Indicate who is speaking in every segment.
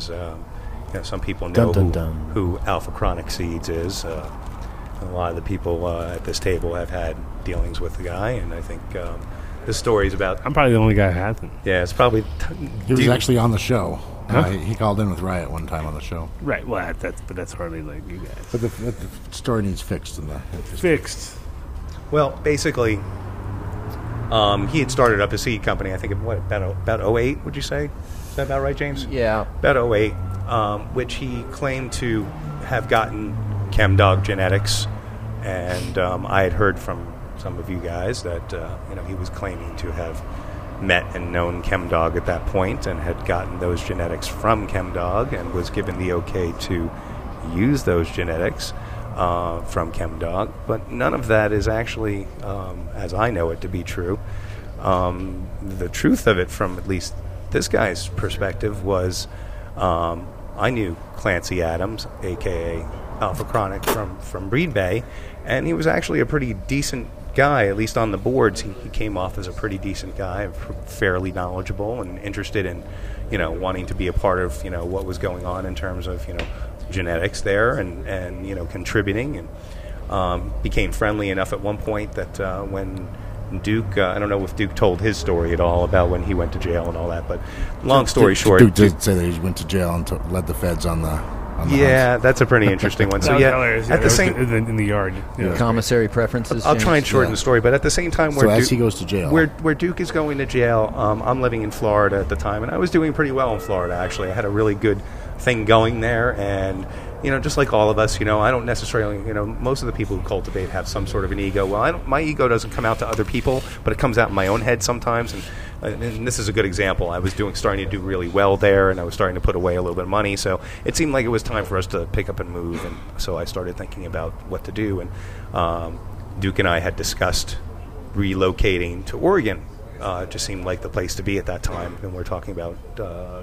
Speaker 1: seeds. Um, you know, some people know
Speaker 2: Dun, dun, dun.
Speaker 1: who Alpha Chronic Seeds is. Uh, a lot of the people uh, at this table have had dealings with the guy, and I think um, the story's about.
Speaker 3: I'm probably the only guy who hasn't.
Speaker 1: Yeah, it's probably.
Speaker 4: He was
Speaker 1: Dude.
Speaker 4: actually on the show.
Speaker 3: Huh?
Speaker 4: Uh, he called in with Riot one time on the show.
Speaker 3: Right. Well, that, that's but that's hardly like you guys.
Speaker 4: But the, but the story needs fixed in the.
Speaker 3: Fixed.
Speaker 1: Well, basically, um, he had started up a seed company. I think in, what about about 08, Would you say? Is that about right, James?
Speaker 5: Yeah.
Speaker 1: about 08, um, which he claimed to have gotten ChemDog genetics. And um, I had heard from some of you guys that uh, you know he was claiming to have met and known ChemDog at that point and had gotten those genetics from ChemDog and was given the okay to use those genetics uh, from ChemDog. But none of that is actually, um, as I know it, to be true um, the truth of it from at least this guy's perspective was um, I knew Clancy Adams, aka Alpha Chronic from from Breed Bay, and he was actually a pretty decent guy. At least on the boards, he, he came off as a pretty decent guy, f- fairly knowledgeable and interested in, you know, wanting to be a part of you know what was going on in terms of you know genetics there and and you know contributing and um, became friendly enough at one point that uh, when Duke, uh, I don't know if Duke told his story at all about when he went to jail and all that, but long story short,
Speaker 4: Duke did say that he went to jail and to, led the feds on the. On the
Speaker 1: yeah, that's a pretty interesting one.
Speaker 3: That
Speaker 1: So
Speaker 3: was
Speaker 1: yeah,
Speaker 3: hilarious. Yeah,
Speaker 1: at
Speaker 3: that
Speaker 1: the
Speaker 3: was
Speaker 1: same,
Speaker 3: in, in the yard. Yeah.
Speaker 5: Commissary preferences.
Speaker 1: I'll try and
Speaker 5: James?
Speaker 1: shorten
Speaker 4: yeah.
Speaker 1: the story, but at the same time,
Speaker 4: hunt. So
Speaker 1: where
Speaker 4: as
Speaker 1: Duke,
Speaker 4: he goes to jail,
Speaker 1: where where Duke is going to jail, um, I'm living in Florida at the time, and I was doing pretty well in Florida. Actually, I had a really good thing going there, and you know, just like all of us, you know, I don't necessarily, you know, most of the people who cultivate have some sort of an ego. Well, I don't, my ego doesn't come out to other people, but it comes out in my own head sometimes, and. And this is a good example. I was doing, starting to do really well there, and I was starting to put away a little bit of money. So it seemed like it was time for us to pick up and move. And so I started thinking about what to do. And um, Duke and I had discussed relocating to Oregon. Uh, it just seemed like the place to be at that time, and we're talking about uh,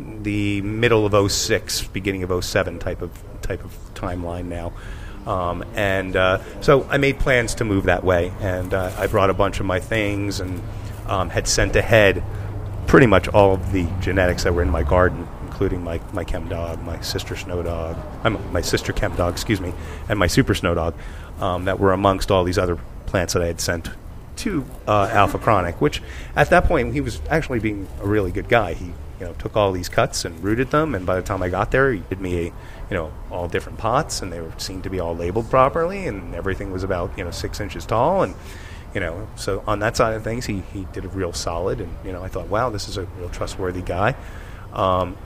Speaker 1: the middle of 06, beginning of 07 type of type of timeline now. Um, and uh, so I made plans to move that way, and uh, I brought a bunch of my things and um, had sent ahead pretty much all of the genetics that were in my garden, including my, my chem dog, my sister snow dog, I'm, my sister chem dog, excuse me, and my super snow dog, um, that were amongst all these other plants that I had sent to uh, Alpha Chronic, which at that point he was actually being a really good guy. He you know took all these cuts and rooted them, and by the time I got there, he did me a you know all different pots, and they were, seemed to be all labeled properly, and everything was about you know six inches tall, and you know, so on that side of things, he, he did a real solid, and you know, I thought, wow, this is a real trustworthy guy. Um,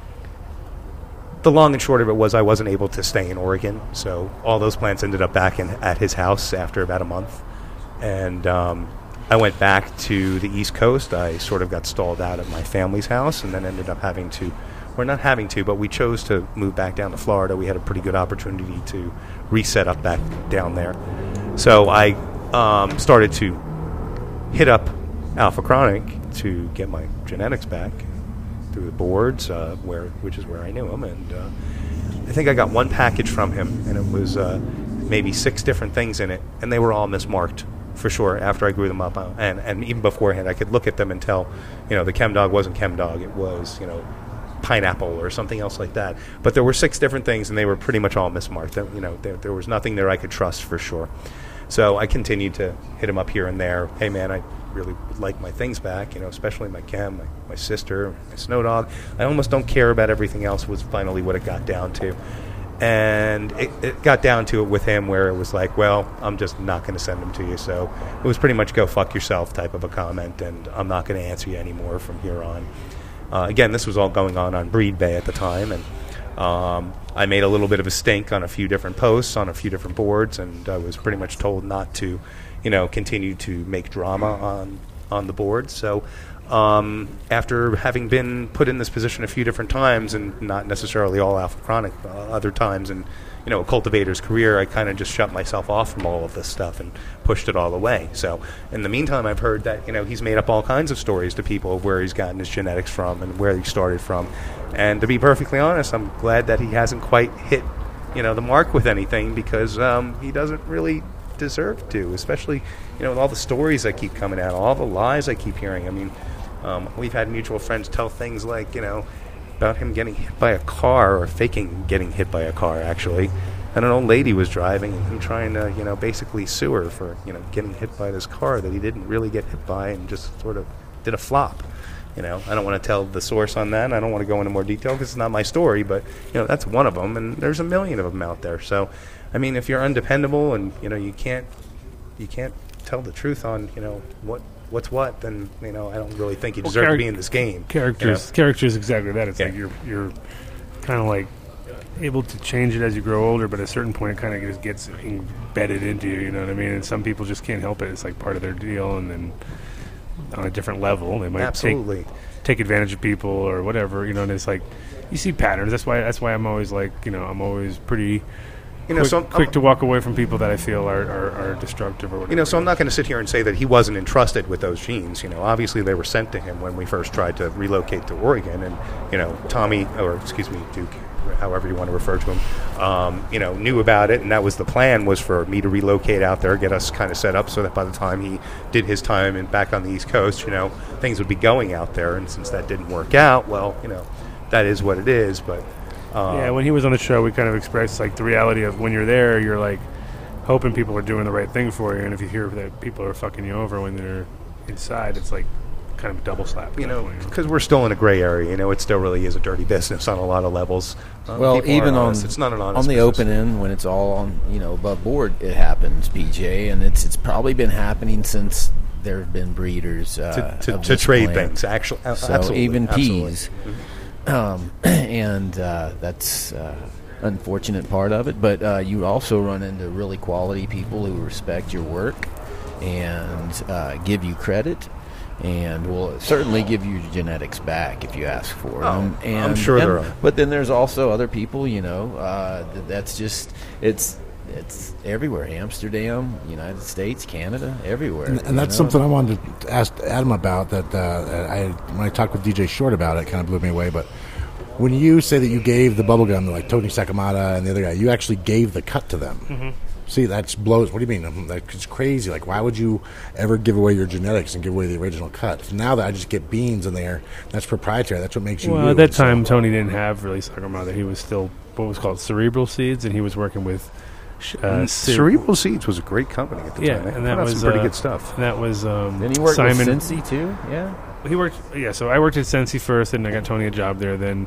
Speaker 1: the long and short of it was, I wasn't able to stay in Oregon, so all those plants ended up back in at his house after about a month, and um, I went back to the East Coast. I sort of got stalled out at my family's house, and then ended up having to, or not having to, but we chose to move back down to Florida. We had a pretty good opportunity to reset up back down there, so I um, started to hit up Alpha Chronic to get my genetics back through the boards, uh, where which is where I knew him. And uh, I think I got one package from him, and it was uh, maybe six different things in it, and they were all mismarked for sure. After I grew them up, uh, and and even beforehand, I could look at them and tell, you know, the chem dog wasn't chem dog; it was you know pineapple or something else like that. But there were six different things, and they were pretty much all mismarked. There- You know, there, there was nothing there I could trust for sure. So I continued to hit him up here and there. Hey, man, I really would like my things back. You know, especially my chem, my, my sister, my snow dog. I almost don't care about everything else. Was finally what it got down to. And it, it got down to it with him where it was like, well, I'm just not going to send them to you. So it was pretty much go fuck yourself type of a comment, and I'm not going to answer you anymore from here on. Uh, again, this was all going on on Breed Bay at the time, and um, I made a little bit of a stink on a few different posts, on a few different boards, and I was pretty much told not to, you know, continue to make drama on on the board. So, um, after having been put in this position a few different times, and not necessarily all Alpha Chronic, uh, other times, and you know, a cultivator's career, I kind of just shut myself off from all of this stuff and pushed it all away. So, in the meantime, I've heard that, you know, he's made up all kinds of stories to people of where he's gotten his genetics from and where he started from. And to be perfectly honest, I'm glad that he hasn't quite hit, you know, the mark with anything because um, he doesn't really deserve to, especially, you know, with all the stories that keep coming out, all the lies I keep hearing. I mean, um, we've had mutual friends tell things like, you know, about him getting hit by a car or faking getting hit by a car, actually. And an old lady was driving and him trying to, you know, basically sue her for, you know, getting hit by this car that he didn't really get hit by and just sort of did a flop. You know, I don't want to tell the source on that. and I don't want to go into more detail because it's not my story. But you know, that's one of them, and there's a million of them out there. So, I mean, if you're undependable and you know you can't you can't tell the truth on you know what what's what, then you know I don't really think you
Speaker 3: Well,
Speaker 1: deserve
Speaker 3: charac-
Speaker 1: to be in this game.
Speaker 3: characters characters exactly that. It's like
Speaker 1: Yeah.
Speaker 3: you're you're kind of like able to change it as you grow older, but at a certain point, it kind of just gets embedded into you. You know what I mean? And some people just can't help it. It's like part of their deal, and then on a different level, they might take
Speaker 1: Absolutely.
Speaker 3: take advantage of people or whatever. You know, and it's like you see patterns. That's why that's why I'm always like you know I'm always pretty.
Speaker 1: You know,
Speaker 3: quick,
Speaker 1: so I'm-
Speaker 3: quick
Speaker 1: I'm-
Speaker 3: to walk away from people that I feel are, are, are destructive or whatever.
Speaker 1: You know, so I'm not going to sit here and say that he wasn't entrusted with those genes. You know, obviously they were sent to him when we first tried to relocate to Oregon, and you know, Tommy, or excuse me, Duke, however you want to refer to him, um, you know, knew about it, and that was the plan was for me to relocate out there, get us kind of set up, so that by the time he did his time and back on the East Coast, you know, things would be going out there. And since that didn't work out, well, you know, that is what it is. But um,
Speaker 3: Yeah, when he was on the show, we kind of expressed like the reality of when you're there, you're like hoping people are doing the right thing for you, and if you hear that people are fucking you over when they're inside, it's like kind of a double slap. at
Speaker 1: you
Speaker 3: that
Speaker 1: know,
Speaker 3: point,
Speaker 1: because we're still in a gray area. You know, it still really is a dirty business on a lot of levels. Um,
Speaker 2: Well,
Speaker 1: people aren't
Speaker 2: even on
Speaker 1: honest. it's not an honest
Speaker 2: on the
Speaker 1: business.
Speaker 2: open end when it's all on you know above board, it happens, PJ, and it's it's probably been happening since there have been breeders uh,
Speaker 1: to, to,
Speaker 2: of
Speaker 1: to
Speaker 2: this
Speaker 1: trade
Speaker 2: plant.
Speaker 1: things. Actually, a-
Speaker 2: so
Speaker 1: absolutely,
Speaker 2: even
Speaker 1: absolutely.
Speaker 2: peas, um, and uh, that's uh, unfortunate part of it. But uh, you also run into really quality people who respect your work and uh, give you credit. And will certainly give you your genetics back if you ask for
Speaker 1: Oh,
Speaker 2: them.
Speaker 1: I'm
Speaker 2: And,
Speaker 1: sure
Speaker 2: and-
Speaker 1: there are.
Speaker 2: But then there's also other people, you know. Uh, th- that's just it's it's everywhere. Amsterdam, United States, Canada, everywhere.
Speaker 4: And, and that's something I wanted to ask Adam about. That uh, I when I talked with DJ Short about it, it kind of blew me away. But when you say that you gave the bubble gum to like Tony Sakamata and the other guy, you actually gave the cut to them.
Speaker 3: Mm-hmm.
Speaker 4: See, that's blows. What do you mean? Um, Like, it's crazy. Like, why would you ever give away your genetics and give away the original cut? Now that I just get beans in there, that's proprietary. That's what makes you.
Speaker 3: Well,
Speaker 4: you.
Speaker 3: at that
Speaker 4: So-
Speaker 3: time, Tony didn't have really soccer mother. He was still what was called cerebral seeds, and he was working with sh- uh, Sid-
Speaker 1: Mm, Cerebral Seeds was a great company at the
Speaker 3: Yeah,
Speaker 1: time. They
Speaker 3: and
Speaker 1: put
Speaker 3: that
Speaker 1: out
Speaker 3: was
Speaker 1: some pretty
Speaker 3: uh,
Speaker 1: good stuff.
Speaker 3: That was um,
Speaker 2: Then you work
Speaker 3: Simon
Speaker 2: with Cincy too, yeah.
Speaker 3: he worked yeah so i worked at sensi first and i got tony a job there then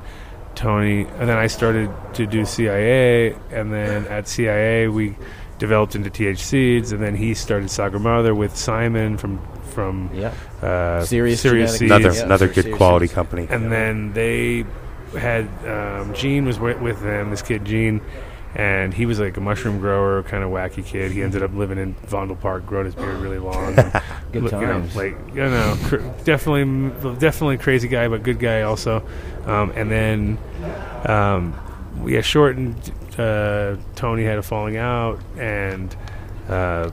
Speaker 3: tony and then i started to do cia and then at cia we developed into th seeds and then he started soccer mother with simon from from
Speaker 2: Yeah.
Speaker 3: uh,
Speaker 2: Serious Genetics.
Speaker 3: serious seeds
Speaker 1: Another
Speaker 2: Yeah,
Speaker 1: another
Speaker 2: for
Speaker 1: good
Speaker 2: serious
Speaker 1: quality
Speaker 2: reasons.
Speaker 1: company.
Speaker 3: and then they had um, Gene was with, with them. This kid Gene, and he was like a mushroom grower, kind of wacky kid. He ended up living in Vondel Park, growing his beard really long. And,
Speaker 2: Good
Speaker 3: look, you know,
Speaker 2: times.
Speaker 3: like you know, cr- definitely, definitely crazy guy, but good guy also. Um, and then, um, yeah, Short and uh, Tony had a falling out, and. Uh,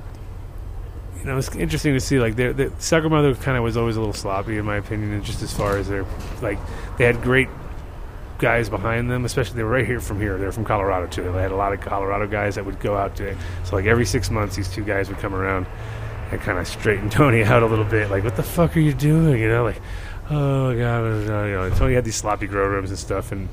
Speaker 3: you know, it's interesting to see. Like, their the Sucker Mother kind of was always a little sloppy, in my opinion, and just as far as their like, they had great guys behind them. Especially they were right here from here. They're from Colorado too. They had a lot of Colorado guys that would go out to. So like every six months, these two guys would come around and kind of straighten Tony out a little bit. Like, what the fuck are you doing? You know, like, oh god, uh, you know. Tony had these sloppy grow rooms and stuff, and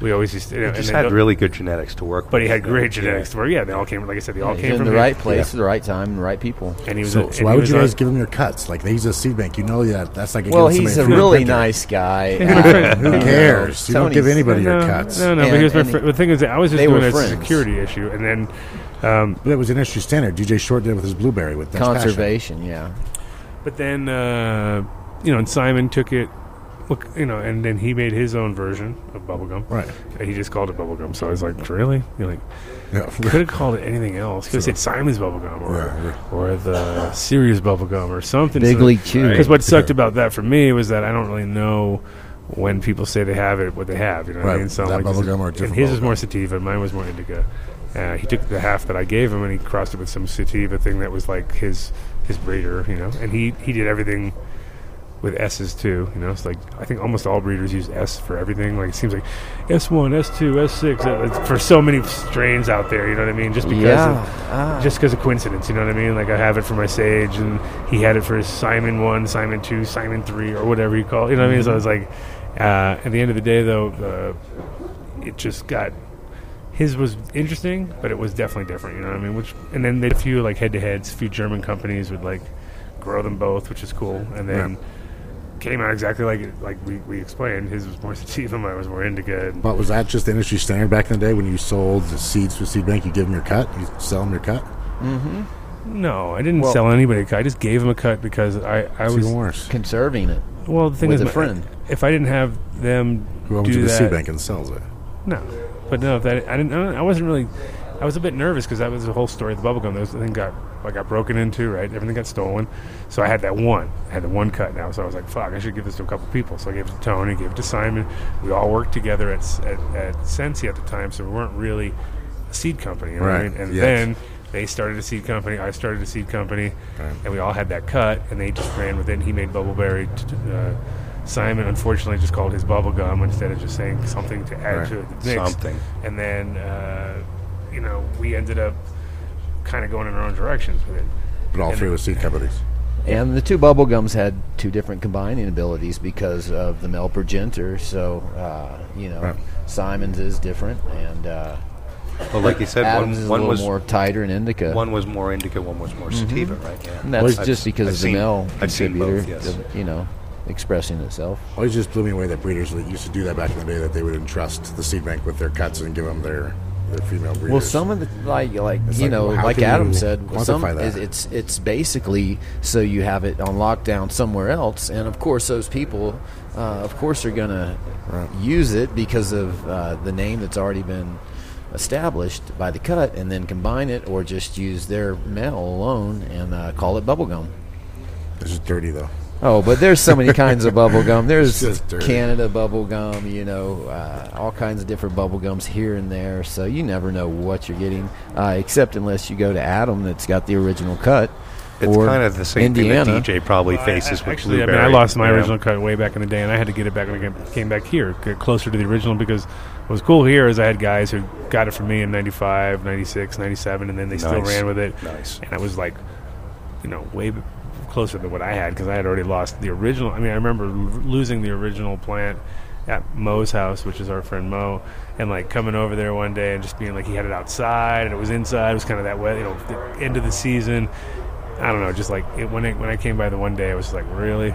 Speaker 3: we always used to. You know,
Speaker 1: He just
Speaker 3: and they
Speaker 1: had
Speaker 3: don't-
Speaker 1: really good genetics to work.
Speaker 3: but he
Speaker 1: with.
Speaker 3: had great genetics. Where yeah, they all came. Like I said, they all
Speaker 2: He's
Speaker 3: came
Speaker 2: in
Speaker 3: from
Speaker 2: the
Speaker 3: here.
Speaker 2: right place at the right time, the right people.
Speaker 3: And he was
Speaker 4: So,
Speaker 3: a-
Speaker 4: so
Speaker 3: and
Speaker 4: why
Speaker 3: he
Speaker 4: would
Speaker 3: was
Speaker 4: you
Speaker 3: a-
Speaker 4: guys give him your cuts? Like he's a seed bank. You know that. That's like
Speaker 2: Well,
Speaker 4: giving
Speaker 2: he's a
Speaker 4: somebody free
Speaker 2: really
Speaker 4: printer.
Speaker 2: nice guy.
Speaker 4: Who
Speaker 2: Uh,
Speaker 4: cares? You don't give
Speaker 2: Tony's-
Speaker 4: anybody your
Speaker 3: no,
Speaker 4: cuts.
Speaker 3: No, no,
Speaker 2: And-
Speaker 3: but here's my
Speaker 2: and
Speaker 3: fr-
Speaker 2: he-
Speaker 3: the thing is that I was just
Speaker 2: they
Speaker 3: doing
Speaker 2: were
Speaker 3: it as a
Speaker 2: friends.
Speaker 3: security issue, and then um,
Speaker 4: That was industry standard. DJ Short did it with his blueberry with Dutch Passion.
Speaker 2: Conservation, yeah.
Speaker 3: but then uh, you know, and Simon took it, look, you know, and then he made his own version of bubblegum.
Speaker 4: Right.
Speaker 3: And he just called it bubblegum. So I was like, really? You're like,
Speaker 4: Yeah.
Speaker 3: could have called it anything else. Could have said Simon's bubblegum or
Speaker 4: Yeah,
Speaker 3: or the serious bubblegum or something.
Speaker 2: Big
Speaker 3: so-
Speaker 2: League Chew.
Speaker 3: Because what sucked about that for me was that I don't really know when people say they have it, what they have. You know what I
Speaker 4: Right.
Speaker 3: mean? So I'm
Speaker 4: That
Speaker 3: like, this is-
Speaker 4: bubblegum or a
Speaker 3: And
Speaker 4: different
Speaker 3: his was
Speaker 4: bubblegum.
Speaker 3: more sativa, and mine was more indica. Uh, he took the half that I gave him and he crossed it with some sativa thing that was like his his breeder, you know. And he he did everything with S's too, you know. It's like I think almost all breeders use S for everything. Like it seems like S one, S two, S six uh, for so many strains out there. You know what I mean? Just because
Speaker 2: Yeah,
Speaker 3: of,
Speaker 2: ah.
Speaker 3: just because of coincidence. You know what I mean? Like I have it for my sage, and he had it for his Simon one, Simon two, Simon three, or whatever you call. It. You know what I mean? So it's like Uh, at the end of the day, though, uh, it just got his was interesting, but it was definitely different. You know what I mean? Which and then they did a few like head to heads. A few German companies would like grow them both, which is cool. And then came out exactly like it- like we, we explained. His was more sativa, mine was more indica. And
Speaker 4: But was that just the industry standard back in the day when you sold the seeds to a seed bank? You give them your cut, you sell them your cut.
Speaker 3: no, I didn't
Speaker 2: Well-
Speaker 3: sell anybody a cut. I just gave him a cut because I I
Speaker 4: It's
Speaker 3: was
Speaker 4: even worse.
Speaker 2: Conserving it.
Speaker 3: well. The thing
Speaker 2: with
Speaker 3: is,
Speaker 2: a
Speaker 3: my-
Speaker 2: friend.
Speaker 3: If I didn't have them
Speaker 4: Who owns
Speaker 3: do
Speaker 4: the
Speaker 3: that,
Speaker 4: seed bank and sells it?
Speaker 3: No, but no, if that I didn't. I don't- I wasn't really. I was a bit nervous because that was the whole story of the bubblegum. Those thing got I got broken into, right? Everything got stolen. So I had that one. I had the one cut now. So I was like, "Fuck! I should give this to a couple people." So I gave it to Tony, gave it to Simon. We all worked together at at, at Sensi at the time, so we weren't really a seed company, you know what I
Speaker 4: Right,
Speaker 3: mean? And
Speaker 4: yes.
Speaker 3: then they started a seed company. I started a seed company,
Speaker 4: Right.
Speaker 3: and we all had that cut. And they just ran with it. And he made bubbleberry. T- t- uh, Simon unfortunately just called his bubblegum instead of just saying something to add
Speaker 4: Right.
Speaker 3: to it that mixed.
Speaker 1: Something.
Speaker 3: And then, uh, you know, we ended up kind of going in our own directions with it.
Speaker 4: But all
Speaker 3: And-
Speaker 4: three were seed companies.
Speaker 2: And the two bubble gums had two different combining abilities because of the melpergenter. So, uh, you know,
Speaker 4: Right.
Speaker 2: Simon's is different, and uh,
Speaker 1: Well, like you said,
Speaker 2: Adams is
Speaker 1: one,
Speaker 2: a
Speaker 1: one
Speaker 2: little
Speaker 1: was
Speaker 2: more tighter and indica.
Speaker 1: one was more indica, one was more sativa, right? Yeah.
Speaker 2: and that's
Speaker 4: Well,
Speaker 2: just because
Speaker 1: I've
Speaker 2: of
Speaker 1: seen-
Speaker 2: the mel
Speaker 1: I've seen both,
Speaker 2: contributor,
Speaker 1: yes.
Speaker 2: uh, you know, expressing itself.
Speaker 4: Always just blew me away that breeders that used to do that back in the day that they would entrust the seed bank with their cuts and give them their, their female breeders.
Speaker 2: Well, some of the like, like
Speaker 4: It's
Speaker 2: you
Speaker 4: like,
Speaker 2: know,
Speaker 4: how
Speaker 2: like
Speaker 4: can
Speaker 2: Adam
Speaker 4: you
Speaker 2: said, some
Speaker 4: quantify that?
Speaker 2: is- it's it's basically so you have it on lockdown somewhere else, and of course those people, uh, of course, are gonna use it because of uh, the name that's already been established by the cut, and then combine it or just use their male alone and uh, call it bubblegum.
Speaker 4: it's just dirty though.
Speaker 2: Oh, but there's so many kinds of bubble gum. There's
Speaker 4: It's just dirty.
Speaker 2: Canada bubble gum, you know, uh, all kinds of different bubble gums here and there. So you never know what you're getting, uh, except unless you go to Adam that's got the original cut.
Speaker 1: It's
Speaker 2: or
Speaker 1: kind of the same
Speaker 2: Indiana.
Speaker 1: thing that DJ probably
Speaker 3: Well, I-
Speaker 1: faces
Speaker 3: I-
Speaker 1: with
Speaker 3: actually,
Speaker 1: blueberry.
Speaker 3: I mean, I lost my
Speaker 1: you know?
Speaker 3: original cut way back in the day, and I had to get it back when I came- came back here, get closer to the original, because what was cool here is I had guys who got it from me in 95, 96, 97, and then they still
Speaker 1: Nice.
Speaker 3: ran with it.
Speaker 1: Nice.
Speaker 3: And I was like, you know, way b- closer than what I had, because I had already lost the original. I mean, I remember l- losing the original plant at Mo's house, which is our friend Mo, and like coming over there one day and just being like, he had it outside and it was inside. It was kind of that way, you know, the end of the season. I don't know, just like it, when it, when I came by the one day, I was just like, really,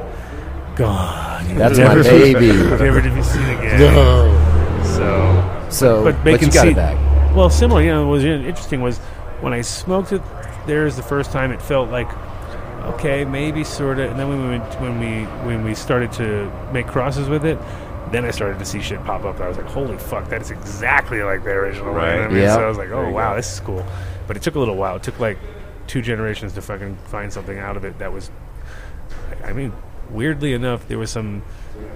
Speaker 3: God, you
Speaker 2: That's
Speaker 3: never-
Speaker 2: my baby.
Speaker 3: never to be seen again. So
Speaker 2: So,
Speaker 3: but
Speaker 2: but,
Speaker 3: bacon
Speaker 2: you got
Speaker 3: seed-
Speaker 2: it back.
Speaker 3: Well, similar. You know, what was interesting was when I smoked it there's the first time. It felt like okay, maybe sort of. And then when we went, when we when we started to make crosses with it, then I started to see shit pop up. I was like, holy fuck, that is exactly like the original. one.
Speaker 1: Right.
Speaker 3: I mean,
Speaker 2: Yeah.
Speaker 3: So I was like,
Speaker 1: There
Speaker 3: oh
Speaker 1: you
Speaker 3: wow,
Speaker 1: go.
Speaker 3: this is cool. But it took a little while. It took like two generations to fucking find something out of it that was. I I mean, weirdly enough, there was some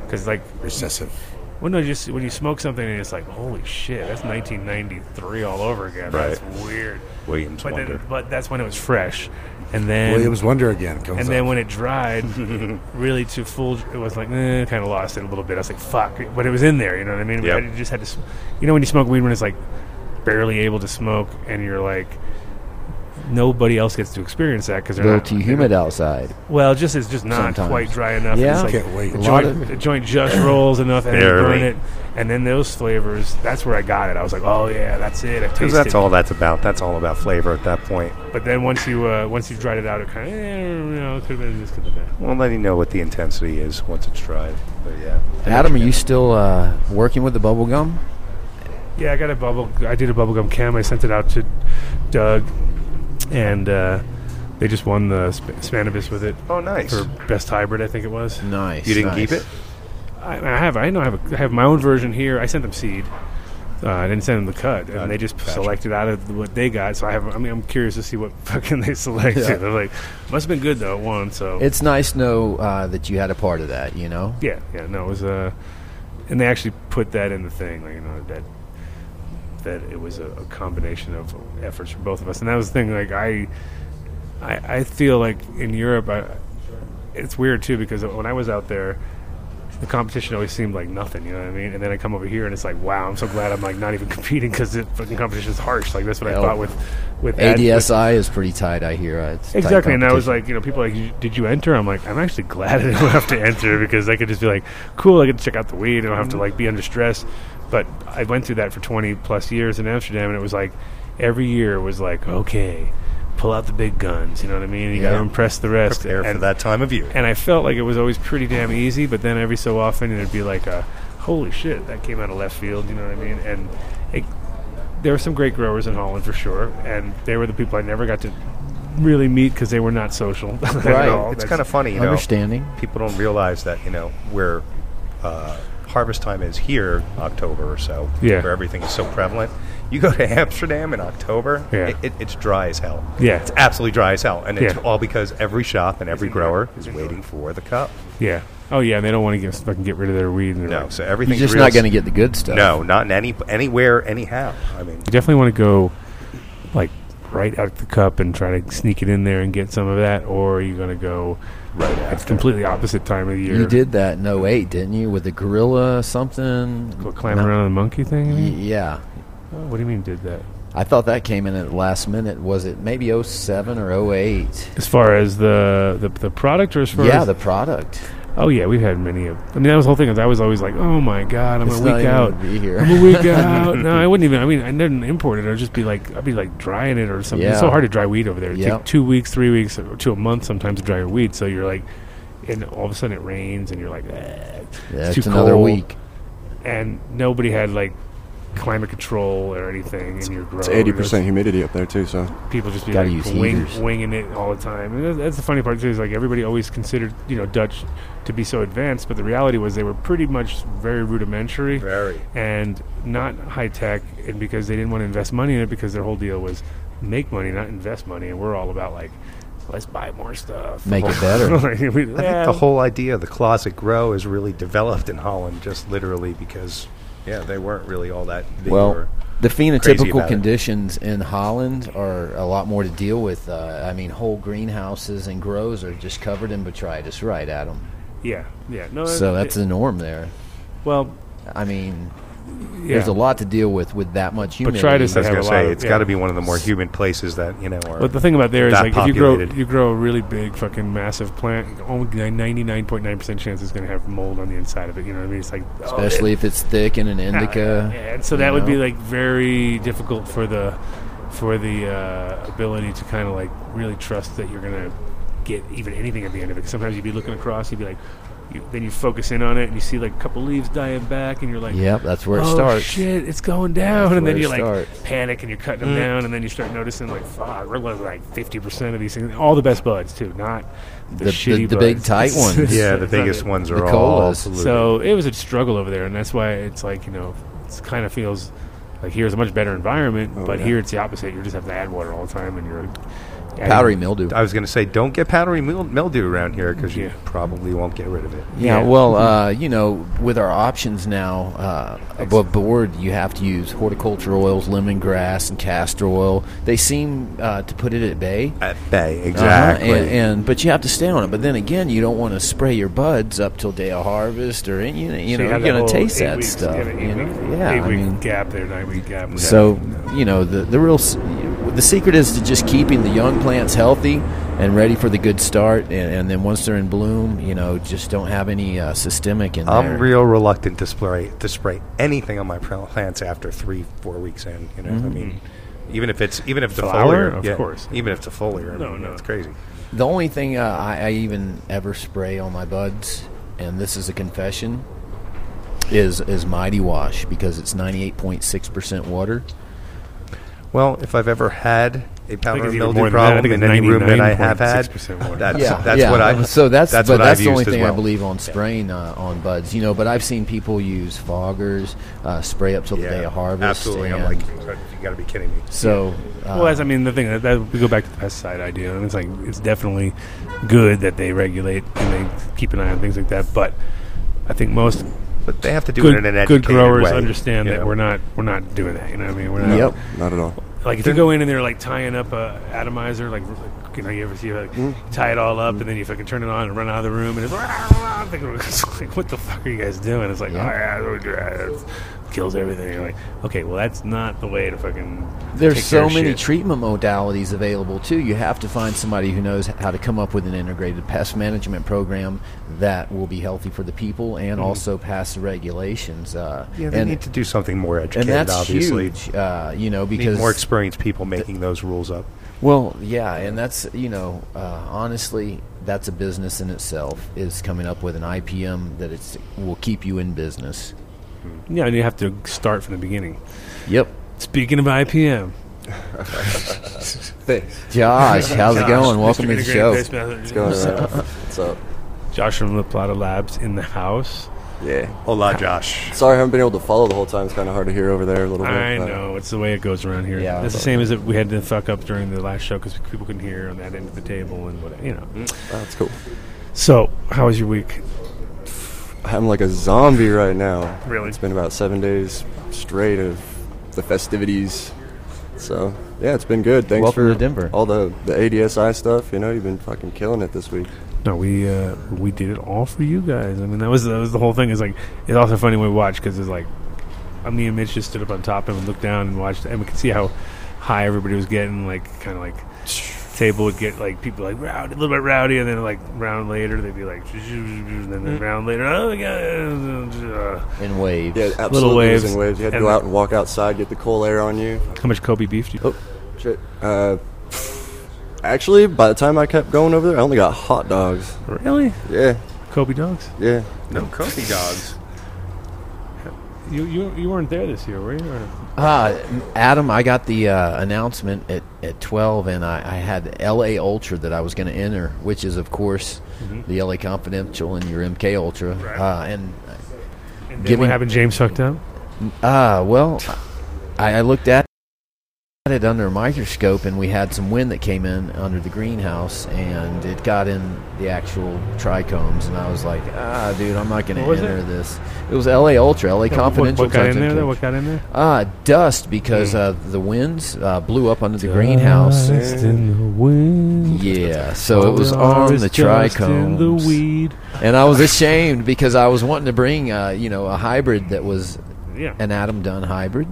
Speaker 3: because like
Speaker 4: Recessive.
Speaker 3: well, no, just when you smoke something and it's like, holy shit, that's 1993 all over again. That's
Speaker 1: Right.
Speaker 3: weird.
Speaker 1: Williams
Speaker 3: But
Speaker 1: Wonder.
Speaker 3: then, but that's when it was fresh, and then
Speaker 4: Williams Wonder again comes
Speaker 3: and then
Speaker 4: up.
Speaker 3: when it dried, really to full, it was like eh, kind of lost it a little bit. I was like, fuck, but it was in there. You know what I mean?
Speaker 1: Yep.
Speaker 3: I just had to, sm- you know, when you smoke weed when it's like barely able to smoke, and you're like, nobody else gets to experience that because they're
Speaker 2: Little
Speaker 3: not
Speaker 2: too humid outside.
Speaker 3: Well, just it's just not
Speaker 2: Sometimes.
Speaker 3: quite dry enough.
Speaker 2: Yeah.
Speaker 3: It's like,
Speaker 4: Can't wait.
Speaker 3: the
Speaker 4: A
Speaker 2: lot
Speaker 3: joint,
Speaker 2: of-
Speaker 3: the joint just rolls enough and then you burn
Speaker 1: Barely.
Speaker 3: it. And then those flavors, that's where I got it. I was like, oh yeah, that's it. I tasted.
Speaker 1: Because that's all that's about. That's all about flavor at that point.
Speaker 3: But then once you uh, once you've dried it out, it kind of you know it could have been this, could have been that.
Speaker 1: Well, let you know what the intensity is once it's dried. But yeah,
Speaker 2: Adam, are you still uh, working with the bubble gum?
Speaker 3: Yeah, I got a bubble. I did a bubblegum cam. I sent it out to Doug, and uh, they just won the sp- Spanibus with it
Speaker 1: Oh, nice.
Speaker 3: for best hybrid. I think it was.
Speaker 2: Nice.
Speaker 1: You didn't
Speaker 2: nice.
Speaker 1: keep it.
Speaker 3: I, I have. I know. I have, a, I have my own version here. I sent them seed. Uh, I didn't send them the cut, and
Speaker 1: Gotcha.
Speaker 3: they just
Speaker 1: Gotcha.
Speaker 3: selected out of what they got. So I have. I mean, I'm curious to see what fucking they selected.
Speaker 2: Yeah.
Speaker 3: They're like, must have been good though. One. So
Speaker 2: It's nice to know uh, that you had a part of that. You know,
Speaker 3: yeah, yeah. No, it was. Uh, and they actually put that in the thing. Like you know that that it was a, a combination of efforts from both of us, and that was the thing. Like I, I, I feel like in Europe, I, it's weird too because when I was out there, the competition always seemed like nothing, you know what I mean? And then I come over here and it's like, wow, I'm so glad I'm like not even competing because the fucking competition is harsh. Like that's what
Speaker 2: Yeah.
Speaker 3: I thought with with ad- with-
Speaker 2: ADSI is pretty tight. I hear uh, it's tight
Speaker 3: Exactly, and I was
Speaker 2: competition.
Speaker 3: like, you know, people are like, did you enter? I'm like, I'm actually glad I didn't have to enter because I could just be like, cool, I could check out the weed. I don't have
Speaker 2: Mm-hmm.
Speaker 3: to like be under stress. But I went through that for 20 plus years in Amsterdam, and it was like every year was like, okay, pull out the big guns. You know what I mean? You got to
Speaker 2: Yeah.
Speaker 3: impress the rest.
Speaker 1: Prepare
Speaker 3: and,
Speaker 1: for that time of year.
Speaker 3: and I felt like it was always pretty damn easy, but then every so often it'd be like a holy shit, that came out of left field, you know what I mean? And it, there were some great growers in Holland for sure, and they were the people I never got to really meet because they were not social
Speaker 2: Right.
Speaker 3: at all.
Speaker 1: it's
Speaker 3: That's-
Speaker 1: kind of funny, you know.
Speaker 2: understanding.
Speaker 1: People don't realize that you know where uh, harvest time is here, October or so,
Speaker 3: Yeah.
Speaker 1: where everything is so prevalent. You go to Amsterdam in October,
Speaker 3: Yeah.
Speaker 1: it, it, it's dry as hell.
Speaker 3: Yeah.
Speaker 1: it's absolutely dry as hell, and it's
Speaker 3: Yeah.
Speaker 1: all because every shop and every
Speaker 3: in-
Speaker 1: grower is
Speaker 3: it's in-
Speaker 1: waiting for the cup.
Speaker 3: yeah. Oh yeah, and they don't want to get fucking get rid of their weed. And they're
Speaker 1: No,
Speaker 3: like-
Speaker 1: so
Speaker 2: You're
Speaker 1: everything's
Speaker 2: just
Speaker 1: real
Speaker 2: not going to get the good stuff.
Speaker 1: No, not in any anywhere, anyhow. I mean,
Speaker 3: You definitely want to go like right out the cup and try to sneak it in there and get some of that, or are you going to go right at the completely opposite time of the year?
Speaker 2: You did that in 08, didn't you? With the gorilla something.
Speaker 3: Go climb
Speaker 2: No.
Speaker 3: around on the monkey thing?
Speaker 2: Y-
Speaker 3: I mean?
Speaker 2: Yeah.
Speaker 3: Oh, what do you mean did that?
Speaker 2: I thought that came in at the last minute. Was it maybe 07 or 08?
Speaker 3: As far as the the, the product, or as far
Speaker 2: Yeah,
Speaker 3: as
Speaker 2: the product.
Speaker 3: oh yeah, we've had many of. I mean, that was the whole thing. Is I was always like, oh my god, I'm
Speaker 2: It's
Speaker 3: a
Speaker 2: not
Speaker 3: week
Speaker 2: even
Speaker 3: out.
Speaker 2: gonna Be
Speaker 3: I'm a
Speaker 2: here.
Speaker 3: week out. No, I wouldn't even. I mean, I didn't import it. I'd just be like, I'd be like drying it or something. It's
Speaker 2: Yeah.
Speaker 3: so hard to dry weed over there. It
Speaker 2: Yeah.
Speaker 3: takes two weeks, three weeks, or to a month sometimes to dry your weed. So you're like, and all of a sudden it rains, and you're like, eh.
Speaker 2: Yeah,
Speaker 3: It's
Speaker 2: it's,
Speaker 3: too
Speaker 2: another
Speaker 3: cold.
Speaker 2: week.
Speaker 3: and nobody had like climate control or anything in your grow.
Speaker 5: It's eighty percent humidity up there too, so
Speaker 3: people just be
Speaker 2: Gotta
Speaker 3: like
Speaker 2: use
Speaker 3: wing,
Speaker 2: heaters.
Speaker 3: winging it all the time. And that's, that's the funny part too. Is like everybody always considered you know Dutch to be so advanced, but the reality was they were pretty much very rudimentary
Speaker 1: very.
Speaker 3: and not high tech, and because they didn't want to invest money in it, because their whole deal was make money, not invest money. And we're all about like let's buy more stuff,
Speaker 2: Make it better.
Speaker 3: Like, we-
Speaker 1: I think
Speaker 3: yeah,
Speaker 1: the whole idea of the closet grow is really developed in Holland, just literally because, yeah, they weren't really all that. They
Speaker 2: Well,
Speaker 1: were-
Speaker 2: the
Speaker 1: crazy
Speaker 2: phenotypical
Speaker 1: about it.
Speaker 2: conditions in Holland are a lot more to deal with. Uh, I mean, whole greenhouses and grows are just covered in botrytis, right, Adam?
Speaker 3: yeah, yeah. No,
Speaker 2: So
Speaker 3: it-
Speaker 2: that's the norm there.
Speaker 3: well,
Speaker 2: I mean,
Speaker 3: yeah.
Speaker 2: there's a lot to deal with with that much humidity.
Speaker 3: Botrytis
Speaker 1: I was
Speaker 3: have
Speaker 1: going
Speaker 3: a
Speaker 1: to
Speaker 3: lot
Speaker 1: say
Speaker 3: of-
Speaker 1: it's
Speaker 3: yeah.
Speaker 1: got to be one of the more human places that you know are.
Speaker 3: But the thing about there is
Speaker 1: that
Speaker 3: like if you grow
Speaker 1: populated.
Speaker 3: you grow a really big fucking massive plant, only ninety nine point nine percent chance it's going to have mold on the inside of it. You know what I mean? It's like oh,
Speaker 2: especially if it's thick and an
Speaker 3: it-
Speaker 2: indica.
Speaker 3: Oh, Yeah, and so
Speaker 2: you
Speaker 3: that would be
Speaker 2: know.
Speaker 3: like very difficult for the for the uh, ability to kind of like really trust that you're going to get even anything at the end of it. 'Cause Sometimes you'd be looking across, you'd be like. You, then you focus in on it and you see like a couple leaves dying back and you're like
Speaker 2: Yep, that's where it
Speaker 3: oh,
Speaker 2: starts.
Speaker 3: shit, it's going down.
Speaker 2: That's
Speaker 3: and then
Speaker 2: where
Speaker 3: you
Speaker 2: it
Speaker 3: like
Speaker 2: starts. Mm.
Speaker 3: panic and you're cutting them down. And then you start noticing, like, fuck, we're losing like 50% of these things. All the best buds, too, not the,
Speaker 2: The-
Speaker 3: shitty
Speaker 2: the- the big
Speaker 3: buds.
Speaker 2: tight ones.
Speaker 1: yeah, the
Speaker 3: It's not
Speaker 1: biggest
Speaker 3: it.
Speaker 1: ones
Speaker 2: the
Speaker 1: are all.
Speaker 2: colas.
Speaker 1: polluted.
Speaker 3: So it was a struggle over there. And that's why it's like, you know, it kind of feels like here's a much better environment.
Speaker 5: Oh,
Speaker 3: but
Speaker 5: yeah.
Speaker 3: here it's the opposite. You just have to add water all the time and you're. adding-
Speaker 2: powdery mildew.
Speaker 1: I was going to say, don't get powdery mil- mildew around here because
Speaker 3: Yeah.
Speaker 1: you probably won't get rid of it.
Speaker 2: Yeah,
Speaker 3: Yeah. Mm-hmm.
Speaker 2: well, uh, you know, with our options now uh, above board, you have to use horticulture oils, lemongrass, and castor oil. They seem uh, to put it at bay.
Speaker 1: At bay,
Speaker 2: Uh-huh,
Speaker 1: exactly.
Speaker 2: and, and but you have to stay on it. But then again, you don't want to spray your buds up till day of harvest, or any- you,
Speaker 3: So
Speaker 2: know, you are
Speaker 3: have that
Speaker 2: gonna
Speaker 3: whole
Speaker 2: taste
Speaker 3: eight
Speaker 2: that
Speaker 3: weeks,
Speaker 2: stuff.
Speaker 3: Yeah, eight
Speaker 2: you know?
Speaker 3: week-
Speaker 2: yeah,
Speaker 3: eight
Speaker 2: I
Speaker 3: week
Speaker 2: mean,
Speaker 3: gap there, nine week gap.
Speaker 2: So you know the the real s- the secret is to just keeping the young plants healthy and ready for the good start, and, and then once they're in bloom, you know, just don't have any uh, systemic in there.
Speaker 1: I'm real reluctant to spray to spray anything on my pl- plants after three, four weeks in. You know, I mean, even if it's even if the
Speaker 3: Mm-hmm. Flower?
Speaker 1: foliar,
Speaker 3: Of
Speaker 1: yeah,
Speaker 3: course.
Speaker 1: even if it's a foliar. I
Speaker 3: No,
Speaker 1: mean,
Speaker 3: no.
Speaker 1: it's crazy.
Speaker 2: The only thing uh, I, I even ever spray on my buds, and this is a confession, is is Mighty Wash because it's ninety eight point six percent water.
Speaker 1: Well, if I've ever had a powder
Speaker 3: it's
Speaker 1: and
Speaker 3: even
Speaker 1: mildew
Speaker 3: more than that. I
Speaker 1: problem
Speaker 3: think
Speaker 1: in
Speaker 3: it's
Speaker 1: any room that I have had,
Speaker 3: 99.6% water.
Speaker 1: that's,
Speaker 2: yeah,
Speaker 1: that's
Speaker 2: yeah.
Speaker 1: what I.
Speaker 2: So that's, but
Speaker 1: what I've
Speaker 2: that's the only
Speaker 1: used as
Speaker 2: thing I
Speaker 1: well.
Speaker 2: believe on spraying uh, on buds, you know. But I've seen people use foggers, uh, spray up till the day of harvest.
Speaker 1: Absolutely, I'm
Speaker 2: and
Speaker 1: like, you got to be kidding me.
Speaker 2: so. Uh,
Speaker 3: Well, that's, I mean, the thing that, that we go back to the pesticide idea, and it's like it's definitely good that they regulate and they keep an eye on things like that. But I think most
Speaker 1: But they have to do
Speaker 3: good,
Speaker 1: it in an
Speaker 3: good
Speaker 1: educated
Speaker 3: growers
Speaker 1: way,
Speaker 3: understand
Speaker 1: you
Speaker 3: that
Speaker 1: know.
Speaker 3: we're not we're not doing that. You know what I mean? We're not,
Speaker 2: Yep.
Speaker 5: not at all.
Speaker 3: Like if you go in and they're like tying up a atomizer, like
Speaker 2: Mm-hmm.
Speaker 3: you know, you ever see like tie it all up and then you fucking turn it on and run out of the room and it's like, what the fuck are you guys doing? It's like,
Speaker 2: Yeah.
Speaker 3: "Oh, yeah, oh, yeah, it kills everything. You're like, okay, well, that's not the way to fucking.
Speaker 2: There's
Speaker 3: take care
Speaker 2: so
Speaker 3: of
Speaker 2: many
Speaker 3: shit.
Speaker 2: treatment modalities available too. You have to find somebody who knows how to come up with an integrated pest management program that will be healthy for the people and also pass the regulations. Uh,
Speaker 1: Yeah, they
Speaker 2: and,
Speaker 1: need to do something more
Speaker 2: and
Speaker 1: educated.
Speaker 2: that's
Speaker 1: obviously,
Speaker 2: huge, uh, you know,
Speaker 1: need
Speaker 2: because
Speaker 1: more experienced people making those rules up.
Speaker 2: Well, yeah, and that's you know, uh, honestly, that's a business in itself. Is coming up with an IPM that it's will keep you in business.
Speaker 3: Yeah, and you have to start from the beginning.
Speaker 2: Yep.
Speaker 3: Speaking of IPM,
Speaker 5: Thanks.
Speaker 2: Josh, how's it
Speaker 3: Josh,
Speaker 2: going?
Speaker 3: Mr.
Speaker 2: Welcome to the
Speaker 3: Integrated
Speaker 2: show.
Speaker 3: Pest Management.
Speaker 5: Going around. What's up?
Speaker 3: Josh from La Plata Labs in the house.
Speaker 5: Yeah.
Speaker 1: Hola, Josh.
Speaker 5: Sorry, I haven't been able to follow the whole time. It's kind of hard to hear over there a little bit.
Speaker 3: I
Speaker 5: but- uh,
Speaker 3: know it's the way it goes around here.
Speaker 2: Yeah.
Speaker 3: it's the same as if we had to fuck up during the last show because people couldn't hear on that end of the table and whatever. You know.
Speaker 2: Mm.
Speaker 5: That's cool.
Speaker 3: So, how was your week?
Speaker 5: I'm like a zombie right now.
Speaker 3: Really?
Speaker 5: It's been about seven days straight of the festivities. So, yeah, it's been good. Thanks
Speaker 2: Welcome
Speaker 5: for
Speaker 2: to Denver.
Speaker 5: all the, the ADSI stuff. You know, you've been fucking killing it this week.
Speaker 3: No, we uh, we did it all for you guys. I mean, that was that was the whole thing. Is like it's also funny when we watch because it's like, uh, me and Mitch just stood up on top and looked down and watched, and we could see how high everybody was getting. Like kind of like table would get like people like rowdy, a little bit rowdy, and then like round later they'd be like, and then round later, oh Uh, yeah.
Speaker 2: In waves.
Speaker 5: Yeah, absolutely.
Speaker 3: waves.
Speaker 5: amazing waves. You had to
Speaker 3: And
Speaker 5: go
Speaker 3: the-
Speaker 5: out and walk outside, get the cold air on you.
Speaker 3: How much Kobe beef do you?
Speaker 5: Oh, shit. Uh, actually, by the time I kept going over there, I only got hot dogs.
Speaker 3: Really,
Speaker 5: Yeah,
Speaker 3: Kobe dogs?
Speaker 5: yeah.
Speaker 1: No coffee dogs.
Speaker 3: You you you weren't there this year, were you? Or?
Speaker 2: Ah, Adam, I got the uh, announcement at, at 12, and I, I had LA Ultra that I was going to enter, which is, of course, the LA Confidential and your MK Ultra.
Speaker 3: Mm-hmm. Right.
Speaker 2: Uh, and,
Speaker 3: And then
Speaker 2: Give
Speaker 3: what
Speaker 2: me-
Speaker 3: happened? James hooked up.
Speaker 2: uh, well, I, I looked at it under a microscope, and we had some wind that came in under the greenhouse, and it got in the actual trichomes, and I was like, ah, dude, I'm not going
Speaker 3: What
Speaker 2: to
Speaker 3: was
Speaker 2: enter
Speaker 3: it?
Speaker 2: this. It was LA Ultra, LA Confidential.
Speaker 3: What, what got in there?
Speaker 2: trichomes.
Speaker 3: though? What got in there?
Speaker 2: Uh, dust because
Speaker 3: Mm.
Speaker 2: uh, the winds uh, blew up under the greenhouse.
Speaker 3: Dust in the wind.
Speaker 2: Yeah, so it was
Speaker 3: There are
Speaker 2: on
Speaker 3: is
Speaker 2: the
Speaker 3: dust in the
Speaker 2: trichomes,
Speaker 3: weed.
Speaker 2: and I was ashamed because I was wanting to bring, uh, you know, a hybrid that was
Speaker 3: Yeah.
Speaker 2: an Adam Dunn hybrid.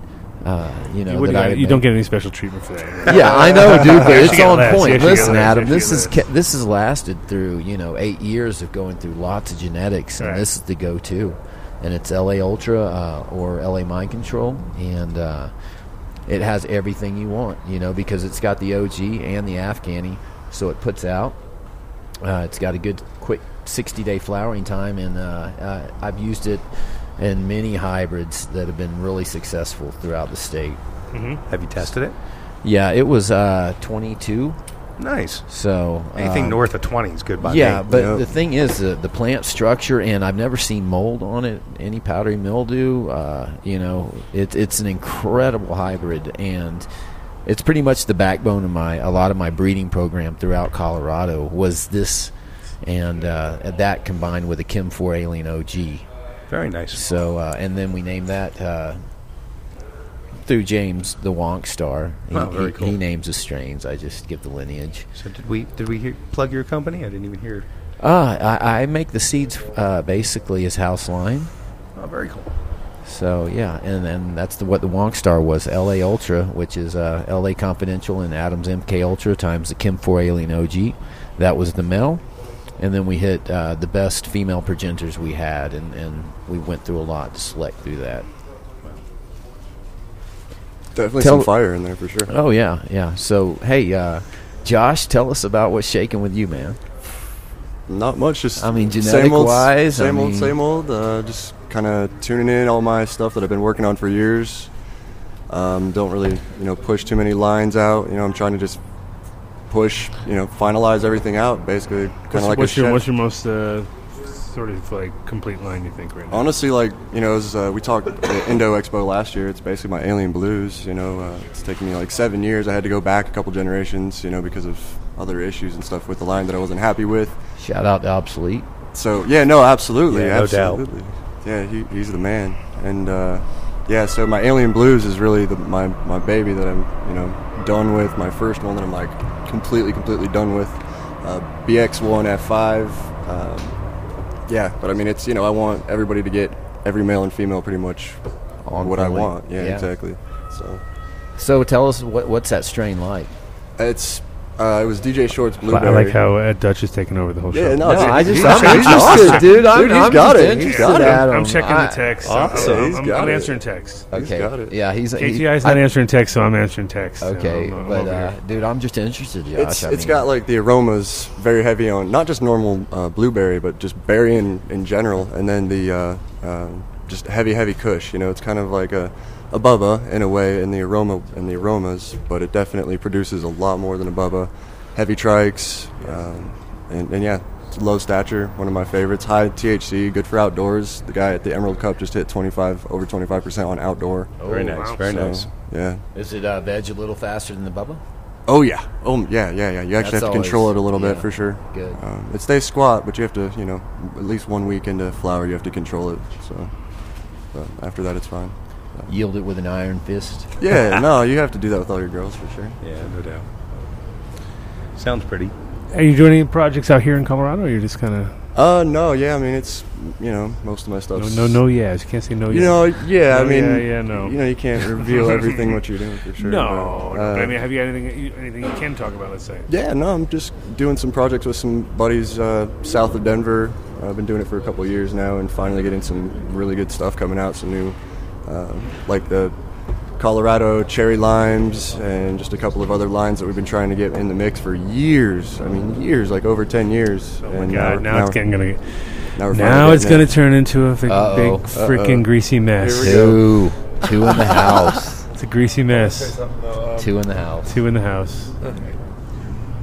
Speaker 2: Uh, you know,
Speaker 3: you wouldn't
Speaker 2: uh, that I
Speaker 3: got-
Speaker 2: had
Speaker 3: you don't
Speaker 2: made.
Speaker 3: get any special treatment for that.
Speaker 2: Yeah, I know, dude, but
Speaker 3: You
Speaker 2: it's
Speaker 3: actually got
Speaker 2: on
Speaker 3: less. You
Speaker 2: point.
Speaker 3: actually got
Speaker 2: Listen,
Speaker 3: less. You
Speaker 2: Adam,
Speaker 3: actually
Speaker 2: this
Speaker 3: got
Speaker 2: is
Speaker 3: less.
Speaker 2: ca- this has lasted through you know eight years of going through lots of genetics, and
Speaker 3: Right.
Speaker 2: this is the go-to, and it's LA Ultra uh, or LA Mind Control, and uh, it has everything you want, you know, because it's got the OG and the Afghani, so it puts out. Uh, it's got a good quick 60 day flowering time, and uh, uh, I've used it in many hybrids that have been really successful throughout the state.
Speaker 1: Have you tested it?
Speaker 2: Yeah, it was uh, 22.
Speaker 1: Nice.
Speaker 2: So
Speaker 1: Anything
Speaker 2: um,
Speaker 1: north of twenty is good by
Speaker 2: yeah,
Speaker 1: me.
Speaker 2: but
Speaker 5: yeah.
Speaker 2: the thing is, the, the plant structure, and I've never seen mold on it, any powdery mildew. Uh, you know, it, it's an incredible hybrid, and it's pretty much the backbone of my a lot of my breeding program throughout Colorado was this, and uh, that combined with a Chem Four Alien OG.
Speaker 1: Very nice.
Speaker 2: So, uh, and then we named that uh, through James the Wonk Star. He,
Speaker 1: Oh, very
Speaker 2: he-
Speaker 1: cool.
Speaker 2: he names the strains. I just give the lineage.
Speaker 1: So did we did we hear, plug your company? I didn't even hear.
Speaker 2: Uh, I, I make the seeds uh, basically as house line.
Speaker 1: Oh, very cool.
Speaker 2: So yeah, and, and that's the, what the Wonk Star was. L.A. Ultra, which is uh, L.A. Confidential and Adams MK Ultra times the Chem 4 Alien OG. That was the male, and then we hit uh, the best female progenitors we had, and, and we went through a lot to select through that.
Speaker 5: Definitely
Speaker 2: Tell-
Speaker 5: some fire in there for sure.
Speaker 2: Oh yeah, yeah. So hey, uh, Josh, tell us about what's shaking with you, man.
Speaker 5: Not much. Just
Speaker 2: I mean,
Speaker 5: same old,
Speaker 2: genetic-wise, I
Speaker 5: same old,
Speaker 2: mean-
Speaker 5: same old. Uh, just kind of tuning in all my stuff that I've been working on for years. Um, don't really, you know, push too many lines out. You know, I'm trying to just push, you know, finalize everything out. Basically, kind of
Speaker 3: What's,
Speaker 5: like
Speaker 3: what's
Speaker 5: a
Speaker 3: your
Speaker 5: chef.
Speaker 3: what's your most uh, sort of like complete line you think right now?
Speaker 5: Honestly, like you know, as uh, we talked at the Indo Expo last year, it's basically my Alien Blues. You know, uh, it's taken me like seven years. I had to go back a couple generations, you know, because of other issues and stuff with the line that I wasn't happy with.
Speaker 2: Shout out to Obsolete.
Speaker 5: So yeah, no, absolutely,
Speaker 1: Yeah, no doubt.
Speaker 5: absolutely. Yeah, he, he's the man, and uh, yeah. So my Alien Blues is really the, my my baby that I'm you know done with. My first one that I'm like completely completely done with. Uh, BX1 F5. Um, yeah, but I mean, it's you know, I want everybody to get every male and female pretty much
Speaker 2: On
Speaker 5: what I
Speaker 2: point.
Speaker 5: want. Yeah,
Speaker 2: Yeah.
Speaker 5: exactly. So
Speaker 2: So tell us what, what's that strain like?
Speaker 5: it's uh, it was DJ Short's
Speaker 3: But
Speaker 5: blueberry.
Speaker 3: I like how uh, Dutch is taking over the whole show.
Speaker 5: Yeah, no,
Speaker 2: No,
Speaker 5: dude,
Speaker 2: I just
Speaker 5: he's-
Speaker 2: I'm
Speaker 5: he's awesome.
Speaker 2: interested, dude. I'm,
Speaker 5: Dude, he's
Speaker 2: I'm
Speaker 5: got
Speaker 2: just
Speaker 5: it. He's
Speaker 2: interested
Speaker 5: got it.
Speaker 2: at
Speaker 3: I'm
Speaker 2: him.
Speaker 3: checking
Speaker 2: I-
Speaker 3: the text.
Speaker 5: Awesome.
Speaker 3: I'm,
Speaker 5: He's
Speaker 3: I'm,
Speaker 5: got
Speaker 3: I'm
Speaker 5: it.
Speaker 3: answering text.
Speaker 5: He's
Speaker 2: Okay.
Speaker 5: got it.
Speaker 2: Yeah, he's he-
Speaker 3: KTI is not
Speaker 2: I-
Speaker 3: answering text, so I'm answering text. So
Speaker 2: Okay,
Speaker 3: I'm- I'm
Speaker 2: but
Speaker 3: over
Speaker 2: uh,
Speaker 3: here.
Speaker 2: dude, I'm just interested, Josh.
Speaker 5: It's
Speaker 2: I
Speaker 5: it's
Speaker 2: mean,
Speaker 5: got like the aromas very heavy on not just normal uh, blueberry, but just berry in, in general, and then the uh, um just heavy heavy Kush. You know, it's kind of like a a bubba in a way, in the aroma and the aromas, but it definitely produces a lot more than a bubba. Heavy trikes, um, and, and yeah, it's low stature, one of my favorites. High THC, good for outdoors. The guy at the Emerald Cup just hit 25 over 25 percent on outdoor.
Speaker 1: very
Speaker 2: Oh,
Speaker 1: nice.
Speaker 3: wow.
Speaker 1: Very
Speaker 5: So,
Speaker 1: nice.
Speaker 5: Yeah.
Speaker 2: Is it uh, veg a little faster than the bubble?
Speaker 5: Oh yeah. Oh yeah, yeah, yeah. You actually
Speaker 2: That's
Speaker 5: have to control
Speaker 2: always-
Speaker 5: it a little
Speaker 2: yeah.
Speaker 5: bit for sure.
Speaker 2: Good.
Speaker 5: Um, it stays squat, but you have to, you know, at least one week into flower, you have to control it. So, but after that, it's fine.
Speaker 2: Yield it with an iron fist.
Speaker 5: Yeah. no, you have to do that with all your girls for sure.
Speaker 1: Yeah, no doubt. Sounds pretty.
Speaker 3: Are you doing any projects out here in Colorado, or you're just kind of
Speaker 5: Uh, no, yeah. I mean, it's you know, most of my stuff.
Speaker 3: no, no, no? Yes, you can't say no.
Speaker 5: You
Speaker 3: yes.
Speaker 5: know, yeah. I
Speaker 3: No,
Speaker 5: mean,
Speaker 3: yeah, yeah, no.
Speaker 5: You know, you can't reveal everything what you're doing for sure.
Speaker 3: no.
Speaker 5: but,
Speaker 3: no, but
Speaker 5: uh,
Speaker 3: I mean, have you got anything you- anything you can talk about? Let's say.
Speaker 5: Yeah, no, I'm just doing some projects with some buddies uh, south of Denver. I've been doing it for a couple of years now, and finally getting some really good stuff coming out. Some new, uh, like the Colorado cherry limes, and just a couple of other lines that we've been trying to get in the mix for years. I mean, years, like over ten years.
Speaker 3: Oh my God! Now, it's getting gonna
Speaker 5: now, we're finally
Speaker 3: now it's
Speaker 5: getting
Speaker 3: gonna
Speaker 5: it.
Speaker 3: turn into a fi-
Speaker 2: Uh-oh.
Speaker 3: big
Speaker 2: Uh-oh.
Speaker 3: freaking greasy mess.
Speaker 5: Here we go.
Speaker 2: Two, two in the house.
Speaker 3: It's a greasy mess.
Speaker 2: Two in the house.
Speaker 3: Two in the house.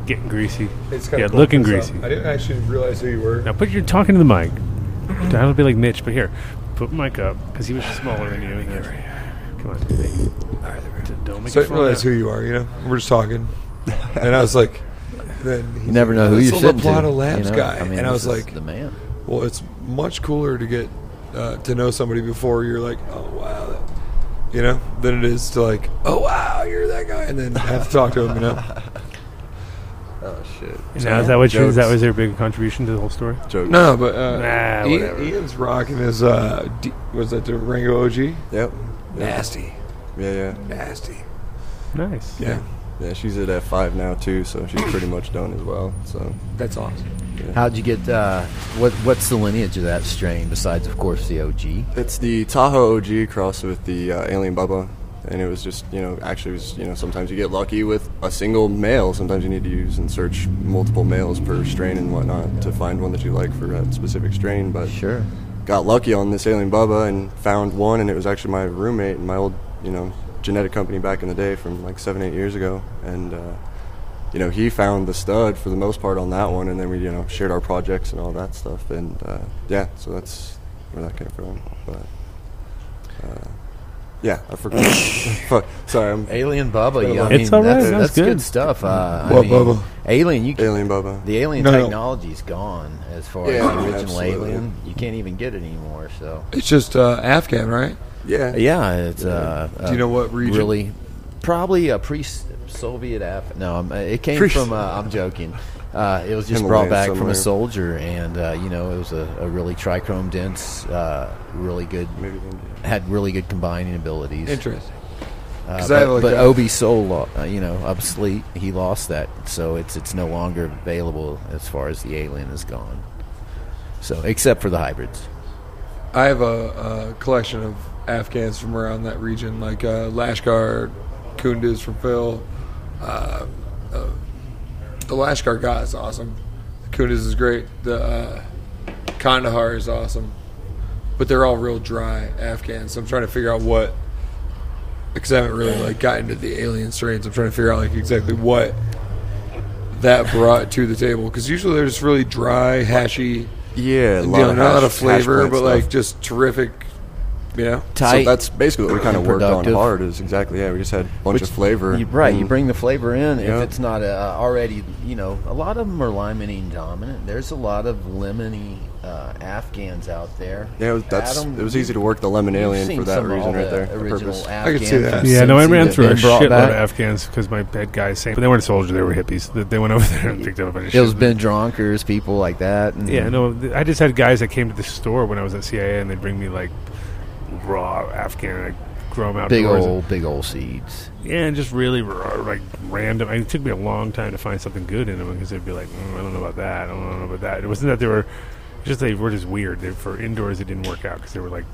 Speaker 3: Getting greasy.
Speaker 6: It's kinda
Speaker 3: Yeah,
Speaker 6: cool
Speaker 3: looking
Speaker 6: because, uh,
Speaker 3: greasy.
Speaker 6: I didn't actually realize who you were.
Speaker 3: Now put your talking to the mic. That'll be like Mitch, but here, put the mic up because he was smaller than you. Come on. Don't make
Speaker 6: So I
Speaker 3: it
Speaker 6: didn't
Speaker 3: fall
Speaker 6: realize who
Speaker 3: down.
Speaker 6: you are. You know, we're just talking, and I was like, then he
Speaker 2: You never know who
Speaker 6: "This
Speaker 2: you're
Speaker 6: little
Speaker 2: sitting to.
Speaker 6: plot of
Speaker 2: you
Speaker 6: labs
Speaker 2: know?
Speaker 6: guy,
Speaker 2: I mean,
Speaker 6: and I
Speaker 2: this
Speaker 6: was
Speaker 2: is
Speaker 6: like,
Speaker 2: the man.
Speaker 6: well, it's much cooler to get uh, to know somebody before you're like, oh wow, that, you know, than it is to like, oh wow, you're that guy, and then have to talk to him. You know,
Speaker 5: Oh shit!
Speaker 3: Now is that what you, is that
Speaker 5: Jokes.
Speaker 3: was their big contribution to the whole story?
Speaker 5: Joke.
Speaker 6: no, but uh,
Speaker 3: Nah,
Speaker 6: Ian-
Speaker 3: whatever.
Speaker 6: Ian's rocking his uh, D- was that the Rango OG?
Speaker 5: Yep.
Speaker 6: Nasty,
Speaker 5: Yeah, yeah,
Speaker 6: nasty.
Speaker 3: Nice.
Speaker 6: Yeah,
Speaker 5: yeah. She's at F five now too, so she's pretty much done as well. So.
Speaker 6: that's awesome.
Speaker 2: How'd you get? Uh, what What's the lineage of that strain besides, of course, the OG?
Speaker 5: It's the Tahoe OG cross with the uh, Alien Bubba, and it was just you know actually it was you know sometimes you get lucky with a single male. Sometimes you need to use and search multiple males per strain and whatnot to find one that you like for that specific strain. But
Speaker 2: Sure.
Speaker 5: got lucky on this Alien Bubba and found one, and it was actually my roommate in my old, you know, genetic company back in the day from like seven, eight years ago. And, uh, you know, he found the stud for the most part on that one, and then we, you know, shared our projects and all that stuff. And, uh, yeah, so that's where that came from. But, uh, yeah, I forgot. Fuck, sorry, I'm
Speaker 2: Alien Bubba. Yeah, I
Speaker 3: It's
Speaker 2: mean,
Speaker 3: all right,
Speaker 2: That's,
Speaker 3: that was
Speaker 2: that's
Speaker 3: good.
Speaker 2: stuff. Uh, I
Speaker 6: What
Speaker 2: mean,
Speaker 6: Bubba?
Speaker 2: Alien. You
Speaker 5: Alien Bubba.
Speaker 2: the alien
Speaker 6: No, no.
Speaker 2: technology's gone as far
Speaker 5: Yeah,
Speaker 2: as the original
Speaker 5: absolutely.
Speaker 2: alien. You can't even get it anymore. So
Speaker 6: It's just uh, Afghan, right?
Speaker 5: Yeah.
Speaker 2: yeah, it's uh,
Speaker 6: Do you
Speaker 2: uh,
Speaker 6: know what region?
Speaker 2: Really, probably a pre-Soviet Af. No, um, it came
Speaker 5: Pre-
Speaker 2: from. Uh, I'm joking. Uh, it was just
Speaker 5: Himalayan
Speaker 2: brought back from
Speaker 5: somewhere.
Speaker 2: a soldier, and uh, you know, it was a, a really trichrome dense, uh, really good,
Speaker 5: Maybe then-
Speaker 2: had really good combining abilities.
Speaker 6: Interesting.
Speaker 2: Uh,
Speaker 6: 'Cause I
Speaker 2: but
Speaker 6: looked
Speaker 2: but
Speaker 6: up-
Speaker 2: Obi Soul, lo- uh, you know, obsolete. He lost that, so it's it's no longer available as far as the alien is gone. So except for the hybrids.
Speaker 6: I have a, a collection of Afghans from around that region, like uh, Lashkar, Kunduz from Phil. Uh, uh, the Lashkar guy is awesome. Kunduz is great. The uh, Kandahar is awesome. But they're all real dry Afghans, so I'm trying to figure out what. Because I haven't really like gotten to the alien strains, I'm trying to figure out like exactly what that brought to the table. Because usually they're just really dry, hashy
Speaker 5: Yeah, a
Speaker 6: a
Speaker 5: lot,
Speaker 6: lot,
Speaker 5: of
Speaker 6: not a
Speaker 5: hash-
Speaker 6: lot of flavor,
Speaker 5: hash plant
Speaker 6: but
Speaker 5: stuff.
Speaker 6: like just terrific Yeah.
Speaker 2: tight.
Speaker 5: so that's basically what we kind of
Speaker 2: and
Speaker 5: worked on
Speaker 2: productive.
Speaker 5: hard. Is exactly yeah. We just had a bunch
Speaker 2: Which-
Speaker 5: of flavor. Mm.
Speaker 2: You, right, you
Speaker 5: and-
Speaker 2: bring the flavor in
Speaker 5: Yeah.
Speaker 2: if it's not uh already. You know, a lot of them are limonene dominant. There's a lot of lemony uh, Afghans out there.
Speaker 5: Yeah, it was- that's
Speaker 2: Adam,
Speaker 5: it was easy to work the lemon
Speaker 2: you've
Speaker 5: alien
Speaker 2: seen
Speaker 5: for that
Speaker 2: some of all
Speaker 5: reason right
Speaker 2: the
Speaker 5: there. The
Speaker 2: Original
Speaker 5: purpose.
Speaker 2: Afghans
Speaker 6: could see that.
Speaker 2: from
Speaker 3: Yeah, no, I
Speaker 2: Cincy
Speaker 3: ran
Speaker 2: that
Speaker 3: through a
Speaker 2: they brought
Speaker 3: shitload
Speaker 2: back.
Speaker 3: of Afghans because my bad guys same, but they weren't soldiers; they were hippies. They, they went over there and picked up a bunch of
Speaker 2: It was
Speaker 3: shit.
Speaker 2: Ben Dronkers, people like that. And
Speaker 3: Yeah, no, th- I just had guys that came to the store when I was at CIA, and they'd bring me like raw Afghan, and I'd grow them
Speaker 2: big
Speaker 3: outdoors.
Speaker 2: old, big old seeds.
Speaker 3: yeah, and just really raw, like random. I mean, it took me a long time to find something good in them because they'd be like, mm, I don't know about that, I don't know about that. It wasn't that they were just they were just weird. They, for indoors, it didn't work out because they were like,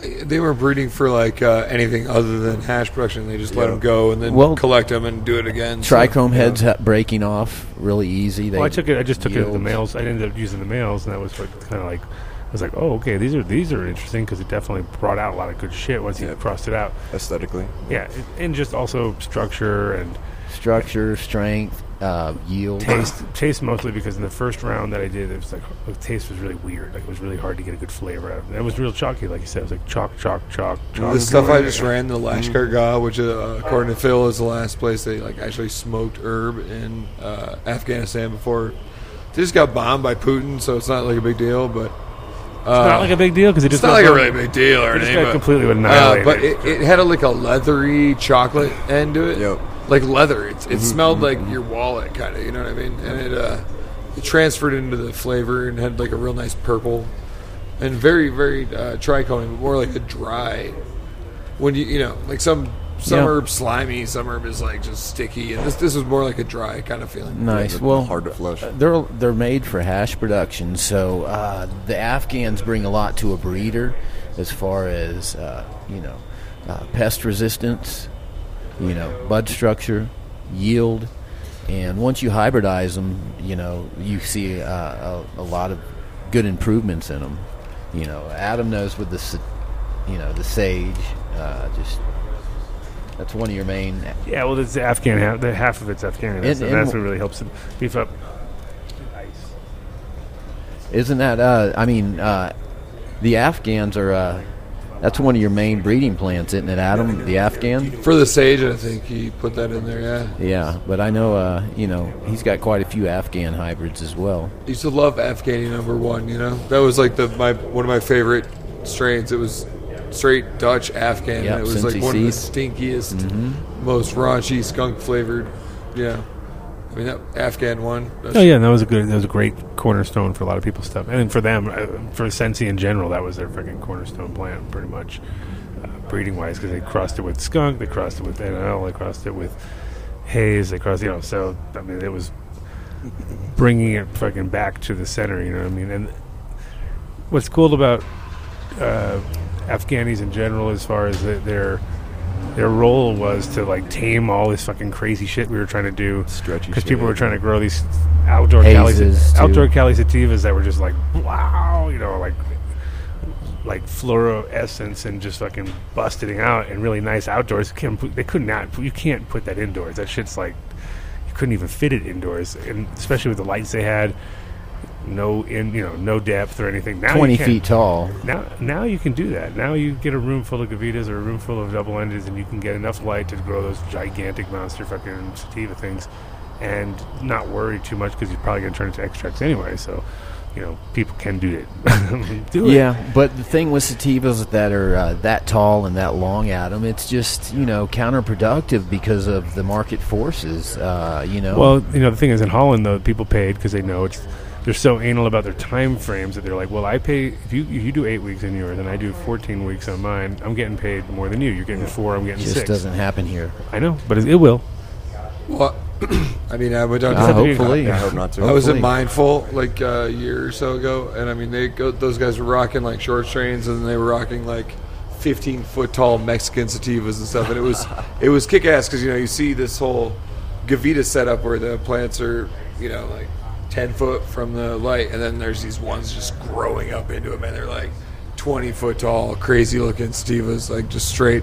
Speaker 6: They were breeding for like uh, anything other than hash production. They just let
Speaker 5: Yeah.
Speaker 6: them go and then
Speaker 2: Well-
Speaker 6: collect them and do it again. so-
Speaker 2: Trichome
Speaker 6: Yeah.
Speaker 2: heads ha- breaking off really easy. They
Speaker 3: Well, Oh, I took it. I just took it at the
Speaker 2: yield-
Speaker 3: males. I ended up using the males, and that was what kind of like. I was like, oh, okay, these are these are interesting because it definitely brought out a lot of good shit once you
Speaker 5: Yeah.
Speaker 3: crossed it out.
Speaker 5: aesthetically.
Speaker 3: Yeah, it- and just also structure and
Speaker 2: structure, strength, uh, yield.
Speaker 3: taste. taste mostly because in the first round that I did, it was like the taste was really weird. Like it was really hard to get a good flavor out. of it. It was real chalky, like you said. It was like chalk, chalk, chalk, chalk.
Speaker 6: The stuff I just ran, the
Speaker 5: Mm-hmm.
Speaker 6: Lashkar Gah, which uh, according to Phil is the last place they like actually smoked herb in uh, Afghanistan before. They just got bombed by Putin, so it's not like a big deal. But
Speaker 3: It's not like a big deal because it
Speaker 6: It's
Speaker 3: just
Speaker 6: not
Speaker 3: got
Speaker 6: like a
Speaker 3: burned.
Speaker 6: really big deal or
Speaker 3: It just
Speaker 6: anything.
Speaker 3: got
Speaker 6: but,
Speaker 3: completely
Speaker 6: uh,
Speaker 3: annihilated.
Speaker 6: but it, it had a, like a leathery chocolate end to it,
Speaker 5: Yep.
Speaker 6: like leather. It, it smelled like your wallet, kind of. You know what I mean? And it, uh, it transferred into the flavor and had like a real nice purple and very very uh, trichome, but more like a dry. When you you know like some some
Speaker 2: Yeah.
Speaker 6: herb slimy, some herb is like just sticky, and this this was more like a dry kind of feeling.
Speaker 2: Nice.
Speaker 5: It's
Speaker 2: Well, uh,
Speaker 5: hard to flush.
Speaker 2: They're they're made for hash production, so uh, the Afghans bring a lot to a breeder as far as uh, you know uh, pest resistance, you know bud structure, yield, and once you hybridize them, you know you see uh, a, a lot of good improvements in them. You know, Adam knows with the s- you know the sage, uh, just that's one of your main.
Speaker 3: Yeah, well, it's Afghan. Half, the half of it's Afghan. That's,
Speaker 2: And-
Speaker 3: and that's
Speaker 2: and-
Speaker 3: what really helps it beef up.
Speaker 2: Isn't that? Uh, I mean, uh, the Afghans are. Uh, that's one of your main breeding plants, isn't it, Adam? The Afghan.
Speaker 6: For the sage, I think he put that in there. Yeah.
Speaker 2: Yeah, but I know. Uh, you know, he's got quite a few Afghan hybrids as well.
Speaker 6: used to love Afghani number one. You know, that was like the my one of my favorite strains. It was straight Dutch Afghan.
Speaker 2: Yep,
Speaker 6: it was
Speaker 2: Cincy
Speaker 6: like one of the
Speaker 2: seeds.
Speaker 6: stinkiest, most raunchy skunk flavored. Yeah, I mean that Afghan one. that's-
Speaker 3: Oh yeah, and that was a good, that was a great cornerstone for a lot of people's stuff, and for them, uh, for Sensi in general, that was their freaking cornerstone plant, pretty much, uh, breeding wise, because they crossed it with skunk, they crossed it with NL, they crossed it with haze, they crossed, you know, so I mean, it was bringing it fucking back to the center, you know what I mean? And what's cool about uh, Afghanis in general, as far as the, their their role was to like tame all this fucking crazy shit we were trying to do,
Speaker 5: Stretchy
Speaker 3: because
Speaker 5: shit.
Speaker 3: people were trying to grow these outdoor Cali,
Speaker 2: Hazes, too.
Speaker 3: outdoor Cali sativas that were just like wow, you know, like like fluoro essence and just fucking busting it out and really nice outdoors. Can't put- they could not you can't put that indoors. That shit's like you couldn't even fit it indoors, and especially with the lights they had. No in you know no depth or anything. Now you
Speaker 2: Twenty
Speaker 3: can't-
Speaker 2: feet tall.
Speaker 3: now, now you can do that. Now you get a room full of gavitas or a room full of double endeds, and you can get enough light to grow those gigantic monster fucking sativa things, and not worry too much because you're probably going to turn into extracts anyway. So, you know, people can do it. do it.
Speaker 2: Yeah, but the thing with sativas that are uh, that tall and that long, Adam, it's just you know counterproductive because of the market forces. Uh, you know,
Speaker 3: Well, you know, the thing is, in Holland, though, people paid because they know it's. They're so anal about their time frames that they're like, "Well, I pay if you if you do eight weeks in yours and I do fourteen weeks on mine. I'm getting paid more than you. You're getting four. I'm getting
Speaker 2: it just
Speaker 3: six.
Speaker 2: doesn't happen here.
Speaker 3: I know, but it, it will.
Speaker 6: Well, I mean, I went down.
Speaker 2: Uh,
Speaker 6: to
Speaker 2: hopefully,
Speaker 5: I hope not to.
Speaker 6: I was at
Speaker 2: hopefully.
Speaker 6: Mindful like uh, a year or so ago, and I mean, they go, those guys were rocking like short trains, and they were rocking like 15 foot tall Mexican sativas and stuff, and it was it was kick ass because you know you see this whole Gavita setup where the plants are you know like 10 foot from the light, and then there's these ones just growing up into them, and they're like 20 foot tall, crazy looking sativas, like just straight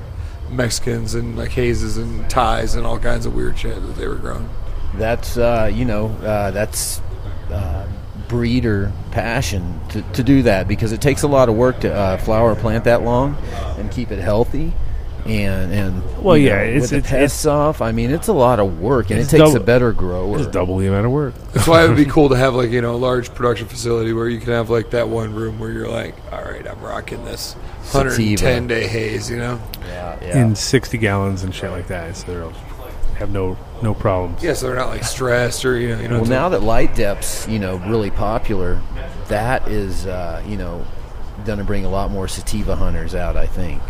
Speaker 6: Mexicans and like hazes and ties and all kinds of weird shit that they were growing.
Speaker 2: that's uh, you know uh, that's uh, breeder passion to, to do that because it takes a lot of work to uh, flower a plant that long and keep it healthy. And, and
Speaker 3: Well,
Speaker 2: you
Speaker 3: yeah,
Speaker 2: know,
Speaker 3: it's-
Speaker 2: with the
Speaker 3: it's-
Speaker 2: pests off. I mean, it's a lot of work, and it
Speaker 3: It's
Speaker 2: takes
Speaker 3: double-
Speaker 2: a better grower.
Speaker 3: It's double the amount of work.
Speaker 6: That's why it would be cool to have like you know a large production facility where you can have like that one room where you're like, all right, I'm rocking this 110
Speaker 2: Sativa.
Speaker 6: day haze, you know.
Speaker 2: Yeah, yeah.
Speaker 3: in 60 gallons and shit like that. So they'll have no no problems.
Speaker 6: Yeah, so they're not like stressed or you know. You know
Speaker 2: Well, now that light depth's you know really popular, that is uh, you know going to bring a lot more sativa hunters out. I think.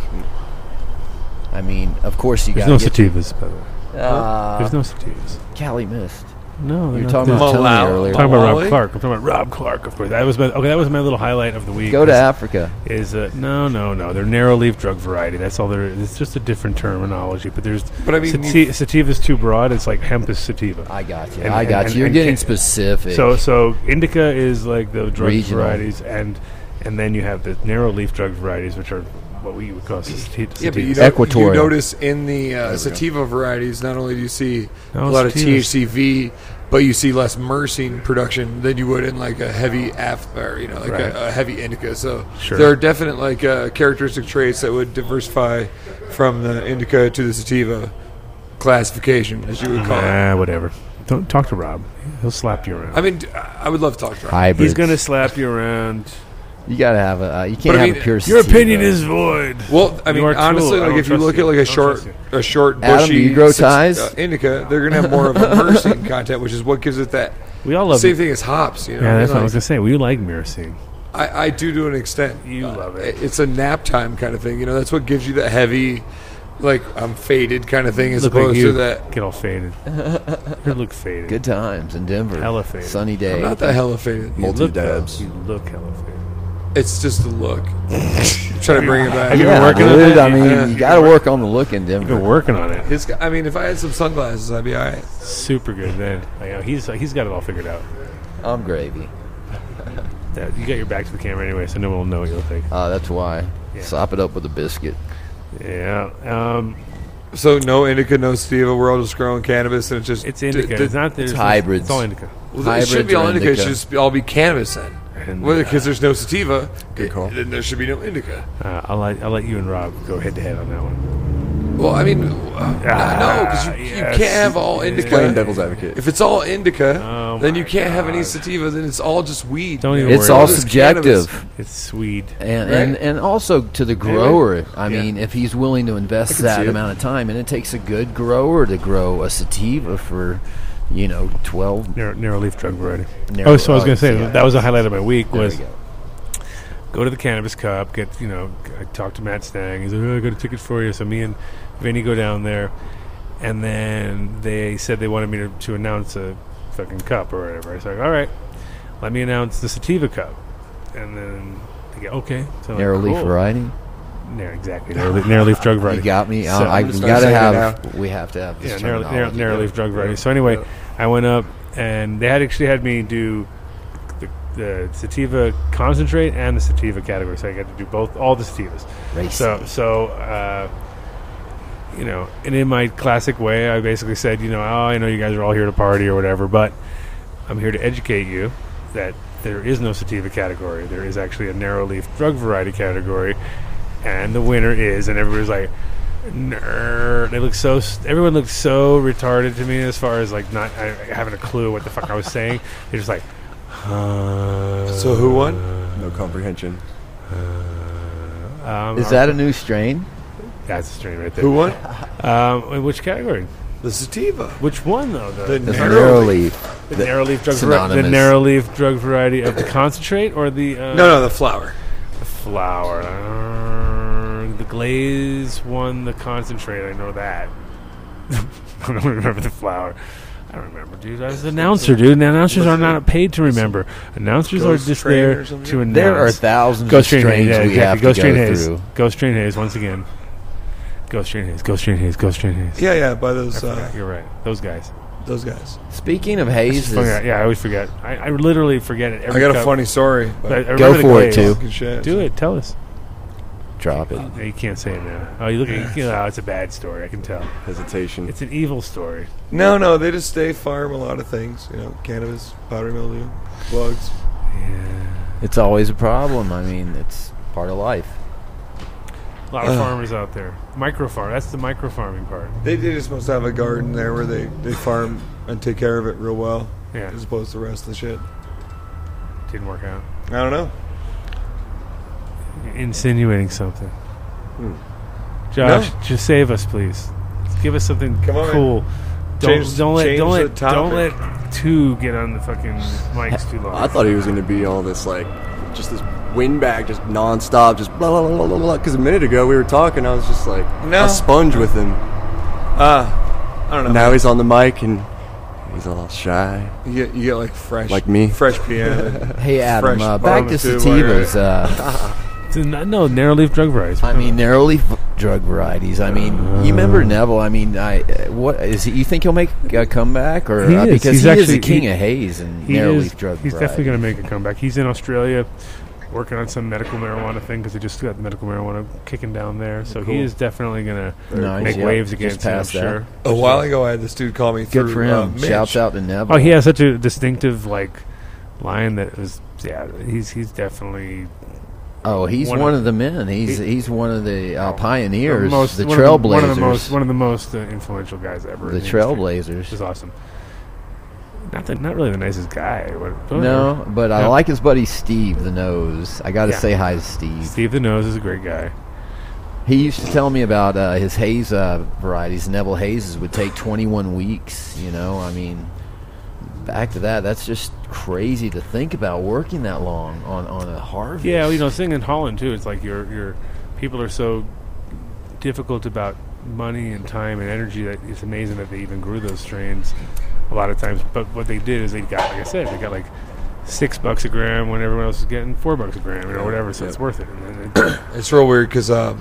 Speaker 2: I mean, of course you
Speaker 3: There's
Speaker 2: got
Speaker 3: no sativas, by the way.
Speaker 2: Uh,
Speaker 3: There's no sativas.
Speaker 2: Cali Mist.
Speaker 3: No,
Speaker 2: You were talking about Tony
Speaker 6: Malala.
Speaker 2: earlier.
Speaker 3: talking about Rob
Speaker 6: Wally?
Speaker 3: Clark. I'm talking about Rob Clark, of course. That was my, okay. That was my little highlight of the week.
Speaker 2: Go to
Speaker 3: is-
Speaker 2: Africa.
Speaker 3: Is uh, no, no, no. They're narrow leaf drug variety. That's all there is. It's just a different terminology. But there's
Speaker 6: But I mean,
Speaker 3: sati- sativa's too broad. It's like hemp is sativa.
Speaker 2: I got you.
Speaker 3: And-
Speaker 2: I
Speaker 3: and-
Speaker 2: got
Speaker 3: and-
Speaker 2: you. You're
Speaker 3: and
Speaker 2: getting
Speaker 3: ca-
Speaker 2: specific.
Speaker 3: So so indica is like the drug
Speaker 2: Regional.
Speaker 3: varieties, and and then you have the narrow leaf drug varieties, which are what we would call sati- sativas.
Speaker 6: Yeah, but you, don't, you
Speaker 2: Equatorial.
Speaker 6: notice in the uh, sativa varieties, not only do you see
Speaker 3: No,
Speaker 6: a lot of
Speaker 3: sativas.
Speaker 6: THCV, but you see less myrcene production than you would in like a heavy af or you know like
Speaker 3: Right.
Speaker 6: a, a heavy indica. So
Speaker 3: Sure.
Speaker 6: there are definite like uh, characteristic traits that would diversify from the indica to the sativa classification, as you would call it.
Speaker 3: Ah, whatever. Don't talk to Rob. He'll slap you around.
Speaker 6: I mean, d- I would love to talk to him.
Speaker 2: hybrids.
Speaker 3: He's gonna slap you around.
Speaker 2: You gotta have a. Uh, you can't
Speaker 6: I
Speaker 2: have
Speaker 6: mean,
Speaker 2: a pure.
Speaker 3: Your opinion
Speaker 2: sativa.
Speaker 3: is void.
Speaker 6: Well, I
Speaker 3: You
Speaker 6: mean,
Speaker 3: are too
Speaker 6: honestly,
Speaker 3: old. I
Speaker 6: like
Speaker 3: don't
Speaker 6: if you
Speaker 3: trust
Speaker 6: look
Speaker 3: you.
Speaker 6: at like
Speaker 3: I
Speaker 6: a
Speaker 3: don't
Speaker 6: short,
Speaker 3: trust
Speaker 6: a short bushy
Speaker 2: Adam, you grow
Speaker 6: six-
Speaker 2: ties?
Speaker 6: uh, indica, they're gonna have more of a myrcene content, which is what gives it that.
Speaker 3: We all love
Speaker 6: same
Speaker 3: it.
Speaker 6: thing as hops. You know,
Speaker 3: Yeah,
Speaker 6: I,
Speaker 3: that's what I
Speaker 6: mean,
Speaker 3: was gonna
Speaker 6: like,
Speaker 3: say. We like mirroring.
Speaker 6: I, I do to an extent.
Speaker 3: You love it.
Speaker 6: It's a nap time kind of thing. You know, that's what gives you that heavy, like I'm faded kind of thing, as
Speaker 3: Look like
Speaker 6: opposed
Speaker 3: you
Speaker 6: to that.
Speaker 3: get all faded. you look faded.
Speaker 2: good times in Denver.
Speaker 3: Hella faded.
Speaker 2: Sunny day.
Speaker 6: I'm not that hella faded.
Speaker 3: You look
Speaker 5: Multi-dabs.
Speaker 3: though. You look hella faded.
Speaker 6: It's just the look. trying to bring it back.
Speaker 3: Have you been
Speaker 2: yeah,
Speaker 3: working on
Speaker 2: dude,
Speaker 3: that?
Speaker 2: I mean,
Speaker 6: Yeah.
Speaker 2: you gotta work on the look in
Speaker 3: You've
Speaker 2: Denver.
Speaker 3: been working on it.
Speaker 6: His, I mean, if I had some sunglasses, I'd be all right.
Speaker 3: Super good. Then I know he's he's got it all figured out.
Speaker 2: I'm gravy.
Speaker 3: Yeah, you got your back to the camera anyway, so no one will know what you look like.
Speaker 2: Uh, that's why.
Speaker 3: Yeah.
Speaker 2: Sop it up with a biscuit.
Speaker 3: Yeah. Um,
Speaker 6: So no indica, no sativa. We're all just growing cannabis, and it's just
Speaker 3: it's indica.
Speaker 6: d- d-
Speaker 3: it's not. It's
Speaker 2: hybrids.
Speaker 3: It's all indica.
Speaker 6: Well, it should
Speaker 2: Hybrids
Speaker 6: be all
Speaker 2: or
Speaker 6: indica. It
Speaker 2: indica.
Speaker 6: should just be- all be cannabis then.
Speaker 3: And,
Speaker 6: Well, because there's no sativa,
Speaker 5: Good call.
Speaker 6: then there should be no indica.
Speaker 3: Uh, I'll let I'll let you and Rob go head to head on that one.
Speaker 6: Well, I mean, uh, no, because you,
Speaker 3: Ah,
Speaker 6: you
Speaker 3: yes.
Speaker 6: can't have all indica.
Speaker 5: Playing devil's advocate.
Speaker 6: If it's all indica,
Speaker 3: Oh
Speaker 6: then
Speaker 3: my
Speaker 6: you can't have any
Speaker 3: God.
Speaker 6: sativa. Then it's all just weed.
Speaker 3: Don't even
Speaker 2: It's
Speaker 3: worry.
Speaker 2: all
Speaker 6: It's
Speaker 2: subjective.
Speaker 6: cannabis.
Speaker 3: It's Swede.
Speaker 2: And,
Speaker 6: Right.
Speaker 2: and and also to the grower. I
Speaker 3: Yeah.
Speaker 2: mean, if he's willing to invest that
Speaker 5: see it.
Speaker 2: amount of time, and it takes a good grower to grow a sativa for, you know, twelve.
Speaker 3: Narrow, narrow leaf drug variety.
Speaker 2: Narrow-
Speaker 3: oh, so I was
Speaker 2: oh,
Speaker 3: going to say
Speaker 2: yeah.
Speaker 3: that was a highlight of my week
Speaker 2: There
Speaker 3: was
Speaker 2: we go.
Speaker 3: go to the cannabis cup. Get you know, I talked to Matt Stang. He's like, oh, I got a ticket for you. So me and Vinny go down there, and then they said they wanted me to, to announce a fucking cup or whatever. I was like, all right, let me announce the sativa cup, and then they go, okay. So I'm like,
Speaker 2: Narrow leaf
Speaker 3: cool.
Speaker 2: variety.
Speaker 3: Yeah, exactly. Narrow, le- narrow leaf drug
Speaker 2: You
Speaker 3: variety.
Speaker 2: got me.
Speaker 3: So-
Speaker 2: I, I
Speaker 5: I'm just
Speaker 2: gotta
Speaker 5: gonna say it
Speaker 2: have. We have to have this
Speaker 3: yeah, narrow, narrow,
Speaker 2: terminology.
Speaker 3: narrow leaf drug variety. So anyway, I went up and they had actually had me do the, the sativa concentrate and the sativa category. So I got to do both, all the sativas.
Speaker 2: Race.
Speaker 3: So so. Uh, you know, and in my classic way, I basically said, you know, oh, I know you guys are all here to party or whatever, but I'm here to educate you that there is no sativa category. There is actually a narrow leaf drug variety category, and the winner is, and everybody's like, nerd. They look so. Everyone looked so retarded to me as far as like not I, having a clue what the fuck I was saying. They're just like, huh.
Speaker 6: So who won?
Speaker 5: No comprehension.
Speaker 3: Um,
Speaker 2: Is that a new strain?
Speaker 3: that's a strain right there?
Speaker 6: Who won?
Speaker 3: Um, in which category?
Speaker 6: The sativa.
Speaker 3: Which one though? The,
Speaker 6: The
Speaker 2: It's
Speaker 6: narrow.
Speaker 2: narrow leaf.
Speaker 3: The narrow leaf drug variety. The
Speaker 2: synonymous.
Speaker 3: narrow leaf drug variety of the concentrate or the uh,
Speaker 6: No, no, the flower.
Speaker 3: the flower. Uh, the glaze won the concentrate. I know that. I don't remember the flower. I don't remember, dude. I was an announcer, dude. And announcers are not paid to remember. Announcers are
Speaker 6: Ghost
Speaker 3: just
Speaker 6: Train
Speaker 3: there
Speaker 6: or something?
Speaker 3: to announce.
Speaker 2: There are thousands
Speaker 3: Ghost
Speaker 2: of
Speaker 3: Train Haze.
Speaker 2: strains
Speaker 3: Yeah,
Speaker 2: we
Speaker 3: exactly.
Speaker 2: have
Speaker 3: Ghost
Speaker 2: to go
Speaker 3: Train Haze.
Speaker 2: through.
Speaker 3: Ghost Train Haze once again. Ghost Train Haze. Ghost Train Haze. Ghost Train Haze.
Speaker 6: Yeah, yeah, by those uh,
Speaker 3: You're right. Those guys.
Speaker 6: those guys.
Speaker 2: Speaking of hazes,
Speaker 3: Forgot- Yeah, I always forget. I, I literally forget it.
Speaker 6: I
Speaker 3: Every
Speaker 6: got a
Speaker 3: cup.
Speaker 6: funny story. but
Speaker 3: I- I remember
Speaker 2: Go
Speaker 3: the
Speaker 2: for it,
Speaker 3: glaze.
Speaker 2: too.
Speaker 6: fucking shit.
Speaker 3: Do it. Tell us.
Speaker 2: drop it.
Speaker 3: Yeah, Oh, You can't say it now. Oh, you look at you know, it's a bad story. I can tell.
Speaker 5: Hesitation.
Speaker 3: It's an evil story.
Speaker 6: No, no, they just they farm a lot of things. You know, cannabis, powdery mildew, bugs.
Speaker 2: It's always a problem. I mean, it's part of life.
Speaker 3: A lot of farmers out there. Micro farm. That's the micro farming part.
Speaker 6: They, they just must have a garden there where they, they farm and take care of it real well,
Speaker 3: Yeah.
Speaker 6: as opposed to the rest of the shit.
Speaker 3: Didn't work out.
Speaker 6: I don't know.
Speaker 3: You're insinuating something. Josh, just save us, please. Give us something
Speaker 6: Hmm. Come on,
Speaker 3: cool. Don't,
Speaker 6: Change-
Speaker 3: don't let
Speaker 6: change
Speaker 3: don't
Speaker 6: the
Speaker 3: let don't
Speaker 6: topic.
Speaker 3: let two get on the fucking mics too long.
Speaker 5: I thought he was going to be all this like, just this windbag, just nonstop, just blah blah blah blah blah. Because a minute ago we were talking, I was just like
Speaker 6: No.
Speaker 5: a sponge with him.
Speaker 6: Uh, I don't know.
Speaker 5: Now he's on the mic and he's all shy.
Speaker 6: you get, you get like fresh,
Speaker 5: Like me?
Speaker 6: fresh piano.
Speaker 2: Hey, Adam,
Speaker 6: Fresh
Speaker 2: uh, back to
Speaker 6: barbecue, like-
Speaker 2: sativas. Uh,
Speaker 3: Dude, no, no, narrowleaf drug varieties.
Speaker 2: I mean, narrowly f- drug varieties. I mean, you remember Neville? I mean, I uh, what is he, you think he'll make a comeback or
Speaker 3: He
Speaker 2: uh,
Speaker 3: is.
Speaker 2: because
Speaker 3: He's
Speaker 2: he is
Speaker 3: actually-
Speaker 2: the king
Speaker 3: he-
Speaker 2: of haze and
Speaker 3: he
Speaker 2: narrowly
Speaker 3: is,
Speaker 2: drug
Speaker 3: he's
Speaker 2: varieties.
Speaker 3: definitely going to make a comeback. He's in Australia working on some medical marijuana thing because they just got medical marijuana kicking down there. So he is definitely going to
Speaker 2: Nice,
Speaker 3: make
Speaker 2: yeah.
Speaker 3: waves
Speaker 2: Just
Speaker 3: against it, I'm
Speaker 2: past that.
Speaker 3: sure.
Speaker 6: a while ago, I had this dude call me
Speaker 2: Good
Speaker 6: through.
Speaker 2: for
Speaker 6: uh,
Speaker 2: him.
Speaker 6: Mitch.
Speaker 2: Shouts out to Neville.
Speaker 3: Oh, he has such a distinctive like line that was yeah. He's he's definitely
Speaker 2: Oh, he's
Speaker 3: One
Speaker 2: one,
Speaker 3: of-
Speaker 2: of the men. He's
Speaker 3: he-
Speaker 2: he's one of the uh, pioneers, the,
Speaker 3: most- one of
Speaker 2: trailblazers,
Speaker 3: one of the most one of the most uh, influential guys ever.
Speaker 2: the
Speaker 3: in industry, which
Speaker 2: trailblazers.
Speaker 3: is awesome. Not the, not really the nicest guy. but- but
Speaker 2: No, but I
Speaker 3: Yeah.
Speaker 2: like his buddy Steve the Nose. I got to
Speaker 3: Yeah.
Speaker 2: say hi to Steve.
Speaker 3: Steve the Nose is a great guy.
Speaker 2: He used to tell me about uh, his haze uh, varieties. Neville hazes would take 21 weeks. You know, I mean, back to that. That's just crazy to think about working that long on, on a harvest.
Speaker 3: Yeah, well, you know, thing in Holland too. It's like your your people are so difficult about money and time and energy that it's amazing that they even grew those strains. A lot of times, but what they did is they got, like I said, they got like six bucks a gram when everyone else was getting four bucks a gram or whatever. So it's worth it. And then it-
Speaker 6: It's real weird because um,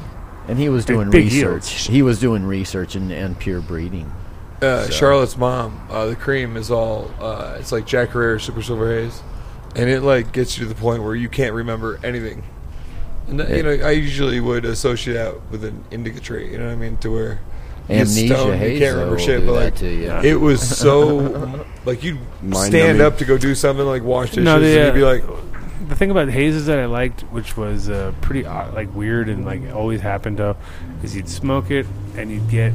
Speaker 2: and he was doing
Speaker 3: big
Speaker 2: research.
Speaker 3: yields.
Speaker 2: He was doing research and, and pure breeding.
Speaker 6: Uh, Charlotte's mom, uh, the cream is all uh, it's like Jack Herrera Super Silver Haze, and it like gets you to the point where you can't remember anything. And that- you know, I usually would associate that with an indica trait. You know what I mean? To where you get
Speaker 2: Amnesia
Speaker 6: stoned,
Speaker 2: haze
Speaker 6: you can't
Speaker 2: will
Speaker 6: remember shit.
Speaker 2: do
Speaker 6: But
Speaker 2: that
Speaker 6: like,
Speaker 2: to you.
Speaker 6: it was so like you'd
Speaker 5: Mind
Speaker 6: stand
Speaker 5: numbing.
Speaker 6: up to go do something like wash dishes,
Speaker 3: No, the,
Speaker 6: and you'd be
Speaker 3: uh,
Speaker 6: like,
Speaker 3: the thing about hazes that I liked, which was uh, pretty odd, like weird and like always happened though, is you'd smoke it and you'd get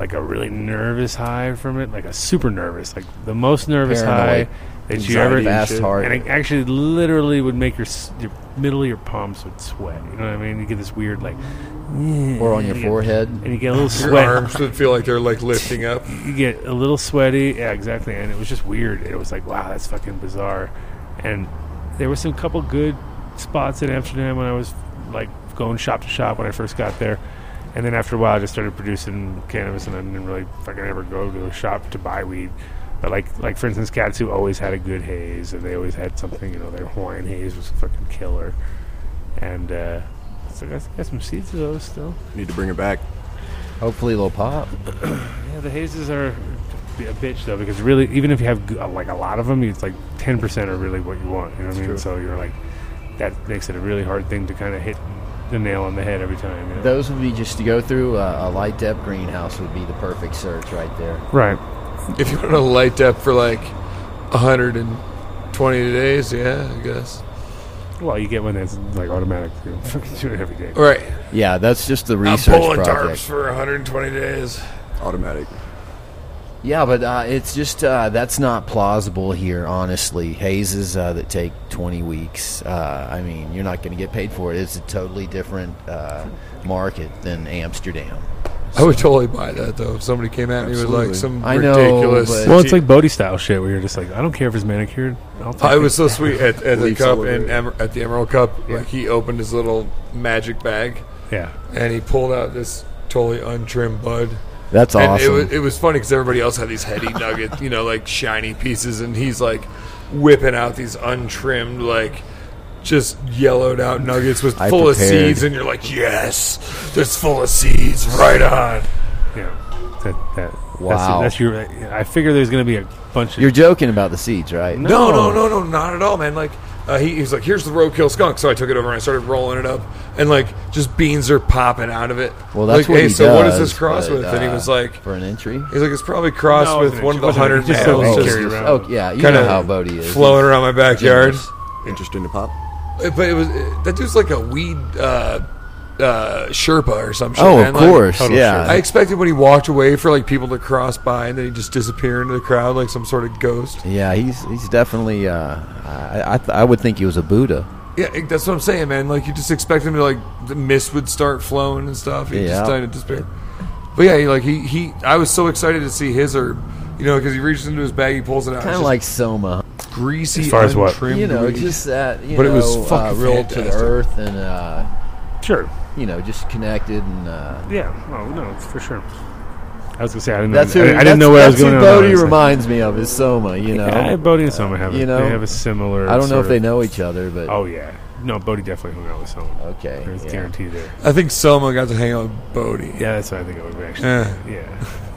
Speaker 3: like a really nervous high from it, like a super nervous, like the most nervous
Speaker 2: Paranoid,
Speaker 3: high that you ever
Speaker 2: anxiety and shit. Fast heart.
Speaker 3: and it actually literally would make your s- your middle of your palms would sweat. You know what I mean? You get this weird like,
Speaker 2: Or on your
Speaker 3: Yeah.
Speaker 2: forehead.
Speaker 3: and you get a little
Speaker 6: your
Speaker 3: sweat
Speaker 6: arms would feel like they're like lifting up.
Speaker 3: you get a little sweaty. Yeah, exactly. And it was just weird. It was like, wow, that's fucking bizarre. And there were some couple good spots in Amsterdam when I was like going shop to shop when I first got there. And then after a while, I just started producing cannabis, and I didn't really fucking ever go to a shop to buy weed. But like, like for instance, Katsu always had a good haze, and they always had something. You know, their Hawaiian haze was fucking killer. And uh, so I got, got some seeds of those still.
Speaker 5: Need to bring it back.
Speaker 2: Hopefully, they'll pop.
Speaker 3: Yeah, the hazes are b- a bitch though because really, even if you have g- uh, like a lot of them, it's like ten percent are really what you want. You know what I mean? So you're like, that makes it a really hard thing to kind of hit the nail on the head every time. you know?
Speaker 2: Those would be just to go through uh, a light depth greenhouse would be the perfect search right there.
Speaker 3: right.
Speaker 6: If you want to light up for like 120 days, yeah, I guess.
Speaker 3: Well, you get one that's like automatic. You know, fucking do it every day.
Speaker 6: All right.
Speaker 2: Yeah, that's just the
Speaker 6: I'm
Speaker 2: research
Speaker 6: pulling tarps
Speaker 2: project.
Speaker 6: for 120 days.
Speaker 5: Automatic.
Speaker 2: Yeah, but uh, it's just uh, that's not plausible here, honestly. Hazes uh, that take 20 weeks. Uh, I mean, you're not going to get paid for it. It's a totally different uh, market than Amsterdam.
Speaker 6: I would totally buy that though. If somebody came at me with like
Speaker 5: Absolutely.
Speaker 6: some
Speaker 2: I know,
Speaker 6: ridiculous.
Speaker 2: but-
Speaker 3: Well, it's like Bodhi style shit where you're just like, I don't care if it's manicured. I'll take
Speaker 6: I
Speaker 3: it.
Speaker 6: was so sweet at, at the
Speaker 5: Leaves
Speaker 6: cup
Speaker 5: all over
Speaker 6: and
Speaker 5: it.
Speaker 6: emer- at the Emerald Cup. Like he opened his little magic bag
Speaker 3: yeah.
Speaker 6: and he pulled out this totally untrimmed bud.
Speaker 2: That's
Speaker 6: and
Speaker 2: awesome.
Speaker 6: it was it was funny because everybody else had these heady nugget, you know, like shiny pieces, and he's like whipping out these untrimmed like. Just yellowed out nuggets with
Speaker 2: I
Speaker 6: full of
Speaker 2: prepared.
Speaker 6: seeds, and you're like, "Yes, that's full of seeds, right on."
Speaker 3: Yeah. That, that,
Speaker 2: Wow.
Speaker 3: That's, that's your. I figure there's going to be a bunch of.
Speaker 2: you're joking about the seeds, right?
Speaker 6: No, no, no, no, not at all, man. Like uh, he, he was like, "Here's the roadkill skunk." So I took it over and I started rolling it up, and like just beans are popping out of it.
Speaker 2: Well, that's
Speaker 6: like,
Speaker 2: what
Speaker 6: hey,
Speaker 2: he
Speaker 6: so what is
Speaker 2: does,
Speaker 6: this cross
Speaker 2: but,
Speaker 6: with? and he
Speaker 2: uh,
Speaker 6: was like,
Speaker 2: for an entry.
Speaker 6: he's like, it's probably crossed
Speaker 3: No,
Speaker 6: with
Speaker 3: it's
Speaker 6: one of the
Speaker 3: an entry.
Speaker 6: hundred
Speaker 3: Just
Speaker 6: pounds,
Speaker 3: don't
Speaker 6: just
Speaker 3: carry around.
Speaker 2: Oh yeah, you
Speaker 6: kind
Speaker 2: know how
Speaker 6: of
Speaker 2: Bodie is.
Speaker 6: floating around my backyard.
Speaker 5: Interesting to pop.
Speaker 6: But it was that dude's like a weed uh, uh, Sherpa or some shit.
Speaker 2: Oh,
Speaker 6: man.
Speaker 2: of
Speaker 6: Like,
Speaker 2: course,
Speaker 3: total
Speaker 2: yeah.
Speaker 6: I expected when he walked away for like people to cross by and then he just disappear into the crowd like some sort of ghost.
Speaker 2: Yeah, he's he's definitely. Uh, I I, th- I would think he was a Buddha.
Speaker 6: Yeah, it- that's what I'm saying, man. Like you just expect him to like the mist would start flowing and stuff. He
Speaker 2: Yeah.
Speaker 6: just kind of disappear. But yeah, he, like he he, I was so excited to see his herb, you know, because he reaches into his bag, he pulls it out,
Speaker 2: Kind of like Soma,
Speaker 6: like greasy,
Speaker 3: As far as what?
Speaker 6: untrimmed
Speaker 2: you know,
Speaker 6: weed.
Speaker 2: just that. You
Speaker 6: But
Speaker 2: know,
Speaker 6: it was
Speaker 2: uh,
Speaker 6: fucking
Speaker 2: real to
Speaker 6: fantastic.
Speaker 2: the earth and uh,
Speaker 3: Sure.
Speaker 2: you know just connected and. Uh,
Speaker 3: Yeah. Oh no, for sure. I was gonna say I didn't.
Speaker 2: that's who.
Speaker 3: know, I, didn't- I
Speaker 2: that's-
Speaker 3: didn't know where I was
Speaker 2: that's who
Speaker 3: going.
Speaker 2: Bodie
Speaker 3: on
Speaker 2: reminds me of is Soma. You know,
Speaker 3: Yeah, Bodie and Soma have.
Speaker 2: Uh, you
Speaker 3: You
Speaker 2: know,
Speaker 3: know, they have a similar.
Speaker 2: I don't know
Speaker 3: sort
Speaker 2: if they
Speaker 3: of-
Speaker 2: know each other, but
Speaker 3: Oh yeah. No, Bodie definitely hung out with Soma.
Speaker 2: okay,
Speaker 3: There's
Speaker 2: yeah.
Speaker 3: guarantee there.
Speaker 6: I think Soma got to hang out with Bodie.
Speaker 3: Yeah, that's what I think it would be actually.
Speaker 6: Eh.
Speaker 3: Yeah.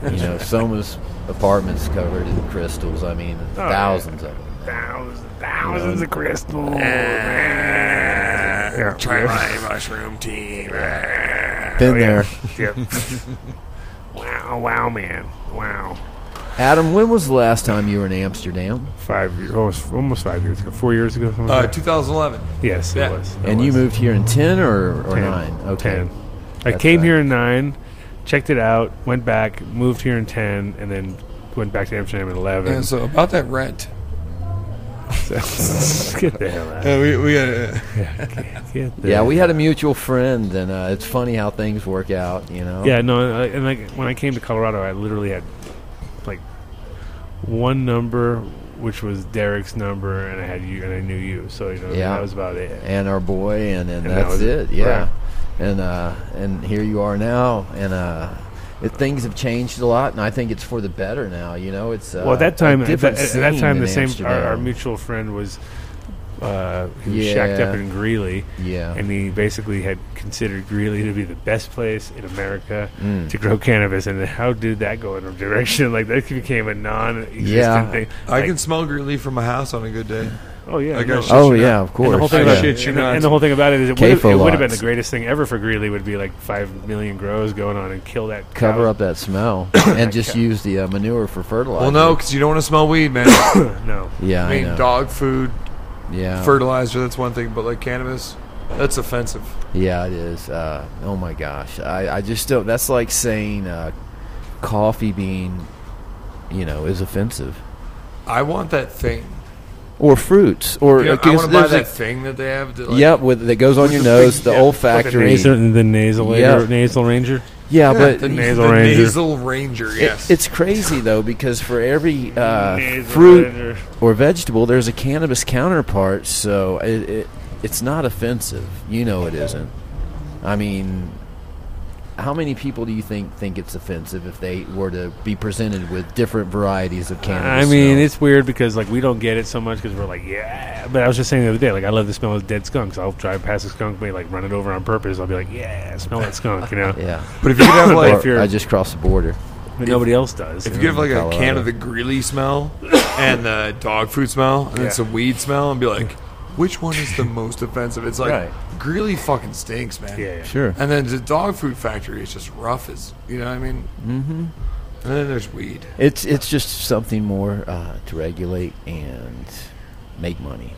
Speaker 2: you know, Soma's apartment's covered in crystals. I mean,
Speaker 3: Oh, yeah.
Speaker 2: thousands of them.
Speaker 3: Thousands, thousands of crystals. Yeah.
Speaker 6: Try my mushroom tea.
Speaker 3: Oh,
Speaker 2: Been there.
Speaker 3: Yep. wow, wow, man. Wow.
Speaker 2: Adam, when was the last time you were in Amsterdam?
Speaker 3: Five years, almost, almost five years ago, four years ago. something
Speaker 6: Uh,
Speaker 3: like that.
Speaker 6: 2011.
Speaker 3: yes, it
Speaker 6: yeah.
Speaker 3: was. It
Speaker 2: And you
Speaker 3: was.
Speaker 2: moved here in ten or, or
Speaker 3: Ten.
Speaker 2: nine? Okay.
Speaker 3: Ten. I
Speaker 2: That's
Speaker 3: came
Speaker 2: right.
Speaker 3: here in nine, checked it out, went back, moved here in ten, and then went back to Amsterdam at eleven.
Speaker 6: Yeah, so about that rent.
Speaker 3: So- get the hell out.
Speaker 6: Yeah, we, we uh,
Speaker 3: Get the
Speaker 2: Yeah, we had a mutual friend, and uh, it's funny how things work out. You know.
Speaker 3: Yeah, no, I- and like when I came to Colorado, I literally had like one number, which was Derek's number, and I had you, and I knew you, so you know
Speaker 2: Yeah. Uh,
Speaker 3: that was about it.
Speaker 2: And our boy, and, and,
Speaker 3: And that
Speaker 2: that's
Speaker 3: was
Speaker 2: it.
Speaker 3: it.
Speaker 2: Yeah.
Speaker 3: Right.
Speaker 2: And uh, and here you are now, and uh, it, things have changed a lot, and I think it's for the better now. You know, it's uh,
Speaker 3: well, at that time,
Speaker 2: a
Speaker 3: at that,
Speaker 2: different
Speaker 3: at that
Speaker 2: scene
Speaker 3: time,
Speaker 2: in
Speaker 3: the same our, our
Speaker 2: Amsterdam.
Speaker 3: mutual friend was uh, he was shacked up
Speaker 2: Yeah.
Speaker 3: in Greeley,
Speaker 2: yeah.
Speaker 3: and he basically had considered Greeley to be the best place in America
Speaker 2: Mm.
Speaker 3: to grow cannabis. And how did that go in a direction like that? Became a non-existent
Speaker 2: Yeah.
Speaker 3: thing.
Speaker 6: I
Speaker 3: Like,
Speaker 6: can smell Greeley from my house on a good day.
Speaker 3: Oh yeah,
Speaker 6: I
Speaker 3: no.
Speaker 6: got
Speaker 2: oh
Speaker 6: shit you
Speaker 2: yeah,
Speaker 6: not.
Speaker 2: of course.
Speaker 3: And the whole thing
Speaker 2: yeah.
Speaker 3: about
Speaker 6: Shit you
Speaker 3: and,
Speaker 6: not.
Speaker 3: and the whole thing about it is it would
Speaker 2: Kfar
Speaker 3: have been
Speaker 2: lots.
Speaker 3: the greatest thing ever for Greeley would be like five million grows going on and kill that
Speaker 2: cover
Speaker 3: cow.
Speaker 2: up that smell and just use the uh, manure for fertilizer.
Speaker 6: Well, no, because you don't want to smell weed, man.
Speaker 3: No,
Speaker 2: Yeah,
Speaker 6: I
Speaker 2: I,
Speaker 6: mean,
Speaker 2: know.
Speaker 6: dog food,
Speaker 2: yeah,
Speaker 6: fertilizer, that's one thing, but like cannabis, that's offensive.
Speaker 2: yeah, it is. Uh, oh my gosh, I, I just don't. That's like saying uh, coffee bean, you know, is offensive.
Speaker 6: I want that thing.
Speaker 2: Or fruits, or
Speaker 6: You know, I
Speaker 2: because
Speaker 6: want to buy
Speaker 2: there's a-
Speaker 6: that thing that they have. That, like,
Speaker 2: yep, with that goes on your
Speaker 6: the
Speaker 2: nose,
Speaker 6: big-
Speaker 2: the
Speaker 6: yeah,
Speaker 3: the
Speaker 2: olfactory.
Speaker 3: nasal, the nasal
Speaker 2: Yeah.
Speaker 3: ranger, nasal ranger.
Speaker 2: yeah, but
Speaker 6: the,
Speaker 3: nasal
Speaker 6: the
Speaker 3: ranger.
Speaker 6: nasal ranger,
Speaker 2: it-
Speaker 6: yes.
Speaker 2: it's crazy though because for every uh,
Speaker 3: Nasal
Speaker 2: fruit
Speaker 3: ranger.
Speaker 2: or vegetable, there's a cannabis counterpart, so it, it it's not offensive. You know it isn't. I mean, how many people do you think think it's offensive if they were to be presented with different varieties of
Speaker 3: I
Speaker 2: cannabis?
Speaker 3: mean,
Speaker 2: smells?
Speaker 3: it's weird because like we don't get it so much because we're like, yeah. But I was just saying the other day, like I love the smell of dead skunks. I'll drive past a skunk, but like run it over on purpose. I'll be like, yeah, smell that skunk, you know.
Speaker 2: yeah.
Speaker 6: but if you could have
Speaker 3: But
Speaker 6: like,
Speaker 3: if you're-
Speaker 2: I just crossed the border.
Speaker 3: But nobody else does.
Speaker 6: if
Speaker 3: you
Speaker 6: you could have
Speaker 3: know?
Speaker 6: like a
Speaker 2: Colorado.
Speaker 6: can of the Greeley smell and the dog food smell and then
Speaker 3: Yeah.
Speaker 6: some weed smell and be like, which one is the most offensive? It's like,
Speaker 2: Right.
Speaker 6: Greeley fucking stinks, man.
Speaker 3: yeah, yeah.
Speaker 2: Sure.
Speaker 6: And then the dog food factory is just rough as, you know what I mean? Mm-hmm. And then there's weed.
Speaker 2: It's it's just something more uh, to regulate and make money,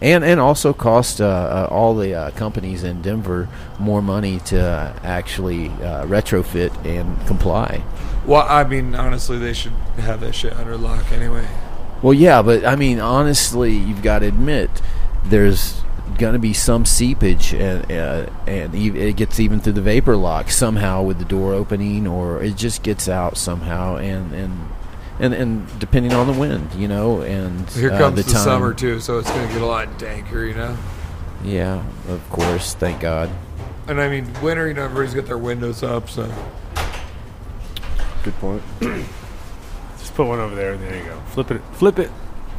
Speaker 2: and and also cost uh, uh, all the uh, companies in Denver more money to uh, actually uh, retrofit and comply.
Speaker 6: Well, I mean, honestly, they should have that shit under lock anyway.
Speaker 2: Well, yeah, but I mean, honestly, you've got to admit there's going to be some seepage, and uh, and ev- it gets even through the vapor lock somehow with the door opening, or it just gets out somehow, and and. And, and depending on the wind, you know, and
Speaker 6: Here
Speaker 2: uh,
Speaker 6: comes the,
Speaker 2: time.
Speaker 6: summer too, so it's gonna get a lot danker, you know.
Speaker 2: Yeah, of course. Thank God.
Speaker 6: And I mean, winter, you know, everybody's got their windows up, so
Speaker 5: Good point.
Speaker 3: Just put one over there. There you go. Flip it. Flip it.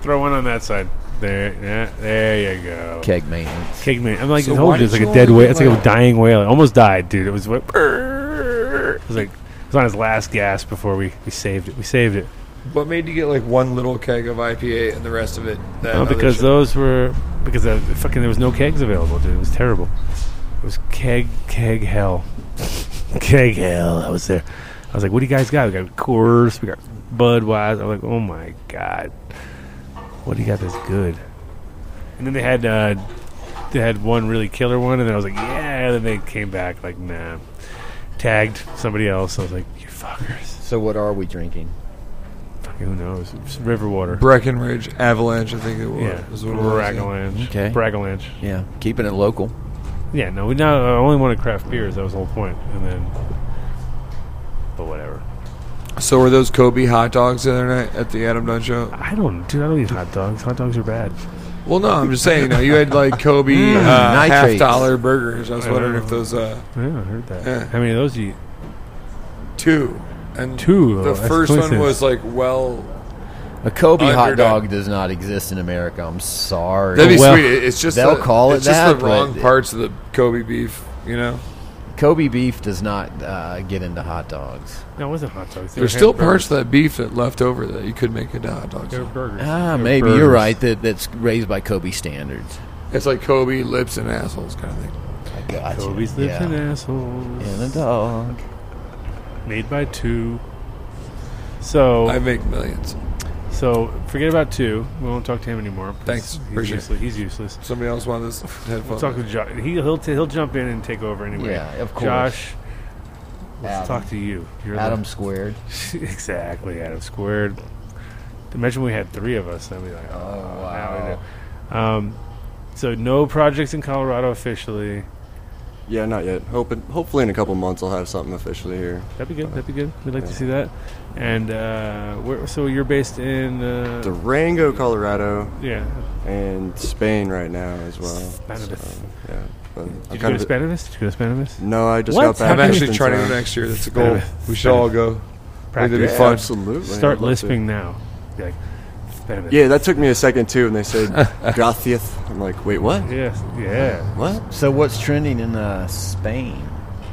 Speaker 3: Throw one on that side. There. Yeah, there you go.
Speaker 2: Keg maintenance.
Speaker 3: Keg man. I'm like,
Speaker 6: So
Speaker 3: it's
Speaker 6: why
Speaker 3: always
Speaker 6: did
Speaker 3: like
Speaker 6: you
Speaker 3: a dead
Speaker 6: only
Speaker 3: whale.
Speaker 6: get,
Speaker 3: It's like a
Speaker 6: like-
Speaker 3: dying whale. It almost died, dude. It was like, it was like, it was on his last gasp before we, we saved it. We saved it.
Speaker 6: What made you get like one little keg of IPA and the rest of it? That
Speaker 3: Uh,
Speaker 6: other
Speaker 3: because
Speaker 6: shit?
Speaker 3: those were because uh, fucking there was no kegs available, dude. It was terrible. It was keg keg hell, keg hell. I was there. I was like, "What do you guys got? We got Coors, we got Budweiser." I'm like, "Oh my god, what do you got that's good?" And then they had uh, they had one really killer one, and then I was like, "Yeah." And then they came back like, "Nah," tagged somebody else. I was like, "You fuckers."
Speaker 2: So what are we drinking?
Speaker 3: Fucking who knows? It's river water.
Speaker 6: Breckenridge Avalanche, I think it was.
Speaker 3: yeah,
Speaker 6: is what it was, yeah.
Speaker 3: Bragalanch.
Speaker 2: Okay.
Speaker 3: Bragalanch.
Speaker 2: Yeah, keeping it local.
Speaker 3: Yeah, no, we now I only wanted craft beers. That was the whole point, and then, but whatever.
Speaker 6: So were those Kobe hot dogs the other night at the Adam Dunn show?
Speaker 3: I don't, dude. I don't eat hot dogs. Hot dogs are bad.
Speaker 6: Well, no, I'm just saying. You know, you had like Kobe uh, half
Speaker 2: nitrates.
Speaker 6: dollar burgers. I was
Speaker 3: I
Speaker 6: wondering
Speaker 3: know.
Speaker 6: if those uh,
Speaker 3: Yeah, I heard that.
Speaker 6: Yeah.
Speaker 3: How many of those do you eat?
Speaker 6: two and
Speaker 3: Two.
Speaker 6: The
Speaker 3: Oh, that's
Speaker 6: first one
Speaker 3: coincidence.
Speaker 6: was like well.
Speaker 2: A Kobe hot
Speaker 6: Underdone.
Speaker 2: dog does not exist in America. I'm sorry.
Speaker 6: That'd be
Speaker 3: Well,
Speaker 6: sweet. It's just
Speaker 2: they'll
Speaker 6: the,
Speaker 2: call it
Speaker 6: it's just
Speaker 2: that,
Speaker 6: the wrong
Speaker 2: but-
Speaker 6: parts of the Kobe beef. You know,
Speaker 2: Kobe beef does not uh, get into hot dogs.
Speaker 3: No, it wasn't hot dogs. They were
Speaker 6: there's still parts
Speaker 3: hamburgers.
Speaker 6: of that beef that left over that you could make into hot dogs.
Speaker 3: They were burgers.
Speaker 2: Ah,
Speaker 3: They were
Speaker 2: maybe you're
Speaker 3: burgers.
Speaker 2: right. That that's raised by Kobe standards.
Speaker 6: It's like Kobe lips and assholes kind of thing.
Speaker 2: I got
Speaker 3: Kobe's lips
Speaker 2: yeah.
Speaker 3: and assholes.
Speaker 2: And a dog.
Speaker 3: Made by two. So
Speaker 6: I make millions.
Speaker 3: so forget about two. We won't talk to him anymore.
Speaker 6: Thanks.
Speaker 3: He's
Speaker 6: Appreciate it.
Speaker 3: useless. He's useless.
Speaker 6: Somebody else wanted this headphone.
Speaker 3: We'll talk to Josh. He, he'll t- he'll jump in and take over anyway.
Speaker 2: Yeah, of course.
Speaker 3: Josh, let's
Speaker 2: Adam.
Speaker 3: talk to you. You're the-
Speaker 2: Adam squared.
Speaker 3: exactly, Adam squared. Imagine we had three of us. I'd be like, oh, wow. Um, so no projects in Colorado officially.
Speaker 5: Yeah, not yet. Hoping, hopefully, in a couple months, I'll have something officially here.
Speaker 3: That'd be good. That'd be good. We'd like to see that. And uh, where, so you're based in uh,
Speaker 5: Durango, Colorado,
Speaker 3: yeah,
Speaker 5: and Spain right now as well.
Speaker 3: Spanibus.
Speaker 5: yeah, but I'm
Speaker 3: Did you
Speaker 5: Um, kind
Speaker 3: go
Speaker 5: of
Speaker 3: to
Speaker 5: a-
Speaker 3: Spanibus? Did you go to Spanibus?
Speaker 5: No, I just
Speaker 3: What?
Speaker 5: got back.
Speaker 6: I'm actually
Speaker 5: in
Speaker 6: trying to go
Speaker 5: time.
Speaker 6: next year. That's a goal.
Speaker 3: Spanibus.
Speaker 6: we should all go. It'd be
Speaker 3: Practice.
Speaker 5: Yeah,
Speaker 6: fun.
Speaker 5: Absolutely. I'd love
Speaker 3: Start
Speaker 5: to.
Speaker 3: lisping now. Be like Spanibus.
Speaker 5: Yeah, that took me a second too, and they said Gratias. I'm like, wait, what?
Speaker 3: Yes. Yeah.
Speaker 5: What?
Speaker 2: So what's trending in uh, Spain?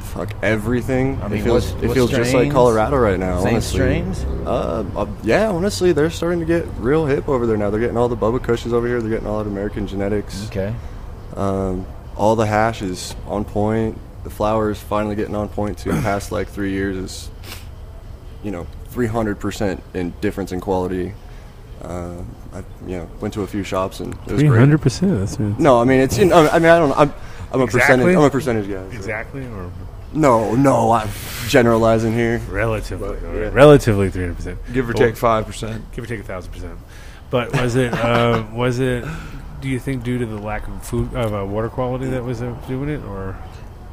Speaker 5: Fuck everything.
Speaker 2: I mean,
Speaker 5: it feels,
Speaker 2: what's-
Speaker 5: it
Speaker 2: what's
Speaker 5: feels just like
Speaker 2: strains?
Speaker 5: Colorado right now.
Speaker 2: Same
Speaker 5: honestly.
Speaker 2: strains?
Speaker 5: Uh, uh, yeah, honestly, they're starting to get real hip over there now. They're getting all the Bubba Cushions over here. They're getting all that American genetics.
Speaker 2: Okay.
Speaker 5: Um, all the hash is on point. The flour is finally getting on point too. Past like three years is, you know, three hundred percent in difference in quality. Uh, I you know went to a few shops and it was
Speaker 3: Three
Speaker 5: great.
Speaker 3: hundred percent. That's it.
Speaker 5: No, I mean it's. You know, I mean I don't. I'm, I'm a
Speaker 3: Exactly.
Speaker 5: percentage. I'm a percentage guy. so-
Speaker 3: Exactly. Or
Speaker 5: No, no, I'm generalizing here.
Speaker 3: relatively.
Speaker 5: But,
Speaker 3: all right,
Speaker 5: yeah.
Speaker 3: Relatively three hundred percent.
Speaker 6: Give or take five percent.
Speaker 3: give or take a thousand percent. But was it uh, was it? Do you think due to the lack of food of uh, water quality that was uh, doing it, or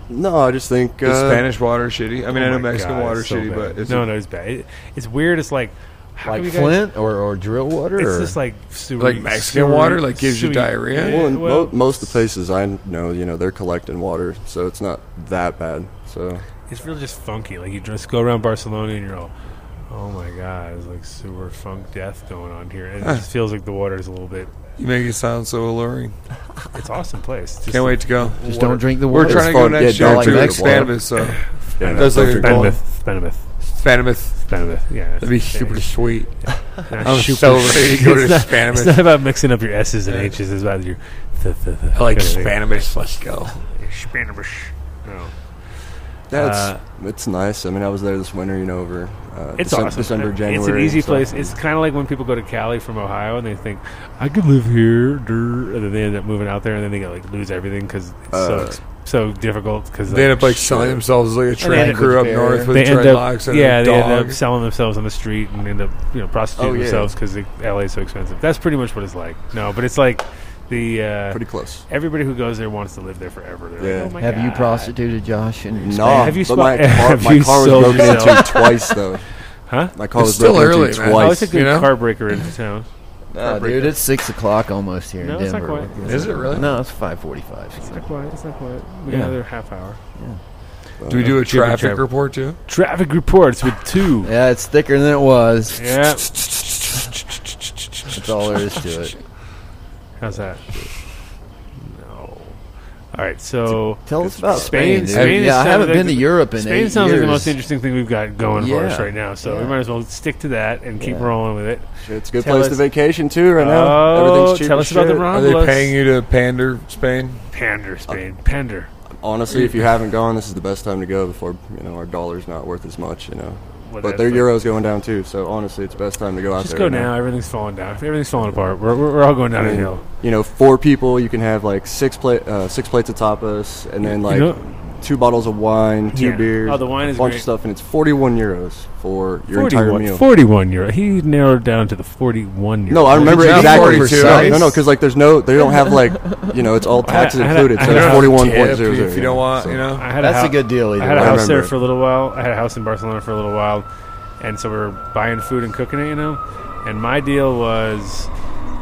Speaker 5: No, I just think
Speaker 6: Is
Speaker 5: uh,
Speaker 6: Spanish water shitty? I mean,
Speaker 3: Oh
Speaker 6: I know
Speaker 3: my
Speaker 6: Mexican
Speaker 3: God,
Speaker 6: water
Speaker 3: it's so
Speaker 6: shitty,
Speaker 3: bad.
Speaker 6: but it's
Speaker 3: no, no, it's bad. It, it's weird. It's like how come
Speaker 2: Like
Speaker 3: you guys-
Speaker 2: Flint or, or drill water?
Speaker 3: It's
Speaker 2: or-
Speaker 3: just like sewer,
Speaker 6: Like Mexican
Speaker 3: sewer-
Speaker 6: water, like, gives you
Speaker 3: sewer-
Speaker 6: diarrhea?
Speaker 3: Yeah,
Speaker 5: Well, in
Speaker 3: well,
Speaker 5: mo- most of the places I know, you know, they're collecting water, so it's not that bad. So
Speaker 3: it's really just funky. Like you just go around Barcelona and you're all, oh my god, it's like sewer funk death going on here, and it just feels like the water is a little bit.
Speaker 6: you make it sound so alluring.
Speaker 3: It's awesome place. Just
Speaker 6: Can't wait to go.
Speaker 2: Just don't drink the
Speaker 6: We're
Speaker 2: water.
Speaker 6: trying to go
Speaker 5: fun.
Speaker 6: next uh,
Speaker 5: Yeah,
Speaker 6: year
Speaker 5: don't
Speaker 6: to
Speaker 5: drink water.
Speaker 6: Spanibus, so
Speaker 5: yeah,
Speaker 6: That's
Speaker 5: no,
Speaker 6: like
Speaker 5: don't
Speaker 6: a
Speaker 5: drink
Speaker 6: goal.
Speaker 5: water.
Speaker 3: Spanibus, Spanibus,
Speaker 6: Spanibus.
Speaker 3: Spanibus. Yeah,
Speaker 6: That'd be super sweet.
Speaker 3: I'm
Speaker 6: I'm so ready to go to
Speaker 3: it's not, It's
Speaker 6: Spanibus.
Speaker 3: not about mixing up your S's and H's. It's about your. Th- th- th-
Speaker 6: I like Spanibus. Let's go.
Speaker 3: Spanish. No.
Speaker 5: That's
Speaker 3: Uh,
Speaker 5: it's nice. I mean, I was there this winter, you know, over uh,
Speaker 3: It's
Speaker 5: Decem-
Speaker 3: awesome.
Speaker 5: December, January.
Speaker 3: It's an
Speaker 5: and
Speaker 3: easy
Speaker 5: stuff.
Speaker 3: place. It's kind of like when people go to Cali from Ohio and they think, I could live here. Durr. And then they end up moving out there and then they like lose everything because it's so,
Speaker 5: Uh,
Speaker 3: ex- so difficult. Cause,
Speaker 6: They end up like
Speaker 5: Sure.
Speaker 6: selling themselves as like a
Speaker 3: end
Speaker 6: train
Speaker 3: up-
Speaker 6: crew up
Speaker 2: Fair.
Speaker 6: north with
Speaker 3: they end
Speaker 6: dreadlocks
Speaker 3: up,
Speaker 6: and
Speaker 3: yeah,
Speaker 6: a
Speaker 3: they end
Speaker 6: dog.
Speaker 3: up selling themselves on the street and end up, you know, prostituting
Speaker 5: Oh, yeah.
Speaker 3: themselves 'cause themselves because LA is so expensive. That's pretty much what it's like. No, but it's like the uh,
Speaker 5: Pretty close.
Speaker 3: everybody who goes there wants to live there forever. They're
Speaker 5: Yeah.
Speaker 3: like, oh my
Speaker 2: Have you
Speaker 3: God."
Speaker 2: prostituted Josh? And
Speaker 5: No,
Speaker 3: Have you
Speaker 5: but my
Speaker 3: spo-
Speaker 5: car,
Speaker 3: have
Speaker 5: my
Speaker 3: you
Speaker 5: car
Speaker 3: sold
Speaker 5: was broken
Speaker 3: yourself?
Speaker 5: into twice, though.
Speaker 3: Huh?
Speaker 5: My car
Speaker 6: It's
Speaker 5: was
Speaker 6: still
Speaker 5: broken
Speaker 6: early,
Speaker 5: into
Speaker 6: man.
Speaker 5: twice.
Speaker 3: Oh, it's a good
Speaker 6: you know?
Speaker 3: car breaker into town.
Speaker 2: No, dude, it's six o'clock almost here
Speaker 3: No,
Speaker 2: in
Speaker 3: it's not
Speaker 2: Denver.
Speaker 3: quite.
Speaker 6: Is it really?
Speaker 2: No, it's five forty-five.
Speaker 3: It's not quiet. It's not quiet. We
Speaker 2: Yeah.
Speaker 3: got another half hour.
Speaker 6: Do we do a
Speaker 3: Jibber
Speaker 6: traffic
Speaker 3: jabber.
Speaker 6: report too?
Speaker 3: Traffic reports with two.
Speaker 2: Yeah, it's thicker than it was.
Speaker 3: yeah.
Speaker 6: Uh,
Speaker 2: That's all there is to it.
Speaker 3: How's that? No. All right, so
Speaker 2: Tell us about
Speaker 3: Spain.
Speaker 2: Spain. dude.
Speaker 3: Spain is
Speaker 2: yeah, I
Speaker 3: sounded
Speaker 2: haven't
Speaker 3: like
Speaker 2: been to
Speaker 3: the-
Speaker 2: Europe in
Speaker 3: Spain
Speaker 2: eight
Speaker 3: sounds
Speaker 2: years.
Speaker 3: like the most interesting thing we've got going for us
Speaker 2: Yeah.
Speaker 3: right now. So we
Speaker 2: Yeah.
Speaker 3: might as well stick to that and keep
Speaker 2: Yeah.
Speaker 3: rolling with it.
Speaker 5: It's a good
Speaker 3: Tell
Speaker 5: place
Speaker 3: us-
Speaker 5: to vacation too right now.
Speaker 3: Oh,
Speaker 5: Everything's cheap
Speaker 3: tell
Speaker 5: as
Speaker 3: us about the
Speaker 5: shit.
Speaker 6: Are
Speaker 3: Romulus.
Speaker 6: they paying you to pander Spain?
Speaker 3: Pander, Spain. Pander.
Speaker 5: Honestly, if you haven't gone, this is the best time to go before you know our dollar's not worth as much. You know,
Speaker 3: Well,
Speaker 5: but
Speaker 3: that's
Speaker 5: their
Speaker 3: what-
Speaker 5: euros going down too. So honestly, it's the best time to go out
Speaker 3: Just
Speaker 5: there.
Speaker 3: go
Speaker 5: right
Speaker 3: now. Everything's falling down. Everything's falling apart. We're, we're, we're all going down
Speaker 5: I
Speaker 3: a
Speaker 5: mean,
Speaker 3: hill.
Speaker 5: you know, four people, you can have like six plate, uh, six plates of tapas, and then
Speaker 3: You
Speaker 5: like
Speaker 3: know-
Speaker 5: two bottles of wine, two
Speaker 3: Yeah.
Speaker 5: beers,
Speaker 3: Oh, the wine
Speaker 5: a
Speaker 3: is
Speaker 5: bunch
Speaker 3: great.
Speaker 5: of stuff, and it's forty-one euros for your entire
Speaker 3: 41,
Speaker 5: meal.
Speaker 3: 41 euro. He narrowed down to the 41 euro.
Speaker 5: No, I remember
Speaker 6: It's not
Speaker 5: exactly.
Speaker 6: 42.
Speaker 5: No, no, because like there's no, they don't have like, you know, it's all taxes
Speaker 3: I had a-
Speaker 5: included.
Speaker 3: I
Speaker 5: So
Speaker 3: had
Speaker 5: it's
Speaker 3: a
Speaker 5: forty-one
Speaker 6: Tip
Speaker 5: point zero zero.
Speaker 6: if you don't want, you know.
Speaker 3: I had
Speaker 2: That's
Speaker 3: hou-
Speaker 2: a good deal. Either
Speaker 3: I had a
Speaker 5: I
Speaker 2: way.
Speaker 3: house there
Speaker 5: remember.
Speaker 3: for a little while. I had a house in Barcelona for a little while, and so we were buying food and cooking it, you know. And my deal was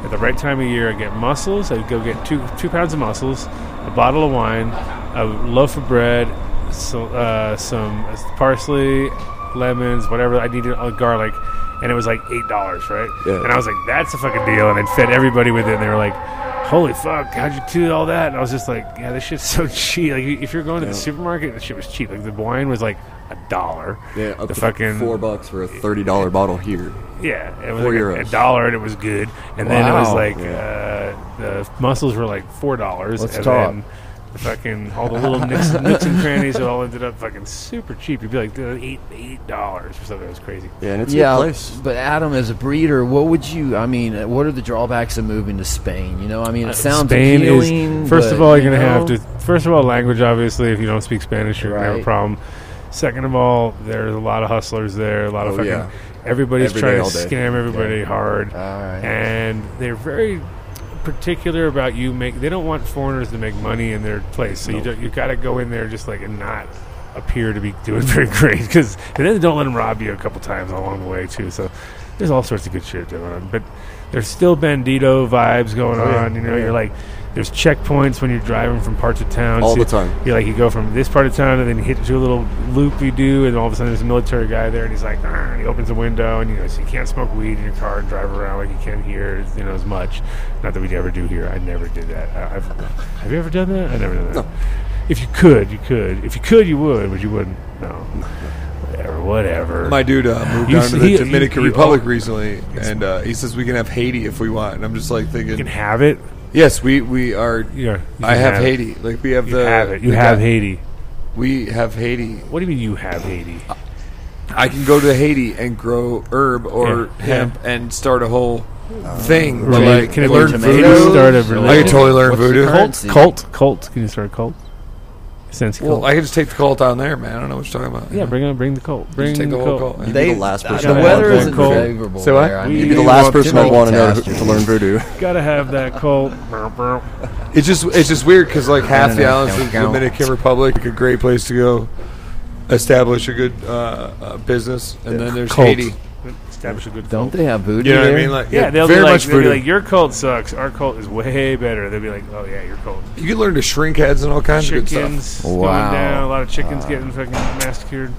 Speaker 3: at the right time of year, I get mussels. I go get two two pounds of mussels, a bottle of wine, a loaf of bread, so, uh, some parsley, lemons, whatever I needed, uh, garlic, and it was like eight dollars, right?
Speaker 5: Yeah.
Speaker 3: And I was like, "That's a fucking deal," and it fed everybody with it. And they were like. Holy fuck! How'd you do all that? And I was just like, "Yeah, this shit's so cheap." Like, if you're going to the supermarket, the shit was cheap. Like, the wine was like a dollar.
Speaker 5: Yeah, up
Speaker 3: the
Speaker 5: to
Speaker 3: fucking
Speaker 5: four bucks for a thirty dollar bottle here.
Speaker 3: yeah, it was
Speaker 5: Four
Speaker 3: like a- a,
Speaker 5: euros.
Speaker 3: dollar and it was good. And then it was
Speaker 2: Wow.
Speaker 3: like uh, the mussels were like four dollars.
Speaker 2: Let's
Speaker 3: and
Speaker 2: talk.
Speaker 3: Then the fucking all the little nicks, nooks and crannies it all ended up fucking super cheap. You'd be like dude, eight eight dollars or something. It was crazy.
Speaker 5: Yeah, and it's a
Speaker 2: yeah,
Speaker 5: good place.
Speaker 2: but Adam, as a breeder, what would you? I mean, uh, what are the drawbacks of moving to Spain? You know, I mean, it sounds
Speaker 3: Uh, Spain
Speaker 2: appealing.
Speaker 3: is first
Speaker 2: but,
Speaker 3: of all you're
Speaker 2: you
Speaker 3: gonna have
Speaker 2: know,
Speaker 3: to first of all language obviously if you don't speak Spanish you're gonna have a
Speaker 2: Right.
Speaker 3: problem. Second of all, there's a lot of hustlers there, a lot of
Speaker 5: Oh,
Speaker 3: fucking
Speaker 5: yeah.
Speaker 3: everybody's
Speaker 5: Every day,
Speaker 3: trying
Speaker 5: all
Speaker 3: to
Speaker 5: day.
Speaker 3: scam everybody hard.
Speaker 2: All right.
Speaker 3: And they're very particular about you make they don't want foreigners to make money in their place. So you don't, you got to go in there just like and not appear to be doing very great cuz and then don't let them rob you a couple times along the way too. So there's all sorts of good shit going on, but there's still bandito vibes going
Speaker 5: Oh,
Speaker 3: on. You know, you're like there's checkpoints when you're driving from parts of town
Speaker 5: All
Speaker 3: to-
Speaker 5: the time.
Speaker 3: You like you go from this part of town and then you hit into a little loop you do, and all of a sudden there's a military guy there, and he's like, "Arr," and he opens the window, and you know, so you can't smoke weed in your car and drive around like you can here, you know, as much. Not that we ever do here. I never did that. I, I've, have you ever done that? I never done that. If you could, you could. If you could, you would, but you wouldn't. No. Whatever. Whatever.
Speaker 6: My dude uh, moved
Speaker 3: You
Speaker 6: down
Speaker 3: s-
Speaker 6: to the
Speaker 3: he- he-
Speaker 6: Dominican
Speaker 3: he-
Speaker 6: Republic
Speaker 3: oh.
Speaker 6: recently, and uh, he says we can have Haiti if we want. And I'm just like
Speaker 3: you can
Speaker 6: thinking,
Speaker 3: have it.
Speaker 6: yes, we we are.
Speaker 3: Yeah, you
Speaker 6: I
Speaker 3: can
Speaker 6: have,
Speaker 3: have it.
Speaker 6: Haiti. Like we have
Speaker 3: You
Speaker 6: the
Speaker 3: have it. You
Speaker 6: the
Speaker 3: have
Speaker 6: guy-
Speaker 3: Haiti.
Speaker 6: We have Haiti.
Speaker 3: What do you mean you have Haiti?
Speaker 6: I can go to Haiti and grow herb or
Speaker 3: Yeah.
Speaker 6: hemp and start a whole thing. But
Speaker 3: Right.
Speaker 6: like,
Speaker 3: Can it
Speaker 6: learn
Speaker 3: learn
Speaker 2: tomatoes?
Speaker 6: voodoo.
Speaker 3: Start a
Speaker 2: What's the
Speaker 3: religion.
Speaker 6: I could totally learn voodoo.
Speaker 3: Cult,
Speaker 2: currency?
Speaker 3: cult, cult. Can you start a cult? Sense cult.
Speaker 6: Well, I can just take the cult down there, man. I don't know what you're talking about.
Speaker 3: yeah, bring on, bring the cult. Bring
Speaker 6: take
Speaker 3: the
Speaker 6: the whole cult.
Speaker 5: You'd
Speaker 2: They,
Speaker 5: be the last person.
Speaker 2: The
Speaker 5: I'd
Speaker 2: weather
Speaker 5: want
Speaker 2: isn't
Speaker 5: to learn voodoo.
Speaker 2: favorable.
Speaker 6: Say what?
Speaker 2: There. I
Speaker 3: You'd
Speaker 2: mean,
Speaker 5: You'd be the
Speaker 2: you
Speaker 5: last
Speaker 2: want
Speaker 5: person I'd
Speaker 2: to
Speaker 5: want to know
Speaker 2: multitask.
Speaker 5: to learn voodoo.
Speaker 3: Gotta have that cult. Burp, burp.
Speaker 6: It's just it's just weird because like half the
Speaker 2: no,
Speaker 6: islands
Speaker 2: don't
Speaker 6: of the
Speaker 2: count.
Speaker 6: Dominican Republic, like a great place to go establish a good uh, uh, business, and then there's
Speaker 3: Cult.
Speaker 6: Haiti.
Speaker 3: Establish a good.
Speaker 2: Don't
Speaker 3: cult.
Speaker 2: they have voodoo
Speaker 6: You know what I
Speaker 2: there?
Speaker 6: mean? Like
Speaker 3: Yeah, they'll
Speaker 6: very
Speaker 3: be like,
Speaker 6: much
Speaker 3: they'll be
Speaker 6: voodoo.
Speaker 3: like, your cult sucks. Our cult is way better. They'll be like, oh yeah, your cult.
Speaker 6: you can learn to shrink heads and all kinds of good stuff. Uh.
Speaker 3: Chickens going
Speaker 2: Wow.
Speaker 3: down. A lot of chickens getting fucking massacred.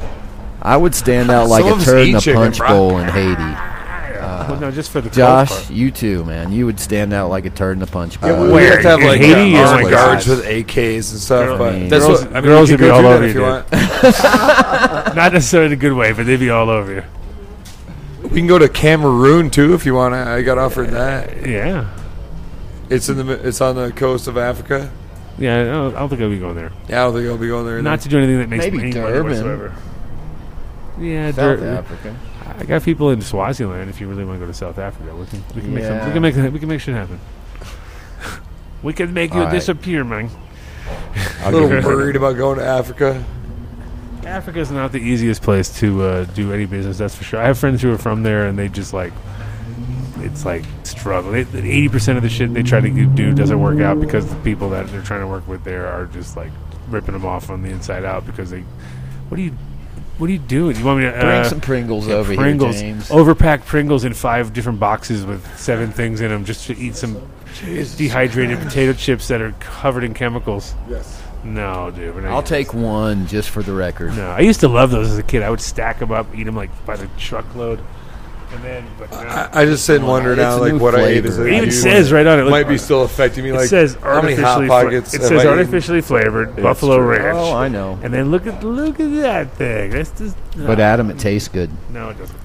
Speaker 2: I would stand out like
Speaker 6: Some of
Speaker 2: a
Speaker 6: us
Speaker 2: turd
Speaker 6: eat
Speaker 2: in a
Speaker 6: chicken,
Speaker 2: punch
Speaker 6: bro.
Speaker 2: bowl in Haiti.
Speaker 3: well, no, just for the cult
Speaker 2: Josh,
Speaker 3: part.
Speaker 2: you too, man. You would stand out like a turd in a punch bowl.
Speaker 6: we
Speaker 3: Where?
Speaker 6: have to have
Speaker 3: In
Speaker 6: like
Speaker 3: Haiti?
Speaker 6: uh,
Speaker 3: Oh,
Speaker 6: armed
Speaker 3: my
Speaker 6: guards
Speaker 3: God.
Speaker 6: with AKs and stuff.
Speaker 3: Girl-
Speaker 6: but
Speaker 2: I mean,
Speaker 6: that's
Speaker 3: girls-
Speaker 6: what I mean.
Speaker 3: girls
Speaker 6: you
Speaker 3: would be
Speaker 6: can go
Speaker 3: all over
Speaker 6: through that if
Speaker 3: you, dude.
Speaker 6: you want.
Speaker 3: Not necessarily in a good way, but they'd be all over you.
Speaker 6: We can go to Cameroon too if you want. to. I got offered that.
Speaker 3: Yeah.
Speaker 6: It's in the mi- it's on the coast of Africa.
Speaker 3: Yeah, I don't, I don't think I'll be going there.
Speaker 6: Yeah, I don't think I'll be going there.
Speaker 3: Not to do anything that makes
Speaker 2: Maybe
Speaker 3: any money
Speaker 2: Durban.
Speaker 3: whatsoever. Yeah,
Speaker 2: South
Speaker 3: Dur-
Speaker 2: Africa.
Speaker 3: I got people in Swaziland. If you really want to go to South Africa, we can we can make some, we
Speaker 2: Yeah.
Speaker 3: can make we can make shit happen. we can make you
Speaker 2: All right.
Speaker 3: disappear, man.
Speaker 6: a little worried about going to Africa.
Speaker 3: Africa's not the easiest place to uh, do any business. That's for sure. I have friends who are from there, and they just like it's like struggle. Eighty percent of the shit they try to do doesn't work out because the people that they're trying to work with there are just like ripping them off on the inside out because they. What do you? What do you do? You want me to
Speaker 2: Bring
Speaker 3: uh,
Speaker 2: some Pringles
Speaker 3: Yeah,
Speaker 2: over
Speaker 3: Pringles, Oh.
Speaker 2: here, James.
Speaker 3: overpacked Pringles in five different boxes with seven things in them, just to eat some dehydrated potato chips that are covered in chemicals. Yes. No, dude. we're not
Speaker 2: I'll
Speaker 3: getting-
Speaker 2: take one just for the record.
Speaker 3: No, I used to love those as a kid. I would stack them up, eat them like by the truckload. And then, but now,
Speaker 6: I, I just sit and wonder
Speaker 5: It's
Speaker 6: now,
Speaker 5: a
Speaker 6: like
Speaker 5: new
Speaker 6: what I ate
Speaker 5: flavor.
Speaker 6: as a
Speaker 5: It
Speaker 3: it even
Speaker 6: kid
Speaker 3: says right on it.
Speaker 6: might
Speaker 3: Like,
Speaker 6: be still affecting me.
Speaker 3: it
Speaker 6: Like
Speaker 3: says
Speaker 6: how many hot
Speaker 3: artificially. fla-
Speaker 6: pockets.
Speaker 3: it
Speaker 6: have
Speaker 3: says
Speaker 6: I eaten?
Speaker 3: artificially flavored
Speaker 5: it's
Speaker 3: Buffalo
Speaker 5: true.
Speaker 3: Ranch.
Speaker 2: Oh, I know.
Speaker 3: And then look at look at that thing. That's just no,
Speaker 2: But Adam, it tastes good.
Speaker 3: no, it doesn't.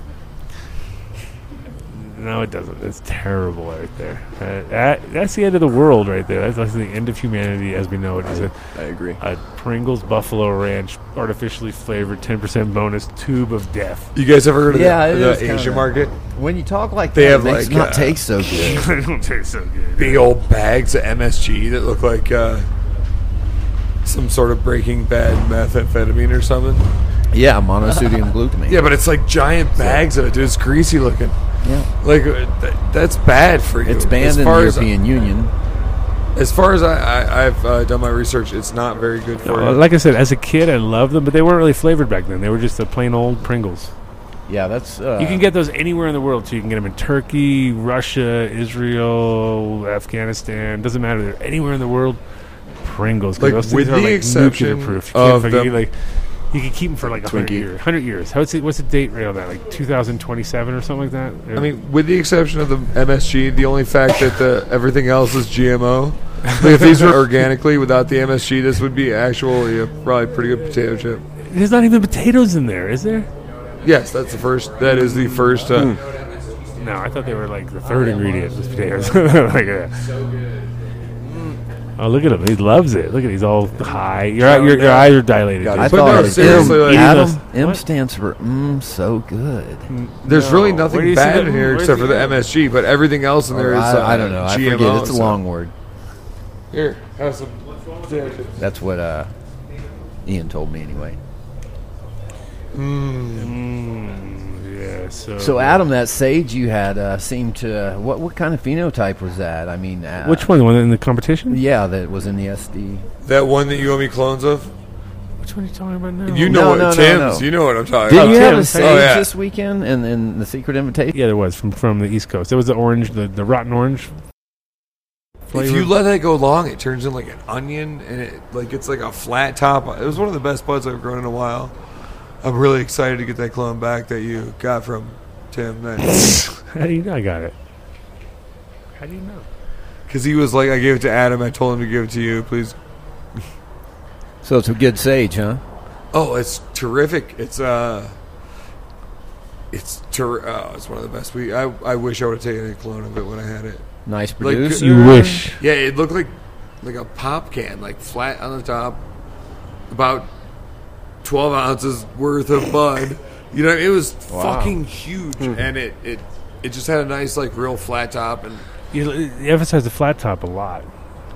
Speaker 3: No, it doesn't. It's terrible right there. Uh, that, that's the end of the world right there. That's, that's the end of humanity as we know it. It's a,
Speaker 5: I agree.
Speaker 3: a Pringles Buffalo Ranch artificially flavored 10% bonus tube of death.
Speaker 6: You guys ever heard of
Speaker 2: Yeah,
Speaker 6: the,
Speaker 2: it
Speaker 6: the
Speaker 2: is
Speaker 6: Asian
Speaker 2: kinda-
Speaker 6: market?
Speaker 2: When you talk like
Speaker 6: They
Speaker 2: that,
Speaker 6: have,
Speaker 2: it makes
Speaker 6: like,
Speaker 2: not
Speaker 6: uh,
Speaker 2: taste so good.
Speaker 3: they don't taste so good.
Speaker 6: Big old bags of MSG that look like uh, some sort of Breaking Bad methamphetamine or something.
Speaker 2: yeah, monosodium glutamate.
Speaker 6: Yeah, but it's like giant bags of it, dude. It's greasy looking.
Speaker 2: Yeah.
Speaker 6: Like uh, th- that's bad for you.
Speaker 2: It's banned
Speaker 6: as
Speaker 2: in the
Speaker 6: far as, uh,
Speaker 2: European Union.
Speaker 6: As far as I, I, I've uh, done my research, it's not very good for
Speaker 3: Uh,
Speaker 6: you.
Speaker 3: Like I said, as a kid, I loved them, but they weren't really flavored back then. They were just the plain old Pringles.
Speaker 2: Yeah, that's uh,
Speaker 3: you can get those anywhere in the world, too. You can get them in Turkey, Russia, Israel, Afghanistan. Doesn't matter. They're anywhere in the world. Pringles, 'cause
Speaker 6: Like,
Speaker 3: those
Speaker 6: with
Speaker 3: things are
Speaker 6: the
Speaker 3: like
Speaker 6: exception
Speaker 3: nuclear proof. You can't
Speaker 6: of
Speaker 3: fucking-
Speaker 6: the-
Speaker 3: like you can keep them for like hundred
Speaker 5: Twinkie.
Speaker 3: years. Hundred years. How's it, what's the date rate on that? Like 2027 or something like that.
Speaker 6: I mean, with the exception of the MSG, the only fact that the, everything else is GMO. Like if these were organically without the MSG, this would be actually a probably pretty good potato chip.
Speaker 3: There's not even potatoes in there, is there?
Speaker 6: Yes, that's the first. That is the first. Uh,
Speaker 2: Hmm.
Speaker 3: No, I thought they were like the third ingredient was potatoes. like, uh, oh, look at him! He loves it. Look at he's all high. Your eye- your, your eyes are dilated.
Speaker 5: Got
Speaker 2: I
Speaker 3: dude.
Speaker 6: But
Speaker 2: thought
Speaker 6: no,
Speaker 2: it was
Speaker 6: seriously,
Speaker 2: M,
Speaker 6: like-
Speaker 2: Adam,
Speaker 3: Eat those.
Speaker 2: M
Speaker 3: What?
Speaker 2: stands for mm, so good.
Speaker 6: There's really
Speaker 3: No. Where do
Speaker 6: nothing
Speaker 3: you see
Speaker 6: bad
Speaker 3: the-
Speaker 6: in here
Speaker 3: where's
Speaker 6: except for
Speaker 3: the-
Speaker 6: the MSG, but everything else in there is. Uh,
Speaker 2: Oh, I, I don't know. I
Speaker 6: GMO,
Speaker 2: forget. It's a
Speaker 6: so-
Speaker 2: long word.
Speaker 6: Here, have some potato chips.
Speaker 2: That's what uh, Ian told me anyway.
Speaker 3: Mm, yeah. So,
Speaker 2: So uh, Adam, that sage you had uh, seemed to what what kind of phenotype was that? I mean, uh,
Speaker 3: which one? The one in the competition?
Speaker 2: Yeah, that was in the SD.
Speaker 6: That one that you owe me clones of?
Speaker 3: Which one are you talking about now?
Speaker 6: You
Speaker 2: No,
Speaker 6: know
Speaker 2: no, no,
Speaker 6: what, Tim's.
Speaker 2: no.
Speaker 6: You know what I'm talking
Speaker 2: Did
Speaker 6: about.
Speaker 2: you have a
Speaker 3: Tim's.
Speaker 2: sage
Speaker 6: Oh, yeah.
Speaker 2: this weekend and in the secret invitation?
Speaker 3: yeah, there was from from the East Coast. There was the orange, the, the rotten orange.
Speaker 6: If you let that go long, it turns into like an onion, and it like it's like a flat top. It was one of the best buds I've grown in a while. I'm really excited to get that clone back that you got from Tim, because
Speaker 3: How do you know I got it? How do you know?
Speaker 6: he was like, I gave it to Adam. I told him to give it to you, please.
Speaker 2: So it's a good sage, huh?
Speaker 6: Oh, it's terrific. It's uh, it's ter- oh, it's one of the best. We I I wish I would have taken a clone of it when I had it.
Speaker 2: Nice
Speaker 6: Like,
Speaker 2: produce.
Speaker 6: You
Speaker 3: uh, You wish.
Speaker 6: Yeah, it looked like like a pop can, like flat on the top, about twelve ounces worth of bud. You know, it was fucking huge,
Speaker 3: Hmm.
Speaker 6: and it it it just had a nice like real flat top, and
Speaker 3: You, you emphasize the flat top a lot.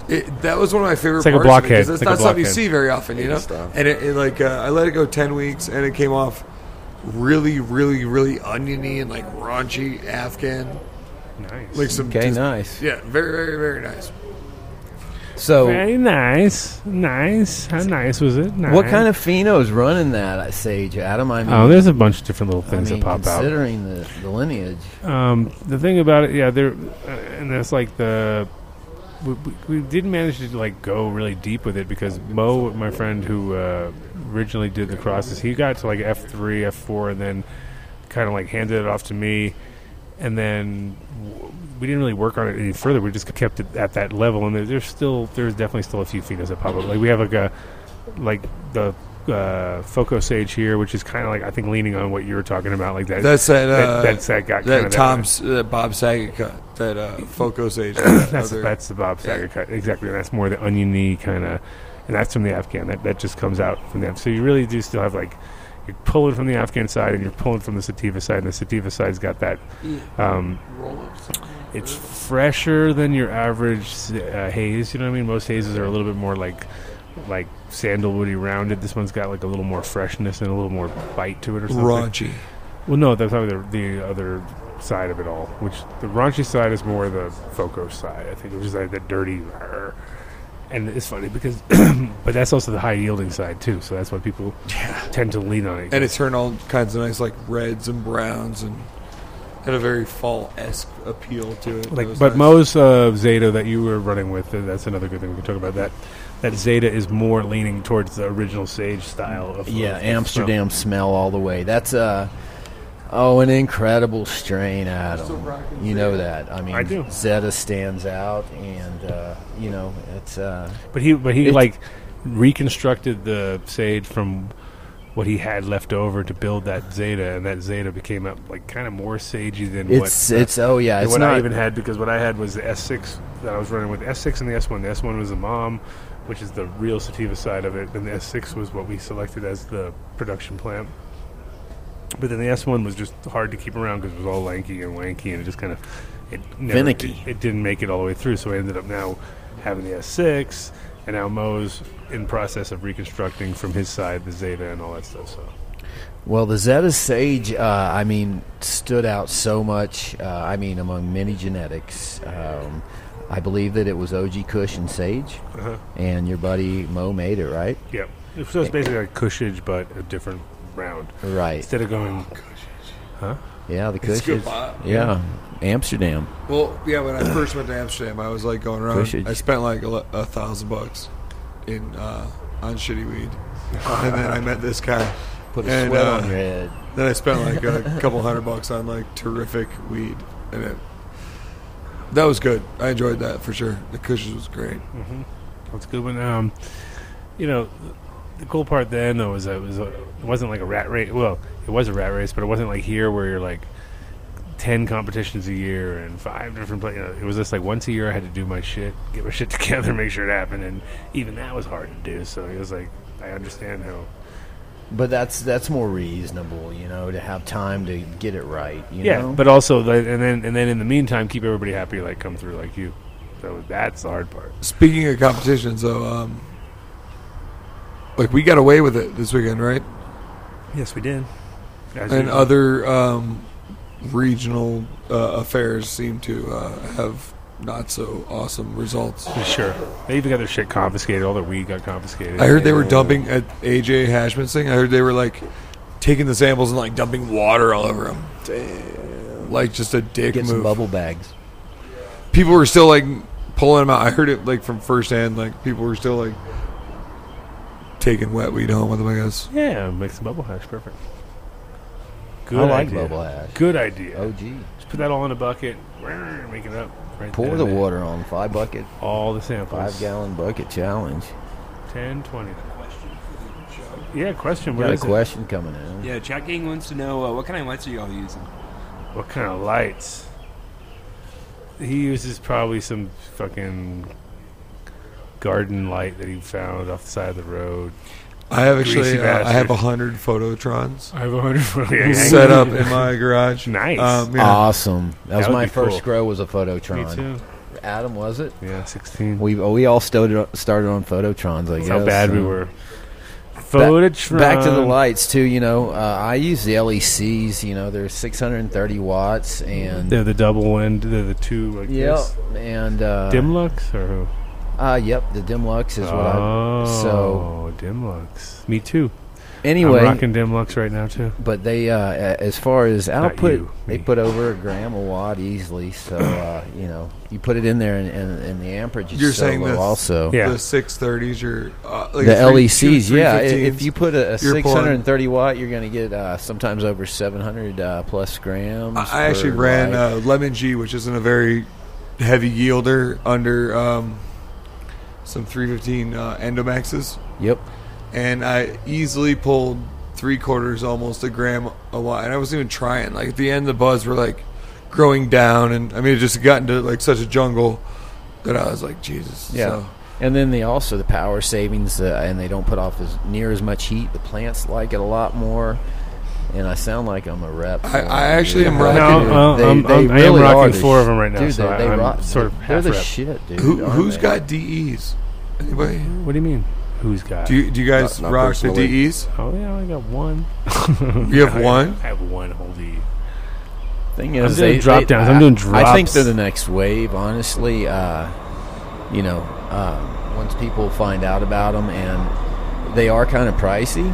Speaker 6: it, that was one of my favorite.
Speaker 3: It's like a
Speaker 6: parts of it,
Speaker 3: blockhead.
Speaker 6: 'cause
Speaker 3: It's
Speaker 6: It's
Speaker 3: like a
Speaker 6: not something you
Speaker 3: blockhead.
Speaker 6: see very often, you know.
Speaker 5: stuff.
Speaker 6: And it, it, like uh, I let it go ten weeks, and it came off really, really, really oniony and like raunchy Afghan,
Speaker 3: Nice.
Speaker 6: like some
Speaker 2: Okay,
Speaker 6: just-
Speaker 2: nice.
Speaker 6: yeah, very, very, very nice.
Speaker 2: So,
Speaker 3: Very nice. Nice. How nice was it? Nice.
Speaker 2: what kind of pheno's running that uh, sage, Adam? I mean,
Speaker 3: Oh, there's a bunch of different little things
Speaker 2: I mean,
Speaker 3: that pop out.
Speaker 2: considering the, the lineage.
Speaker 3: Um, the thing about it, yeah, there, uh, and that's like the. We, we, we didn't manage to like go really deep with it because Mo, my friend who uh, originally did the crosses, he got to like F three, F four, and then kind of like handed it off to me, and then w- we didn't really work on it any further. We just kept it at that level, and there, there's still there's definitely still a few phenos that pop up. Like we have like a like the uh, Foco Sage here, which is kind of like I think leaning on what you were talking about, like that.
Speaker 6: That's that.
Speaker 3: that,
Speaker 6: Uh,
Speaker 3: that's that guy. kinda
Speaker 6: That
Speaker 3: that-
Speaker 6: Tom's uh, Bob Saget cut. That uh, Focus age.
Speaker 3: That's that's the Bob Saget cut exactly. And that's more the oniony kind of, and that's from the Afghan. That that just comes out from them. So you really do still have like you're pulling from the Afghan side and you're pulling from the sativa side, and the sativa side's got that. Um, it's fresher than your average uh, haze. You know what I mean? Most hazes are a little bit more like like sandalwoody rounded. This one's got like a little more freshness and a little more bite to it, or something.
Speaker 6: raunchy.
Speaker 3: Well, no, that's probably the, the other side of it all. Which the raunchy side is more the Foco side, I think, which is like the dirty. "Rrr." And it's funny because, but that's also the high yielding side too. So that's why people tend to lean on it.
Speaker 6: And it turned all kinds of nice, like reds and browns, and had a very fall esque appeal to it. It
Speaker 3: like,
Speaker 6: was
Speaker 3: but
Speaker 6: nice.
Speaker 3: Mo's uh, Zeta that you were running with, uh, that's another good thing we can talk about. That that Zeta is more leaning towards the original Sage style of of-
Speaker 2: Yeah,
Speaker 3: of-
Speaker 2: Amsterdam smell all the way. That's uh Oh, an incredible strain, Adam.
Speaker 6: rocking
Speaker 2: You know that. I mean,
Speaker 3: I do.
Speaker 2: Zeta stands out, and uh, you know it's. Uh,
Speaker 3: But he, but he
Speaker 2: It's-
Speaker 3: like reconstructed the Sage from what he had left over to build that Zeta, and that Zeta became a, like kind of more sagey than
Speaker 2: it's
Speaker 3: what,
Speaker 2: it's oh yeah,
Speaker 3: than
Speaker 2: it's
Speaker 3: what
Speaker 2: not
Speaker 3: I even had because what I had was the S6 that I was running with S6 and the S1. The S1 was the mom, which is the real sativa side of it, and the S6 was what we selected as the production plant. But then the S1 was just hard to keep around because it was all lanky and wanky, and it just kind of it never,
Speaker 2: Finicky.
Speaker 3: It, it didn't make it all the way through, so I ended up now having the S6, and now Mo's in process of reconstructing from his side the Zeta and all that stuff. So
Speaker 2: Well, the Zeta Sage, uh, I mean, stood out so much. Uh, I mean, among many genetics, um, I believe that it was OG Kush and Sage,
Speaker 6: Uh-huh.
Speaker 2: and your buddy Mo made it, right?
Speaker 3: yeah, so it's basically like Cushage, but a different round.
Speaker 2: Right.
Speaker 3: Instead of going
Speaker 2: Yeah, the
Speaker 6: It's
Speaker 2: Kush.
Speaker 6: good
Speaker 2: is-
Speaker 6: pot.
Speaker 2: yeah, Amsterdam.
Speaker 6: Well, yeah, when I first went to Amsterdam, I was like going around.
Speaker 2: Push it.
Speaker 6: I spent like a, le- a thousand bucks in uh, on shitty weed, and then I met this guy.
Speaker 2: Put
Speaker 6: a And, sweat uh, on your
Speaker 2: head.
Speaker 6: Then I spent like a couple hundred bucks on like terrific weed, and it that was good. I enjoyed that for sure. The cushions was great.
Speaker 3: That's a good one. Um, you know, the cool part then though was that it was uh, it wasn't like a rat race. Well, it was a rat race, but it wasn't like here where you're like ten competitions a year and five different places. You know, it was just like once a year I had to do my shit, get my shit together, make sure it happened, and even that was hard to do. So it was like I understand how.
Speaker 2: But that's that's more reasonable, you know, to have time to get it right. You
Speaker 3: yeah,
Speaker 2: know?
Speaker 3: but also the, and then and then in the meantime, keep everybody happy. Like come through like you. So that's the hard part.
Speaker 6: Speaking of competitions, though, um, like we got away with it this weekend, right?
Speaker 3: Yes, we did.
Speaker 6: and other um, regional uh, affairs seem to uh, have not so awesome results.
Speaker 3: Sure. They even got their shit confiscated. All their weed got confiscated.
Speaker 6: I heard they were dumping at AJ Hashman's thing. I heard they were like taking the samples and like dumping water all over them. Damn, like just a dick
Speaker 2: get some
Speaker 6: move.
Speaker 2: bubble bags.
Speaker 6: people were still like pulling them out. I heard it like from firsthand. Like people were still like taking wet weed home with them. I guess.
Speaker 3: Yeah, make some bubble hash. Perfect. Good
Speaker 2: I like
Speaker 3: idea.
Speaker 2: bubble hash. Oh,
Speaker 3: Good idea.
Speaker 2: OG.
Speaker 3: Just put that all in a bucket. Brrr, Make it up. Right
Speaker 2: Pour
Speaker 3: then
Speaker 2: the
Speaker 3: and there.
Speaker 2: water on five bucket,
Speaker 3: All the samples.
Speaker 2: five gallon bucket challenge.
Speaker 3: 10, 20. Yeah, question. What
Speaker 2: Got a
Speaker 3: is it?
Speaker 2: question coming in.
Speaker 7: Yeah, Jack Gang wants to know uh, what kind of lights are y'all using?
Speaker 3: What kind of lights? He uses probably some fucking garden light that he found off the side of the road.
Speaker 6: I have actually.
Speaker 3: Greasy
Speaker 6: Uh, I have
Speaker 3: bastard.
Speaker 6: a hundred phototrons
Speaker 3: I have a hundred.
Speaker 6: set up in my garage.
Speaker 3: Nice.
Speaker 6: Um, yeah.
Speaker 2: Awesome. That was
Speaker 3: That would
Speaker 2: my
Speaker 3: be
Speaker 2: first
Speaker 3: cool.
Speaker 2: grow was a
Speaker 3: Me
Speaker 2: Phototron.
Speaker 3: too.
Speaker 2: Adam, was it?
Speaker 3: Yeah, sixteen.
Speaker 2: We we all started started on Phototrons. I
Speaker 3: That's
Speaker 2: guess
Speaker 3: how bad we
Speaker 2: and-
Speaker 3: were.
Speaker 2: Ba-
Speaker 3: Phototron.
Speaker 2: Back to the lights too. You know, uh, I use the LECs. You know, they're 630 watts and
Speaker 3: They're the double one. They're the two like
Speaker 2: yep,
Speaker 3: this.
Speaker 2: and uh,
Speaker 3: Dimlux or who?
Speaker 2: Uh, yep, the Dimlux is what
Speaker 3: oh,
Speaker 2: I. So
Speaker 3: Dimlux. Me too.
Speaker 2: anyway,
Speaker 3: I'm rocking Dimlux right now too.
Speaker 2: but they uh, a- as far as output,
Speaker 3: you,
Speaker 2: they
Speaker 3: me.
Speaker 2: put over a gram a watt easily. So uh, you know, you put it in there, and, and, and the amperage is
Speaker 6: You're
Speaker 2: so
Speaker 6: saying
Speaker 2: low
Speaker 6: this-
Speaker 2: also.
Speaker 3: Yeah.
Speaker 6: The six thirties. Your uh, like
Speaker 2: the
Speaker 6: a three- two
Speaker 2: LECs, yeah. i- If
Speaker 6: 315s.
Speaker 2: you put a, a
Speaker 6: You're pulling-
Speaker 2: 630 watt, you're going to get uh, sometimes over 700 uh, plus grams.
Speaker 6: I I actually
Speaker 2: per
Speaker 6: ran
Speaker 2: light.
Speaker 6: uh, Lemon G, which isn't a very heavy yielder, under um, some 315 uh, Endomaxes,
Speaker 2: yep.
Speaker 6: and I easily pulled three quarters, almost a gram a lot. And I wasn't even trying. Like at the end, the buds were like growing down, and I mean, it just got into like such a jungle that I was like, Jesus.
Speaker 2: Yeah.
Speaker 6: So,
Speaker 2: And then they also the power savings, uh, and they don't put off as near as much heat. The plants like it a lot more. And I sound like I'm a rep.
Speaker 6: I- I actually am
Speaker 2: But
Speaker 6: rocking-
Speaker 2: dude,
Speaker 3: No, uh, I'm- I'm- I am rocking four of 'em right now,
Speaker 2: Dude,
Speaker 3: so
Speaker 2: they, they
Speaker 3: I'm
Speaker 2: rock-
Speaker 3: sort of
Speaker 2: they're
Speaker 3: half
Speaker 2: the
Speaker 3: rep.
Speaker 2: shit, dude.
Speaker 6: who
Speaker 2: aren't
Speaker 6: who's
Speaker 2: they?
Speaker 6: got DEs? Anybody?
Speaker 3: What do you mean? Who's got?
Speaker 6: Do you, do you guys
Speaker 5: Not- not
Speaker 6: rock the
Speaker 5: personally.
Speaker 6: DEs?
Speaker 3: oh yeah, I got one.
Speaker 6: You have one.
Speaker 3: I have one whole D.
Speaker 2: Thing is,
Speaker 3: doing
Speaker 2: they-
Speaker 3: drop
Speaker 2: they-
Speaker 3: downs.
Speaker 2: I-
Speaker 3: I'm doing
Speaker 2: I think
Speaker 3: drops.
Speaker 2: they're the next wave. Honestly, uh, you know, um, once people find out about them, and they are kind of pricey.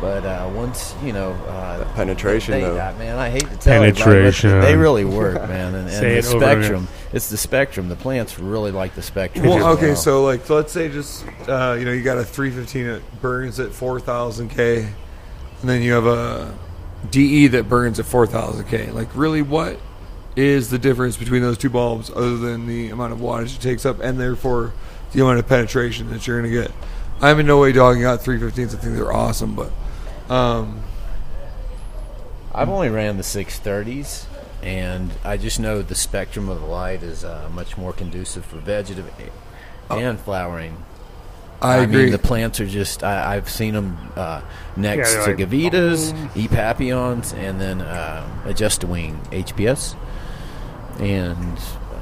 Speaker 2: But uh, once you know, uh,
Speaker 5: Penetration,
Speaker 2: they,
Speaker 5: though.
Speaker 2: uh, man, I hate to tell everybody, but
Speaker 3: Penetration.
Speaker 2: they really work, man. And, and
Speaker 3: Say
Speaker 2: the
Speaker 3: it over again.
Speaker 2: spectrum, it's the spectrum. The plants really like the spectrum. as
Speaker 6: Well, okay,
Speaker 2: well.
Speaker 6: so like, let's say just uh, you know you got a 315 it burns at 4,000 k, and then you have a DE that burns at 4,000 K. Like, really, what is the difference between those two bulbs other than the amount of wattage it takes up and therefore the amount of penetration that you're going to get? I'm in no way dogging out 315s. I think they're awesome, but um,
Speaker 2: I've only ran the 630s, and I just know the spectrum of the light is uh, much more conducive for vegetative
Speaker 6: Oh.
Speaker 2: and flowering.
Speaker 6: I, agree.
Speaker 2: mean, the plants are just, I, I've seen them uh, next
Speaker 3: Yeah,
Speaker 2: to
Speaker 3: they're like-
Speaker 2: Gavitas, E. Papillons, and then uh, Adjust a Wing HPS. And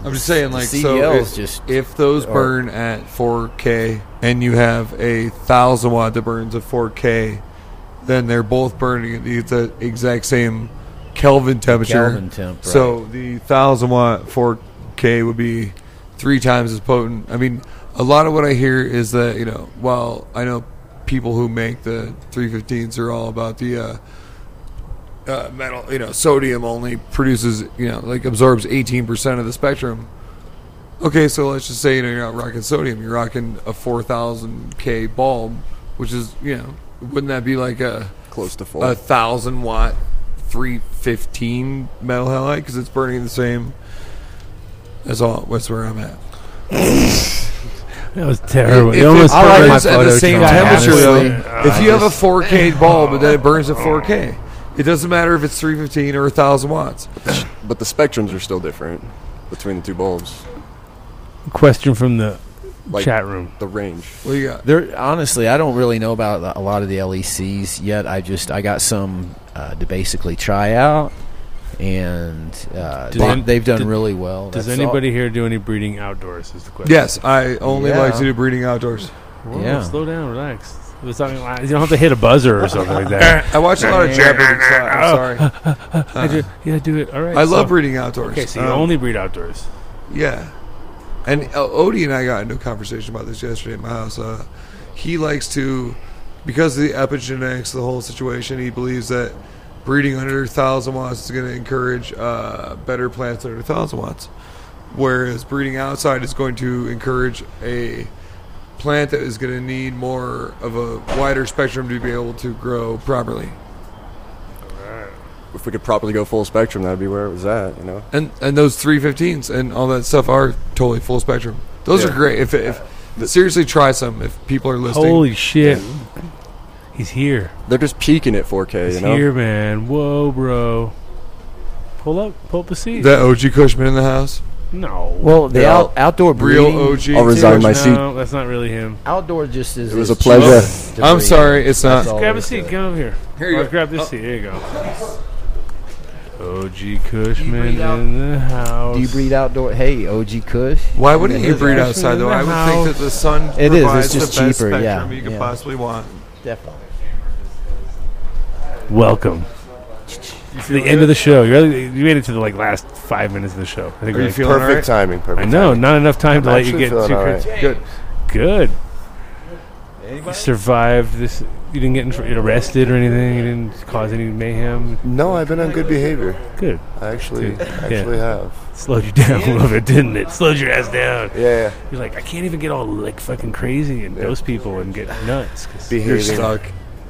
Speaker 6: I'm just saying,
Speaker 2: the
Speaker 6: like, so
Speaker 2: CDLs
Speaker 6: if,
Speaker 2: just.
Speaker 6: if those
Speaker 2: are-
Speaker 6: burn at 4K and you have a thousand watt that burns at 4K, then they're both burning at the- the exact same Kelvin temperature.
Speaker 2: Kelvin temp,
Speaker 6: So the thousand watt 4K would be three times as potent. I mean, a lot of what I hear is that you know, while I know people who make the 315s are all about the uh, uh, metal, you know, sodium only produces, you know, like absorbs 18% of the spectrum. Okay, so let's just say, you know, you're not rocking sodium, you're rocking a 4000K bulb, which is, you know, wouldn't that be like a
Speaker 5: Close to four.
Speaker 6: a 1000 watt 315 metal halide? Because it's burning the same. That's all. That's where I'm at.
Speaker 3: That was terrible.
Speaker 6: If
Speaker 3: It
Speaker 6: it
Speaker 3: almost
Speaker 6: burns
Speaker 3: burned my
Speaker 6: at the
Speaker 3: photo
Speaker 6: same
Speaker 3: drone,
Speaker 6: temperature,
Speaker 3: honestly.
Speaker 6: though,
Speaker 3: Uh,
Speaker 6: if you have a 4K bulb and then it burns at 4K, it doesn't matter if it's 315 or 1,000 watts.
Speaker 5: but the spectrums are still different between the two bulbs.
Speaker 3: question from the
Speaker 5: Like
Speaker 3: chat room.
Speaker 5: the range.
Speaker 6: What do you got?
Speaker 2: There, honestly, I don't really know about a lot of the LECs yet. I just I got some uh, to basically try out, and uh,
Speaker 3: Does
Speaker 2: they,
Speaker 3: an-
Speaker 2: have done
Speaker 3: did-
Speaker 2: really well.
Speaker 3: Does
Speaker 2: That's
Speaker 3: anybody here do any breeding outdoors? Is the question.
Speaker 6: Yes, I only
Speaker 2: Yeah.
Speaker 6: like to do breeding outdoors.
Speaker 3: Whoa,
Speaker 2: Yeah.
Speaker 3: Slow down. Relax. We're talking. You don't have to hit a buzzer or something like that.
Speaker 6: I watch a lot of jabbering. so I'm sorry.
Speaker 3: I do, yeah, do it. All right.
Speaker 6: I
Speaker 3: so,
Speaker 6: love breeding outdoors.
Speaker 3: Okay, so you
Speaker 6: Um,
Speaker 3: only breed outdoors.
Speaker 6: Yeah. And uh, Odie and I got into a conversation about this yesterday at my house. Uh, he likes to, because of the epigenetics, the whole situation, he believes that breeding under 1,000 watts is going to encourage uh, better plants under 1,000 watts. Whereas breeding outside is going to encourage a plant that is going to need more of a wider spectrum to be able to grow properly.
Speaker 5: If we could properly go full spectrum, that'd be where it was at. You know,
Speaker 6: And and those 315s and all that stuff are totally full spectrum. Those are
Speaker 5: Yeah.
Speaker 6: great. If, if seriously try some if people are listening.
Speaker 3: Holy shit. He's here.
Speaker 5: they're just peaking at 4K.
Speaker 3: He's
Speaker 5: You know,
Speaker 3: here, man. Whoa, bro. Pull up. Pull up a seat.
Speaker 6: that OG Cushman in the house,
Speaker 3: no.
Speaker 2: well, the
Speaker 5: Yeah.
Speaker 2: out, outdoor
Speaker 6: real
Speaker 2: breeding,
Speaker 6: OG.
Speaker 5: I'll resign my
Speaker 3: no,
Speaker 5: seat.
Speaker 3: that's not really him.
Speaker 2: outdoor just is.
Speaker 5: It was
Speaker 2: is
Speaker 5: a pleasure.
Speaker 2: cheap to
Speaker 6: I'm
Speaker 2: breed.
Speaker 6: sorry, it's
Speaker 2: That's
Speaker 6: not.
Speaker 2: all there
Speaker 3: grab a
Speaker 2: is
Speaker 3: seat.
Speaker 2: to it.
Speaker 3: Come over here.
Speaker 6: Here you
Speaker 3: Let's
Speaker 6: go.
Speaker 3: grab this
Speaker 6: Oh.
Speaker 3: seat. Here you go. OG Cushman
Speaker 2: breathe out?
Speaker 3: in the house.
Speaker 2: Do you breed outdoor? Hey, OG Kush.
Speaker 6: Why wouldn't you
Speaker 2: It's
Speaker 6: breed
Speaker 3: actually
Speaker 6: outside
Speaker 3: in
Speaker 6: though?
Speaker 3: the
Speaker 6: I would
Speaker 3: house.
Speaker 6: think that the sun
Speaker 2: It is,
Speaker 6: provides
Speaker 2: it's just
Speaker 6: the best
Speaker 2: cheaper,
Speaker 6: spectrum
Speaker 2: yeah,
Speaker 6: you could
Speaker 2: yeah.
Speaker 6: possibly want.
Speaker 2: Definitely.
Speaker 3: Welcome. To the end of the show. You really, you made it to the like last five minutes of the show. I think
Speaker 6: Are
Speaker 3: we're
Speaker 6: you
Speaker 3: like-
Speaker 6: feeling
Speaker 8: Perfect timing. Perfect.
Speaker 3: I know, not enough time to
Speaker 8: I'm
Speaker 3: let you
Speaker 8: actually
Speaker 3: get too
Speaker 8: feeling all right.
Speaker 3: crazy.
Speaker 6: Good.
Speaker 3: Good. You survived this. You didn't get in tr- arrested or anything. You didn't cause any mayhem.
Speaker 8: No, I've been on good behavior.
Speaker 3: Good.
Speaker 8: I actually,
Speaker 3: Dude,
Speaker 8: actually have.
Speaker 3: Slowed you down a little bit, didn't it? Slowed your ass down.
Speaker 8: Yeah, yeah.
Speaker 3: You're like, I can't even get all like fucking crazy and those people and get nuts. 'cause-
Speaker 6: You're
Speaker 8: behaving.
Speaker 6: stuck.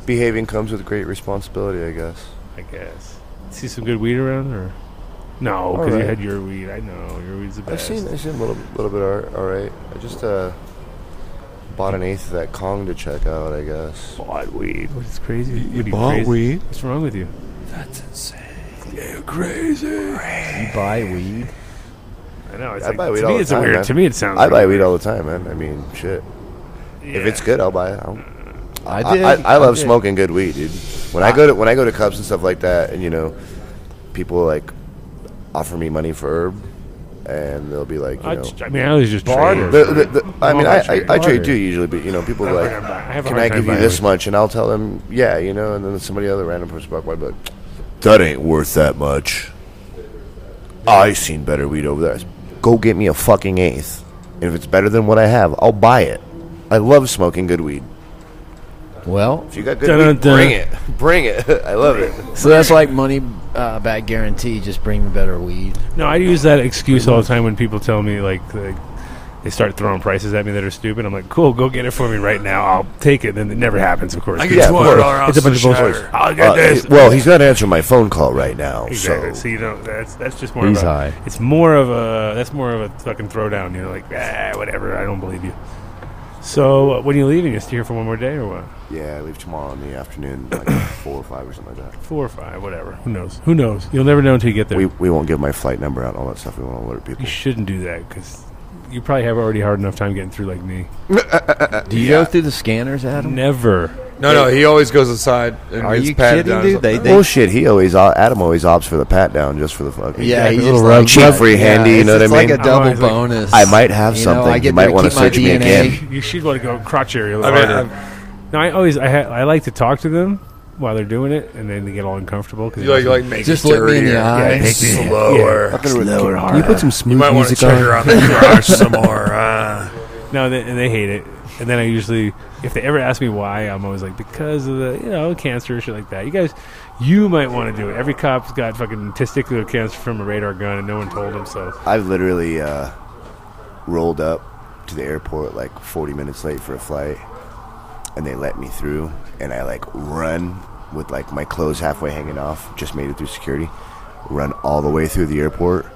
Speaker 8: Behaving comes with great responsibility, I guess.
Speaker 3: I guess. See some good weed around or? No,
Speaker 8: All
Speaker 3: because you
Speaker 8: right.
Speaker 3: had your weed. I know your weed's the
Speaker 8: I've
Speaker 3: best.
Speaker 8: seen, I've seen a little, little bit. All, all right. I just uh, bought an eighth of that Kong to check out. I guess.
Speaker 3: bought weed. What is crazy?
Speaker 6: You
Speaker 3: What are
Speaker 6: bought
Speaker 3: crazy?
Speaker 6: weed?
Speaker 3: What's wrong with you?
Speaker 6: Crazy.
Speaker 2: You buy weed.
Speaker 3: I know. It's
Speaker 8: I
Speaker 3: like,
Speaker 8: buy weed
Speaker 3: to
Speaker 8: all
Speaker 3: me,
Speaker 8: the
Speaker 3: it's a
Speaker 8: time.
Speaker 3: weird.
Speaker 8: man.
Speaker 3: To me, it sounds.
Speaker 8: I buy
Speaker 3: really
Speaker 8: weed
Speaker 3: weird.
Speaker 8: all the time, man. I mean, shit. If
Speaker 3: Yeah.
Speaker 8: it's good, I'll buy it. I, don't-
Speaker 2: I
Speaker 8: I,
Speaker 2: did.
Speaker 8: I, I love
Speaker 2: did.
Speaker 8: smoking good weed, dude. When I go to when I go to clubs and stuff like that, and you know, people like offer me money for herb, and they'll be like, you
Speaker 3: I,
Speaker 8: know,
Speaker 3: just- I mean, I was just
Speaker 8: the,
Speaker 3: traded.
Speaker 8: the, the, I mean, I, I, I
Speaker 2: Barter.
Speaker 8: trade too usually, but you know, people are
Speaker 3: I
Speaker 8: like,
Speaker 3: have a
Speaker 8: can
Speaker 3: hard
Speaker 8: I
Speaker 3: time
Speaker 8: give you
Speaker 3: buying
Speaker 8: this
Speaker 3: weed.
Speaker 8: much? And I'll tell them, yeah, you know, and then somebody other random person walk by, but that ain't worth that much. I seen better weed over there. Go get me a fucking eighth, and if it's better than what I have, I'll buy it. I love smoking good weed.
Speaker 2: Well,
Speaker 8: If you got good
Speaker 3: Dun,
Speaker 8: weed,
Speaker 3: dun, dun.
Speaker 8: bring it. Bring it. I love it.
Speaker 2: so that's like money uh, back guarantee. Just bring me better weed.
Speaker 3: No, I use that excuse all the time when people tell me like, like they start throwing prices at me that are stupid. I'm like, cool, go get it for me right now. I'll take it. And it never happens, of course.
Speaker 6: I get
Speaker 8: Yeah, of
Speaker 6: $200
Speaker 8: course.
Speaker 6: ounce
Speaker 8: It's a
Speaker 6: of
Speaker 8: bunch of bullshit.
Speaker 6: cider.
Speaker 3: I'll get
Speaker 8: Uh,
Speaker 3: this.
Speaker 8: well, he's not answering my phone call right now,
Speaker 3: Exactly. So,
Speaker 8: so
Speaker 3: you don't. That's that's just more.
Speaker 2: He's
Speaker 3: of a,
Speaker 2: high.
Speaker 3: It's more of a. That's more of a fucking throwdown. You're like, ah, whatever. I don't believe you. So uh, when are you leaving? You're here for one more day or what?
Speaker 8: yeah, I leave tomorrow in the afternoon, like four or five or something like that.
Speaker 3: Four or five, whatever. Who knows? Who knows? You'll never know until you get there.
Speaker 8: We we won't give my flight number out, all that stuff. We won't alert people.
Speaker 3: you shouldn't do that because you probably have already hard enough time getting through like me.
Speaker 2: Do you go through the scanners, Adam?
Speaker 3: Never.
Speaker 6: No, no, he always goes aside and
Speaker 2: Are
Speaker 6: gets
Speaker 2: you
Speaker 6: patted
Speaker 2: kidding,
Speaker 6: down or
Speaker 2: dude?
Speaker 6: something.
Speaker 2: They, they
Speaker 8: Bullshit. He always uh, Adam always opts for the pat down just for the fucking
Speaker 2: Yeah,
Speaker 4: the
Speaker 2: he's
Speaker 4: little
Speaker 2: just
Speaker 4: rub-
Speaker 2: like,
Speaker 8: cheap
Speaker 2: yeah,
Speaker 8: free
Speaker 2: yeah,
Speaker 8: handy, you know what I
Speaker 2: it's
Speaker 8: mean?
Speaker 2: Like a double
Speaker 3: I'm always like,
Speaker 2: bonus.
Speaker 8: I might have
Speaker 2: You know,
Speaker 8: something.
Speaker 2: I
Speaker 8: You
Speaker 2: get
Speaker 8: might
Speaker 2: to
Speaker 8: wanna
Speaker 2: keep my
Speaker 8: search me
Speaker 2: DNA.
Speaker 8: again.
Speaker 3: You should want to go crotch area.
Speaker 6: I mean,
Speaker 3: harder.
Speaker 6: I-
Speaker 3: no, I always I, ha- I like to talk to them while they're doing it, and then they get all uncomfortable because
Speaker 6: you uh, like, like make
Speaker 2: Just
Speaker 6: it
Speaker 2: look me in the
Speaker 6: dirtier.
Speaker 2: eye.
Speaker 6: Yeah, slower.
Speaker 2: Lower
Speaker 8: Can
Speaker 2: hard.
Speaker 8: you put some
Speaker 6: You
Speaker 8: smooth
Speaker 6: might want to
Speaker 8: music
Speaker 6: check her
Speaker 8: on?
Speaker 6: on the garage some more. Uh,
Speaker 3: No, they, and they hate it. And then I usually, if they ever ask me why, I'm always like, because of the, you know, cancer or shit like that. You guys, you might want to do it. Every cop's got fucking testicular cancer from a radar gun, and no one told him so.
Speaker 8: I've literally uh, rolled up to the airport like 40 minutes late for a flight, and they let me through, and I like run with like my clothes halfway hanging off. Just made it through security, run all the way through the airport.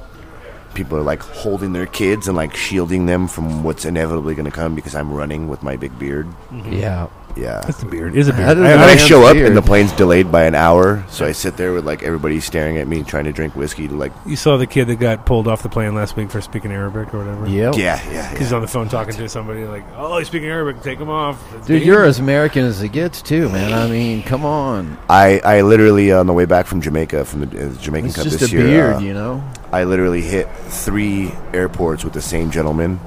Speaker 8: People are like holding their kids and like shielding them from what's inevitably going to come because I'm running with my big beard.
Speaker 2: Yeah.
Speaker 8: Yeah.
Speaker 3: It's a beard. It is a
Speaker 2: How
Speaker 3: beard.
Speaker 2: does
Speaker 8: And
Speaker 2: that
Speaker 8: I
Speaker 2: have
Speaker 8: show up
Speaker 2: beard?
Speaker 8: and the plane's delayed by an hour, so I sit there with like everybody staring at me, trying to drink whiskey. Like,
Speaker 3: you saw the kid that got pulled off the plane last week for speaking Arabic or whatever?
Speaker 2: Yep.
Speaker 8: yeah, yeah, yeah.
Speaker 3: He's on the phone talking to somebody like, oh, he's speaking Arabic. Take him off. It's
Speaker 2: Dude,
Speaker 3: dangerous."
Speaker 2: you're as American as it gets, too, man. I mean, come on.
Speaker 8: I, I literally uh, on the way back from Jamaica from the uh, Jamaican
Speaker 2: It's
Speaker 8: Cup
Speaker 2: just
Speaker 8: this
Speaker 2: a
Speaker 8: year.
Speaker 2: beard,
Speaker 8: uh,
Speaker 2: you know?
Speaker 8: I literally hit three airports with the same gentleman,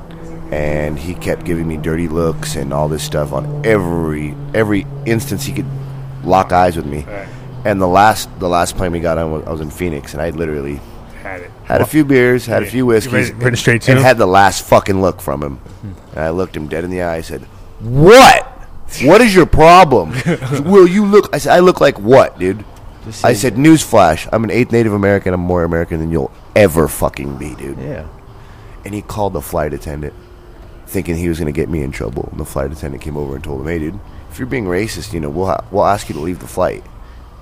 Speaker 8: and he kept giving me dirty looks and all this stuff on every every instance he could lock eyes with me. And the last the last plane we got on, was, I was in Phoenix, and I literally
Speaker 3: had it.
Speaker 8: had a few beers, had a few whiskeys,
Speaker 3: Ran- ran straight to
Speaker 8: and
Speaker 3: him?
Speaker 8: had the last fucking look from him. And I looked him dead in the eye. I said, "What? What is your problem? Will you look?" I said, "I look like what, dude?"
Speaker 2: Just
Speaker 8: I
Speaker 2: say-
Speaker 8: said, "Newsflash: I'm an eighth Native American. I'm more American than you'll ever fucking be, dude."
Speaker 2: Yeah.
Speaker 8: And he called the flight attendant, thinking he was going to get me in trouble. And the flight attendant came over and told him, "Hey, dude, if you're being racist, you know we'll ha- we'll ask you to leave the flight."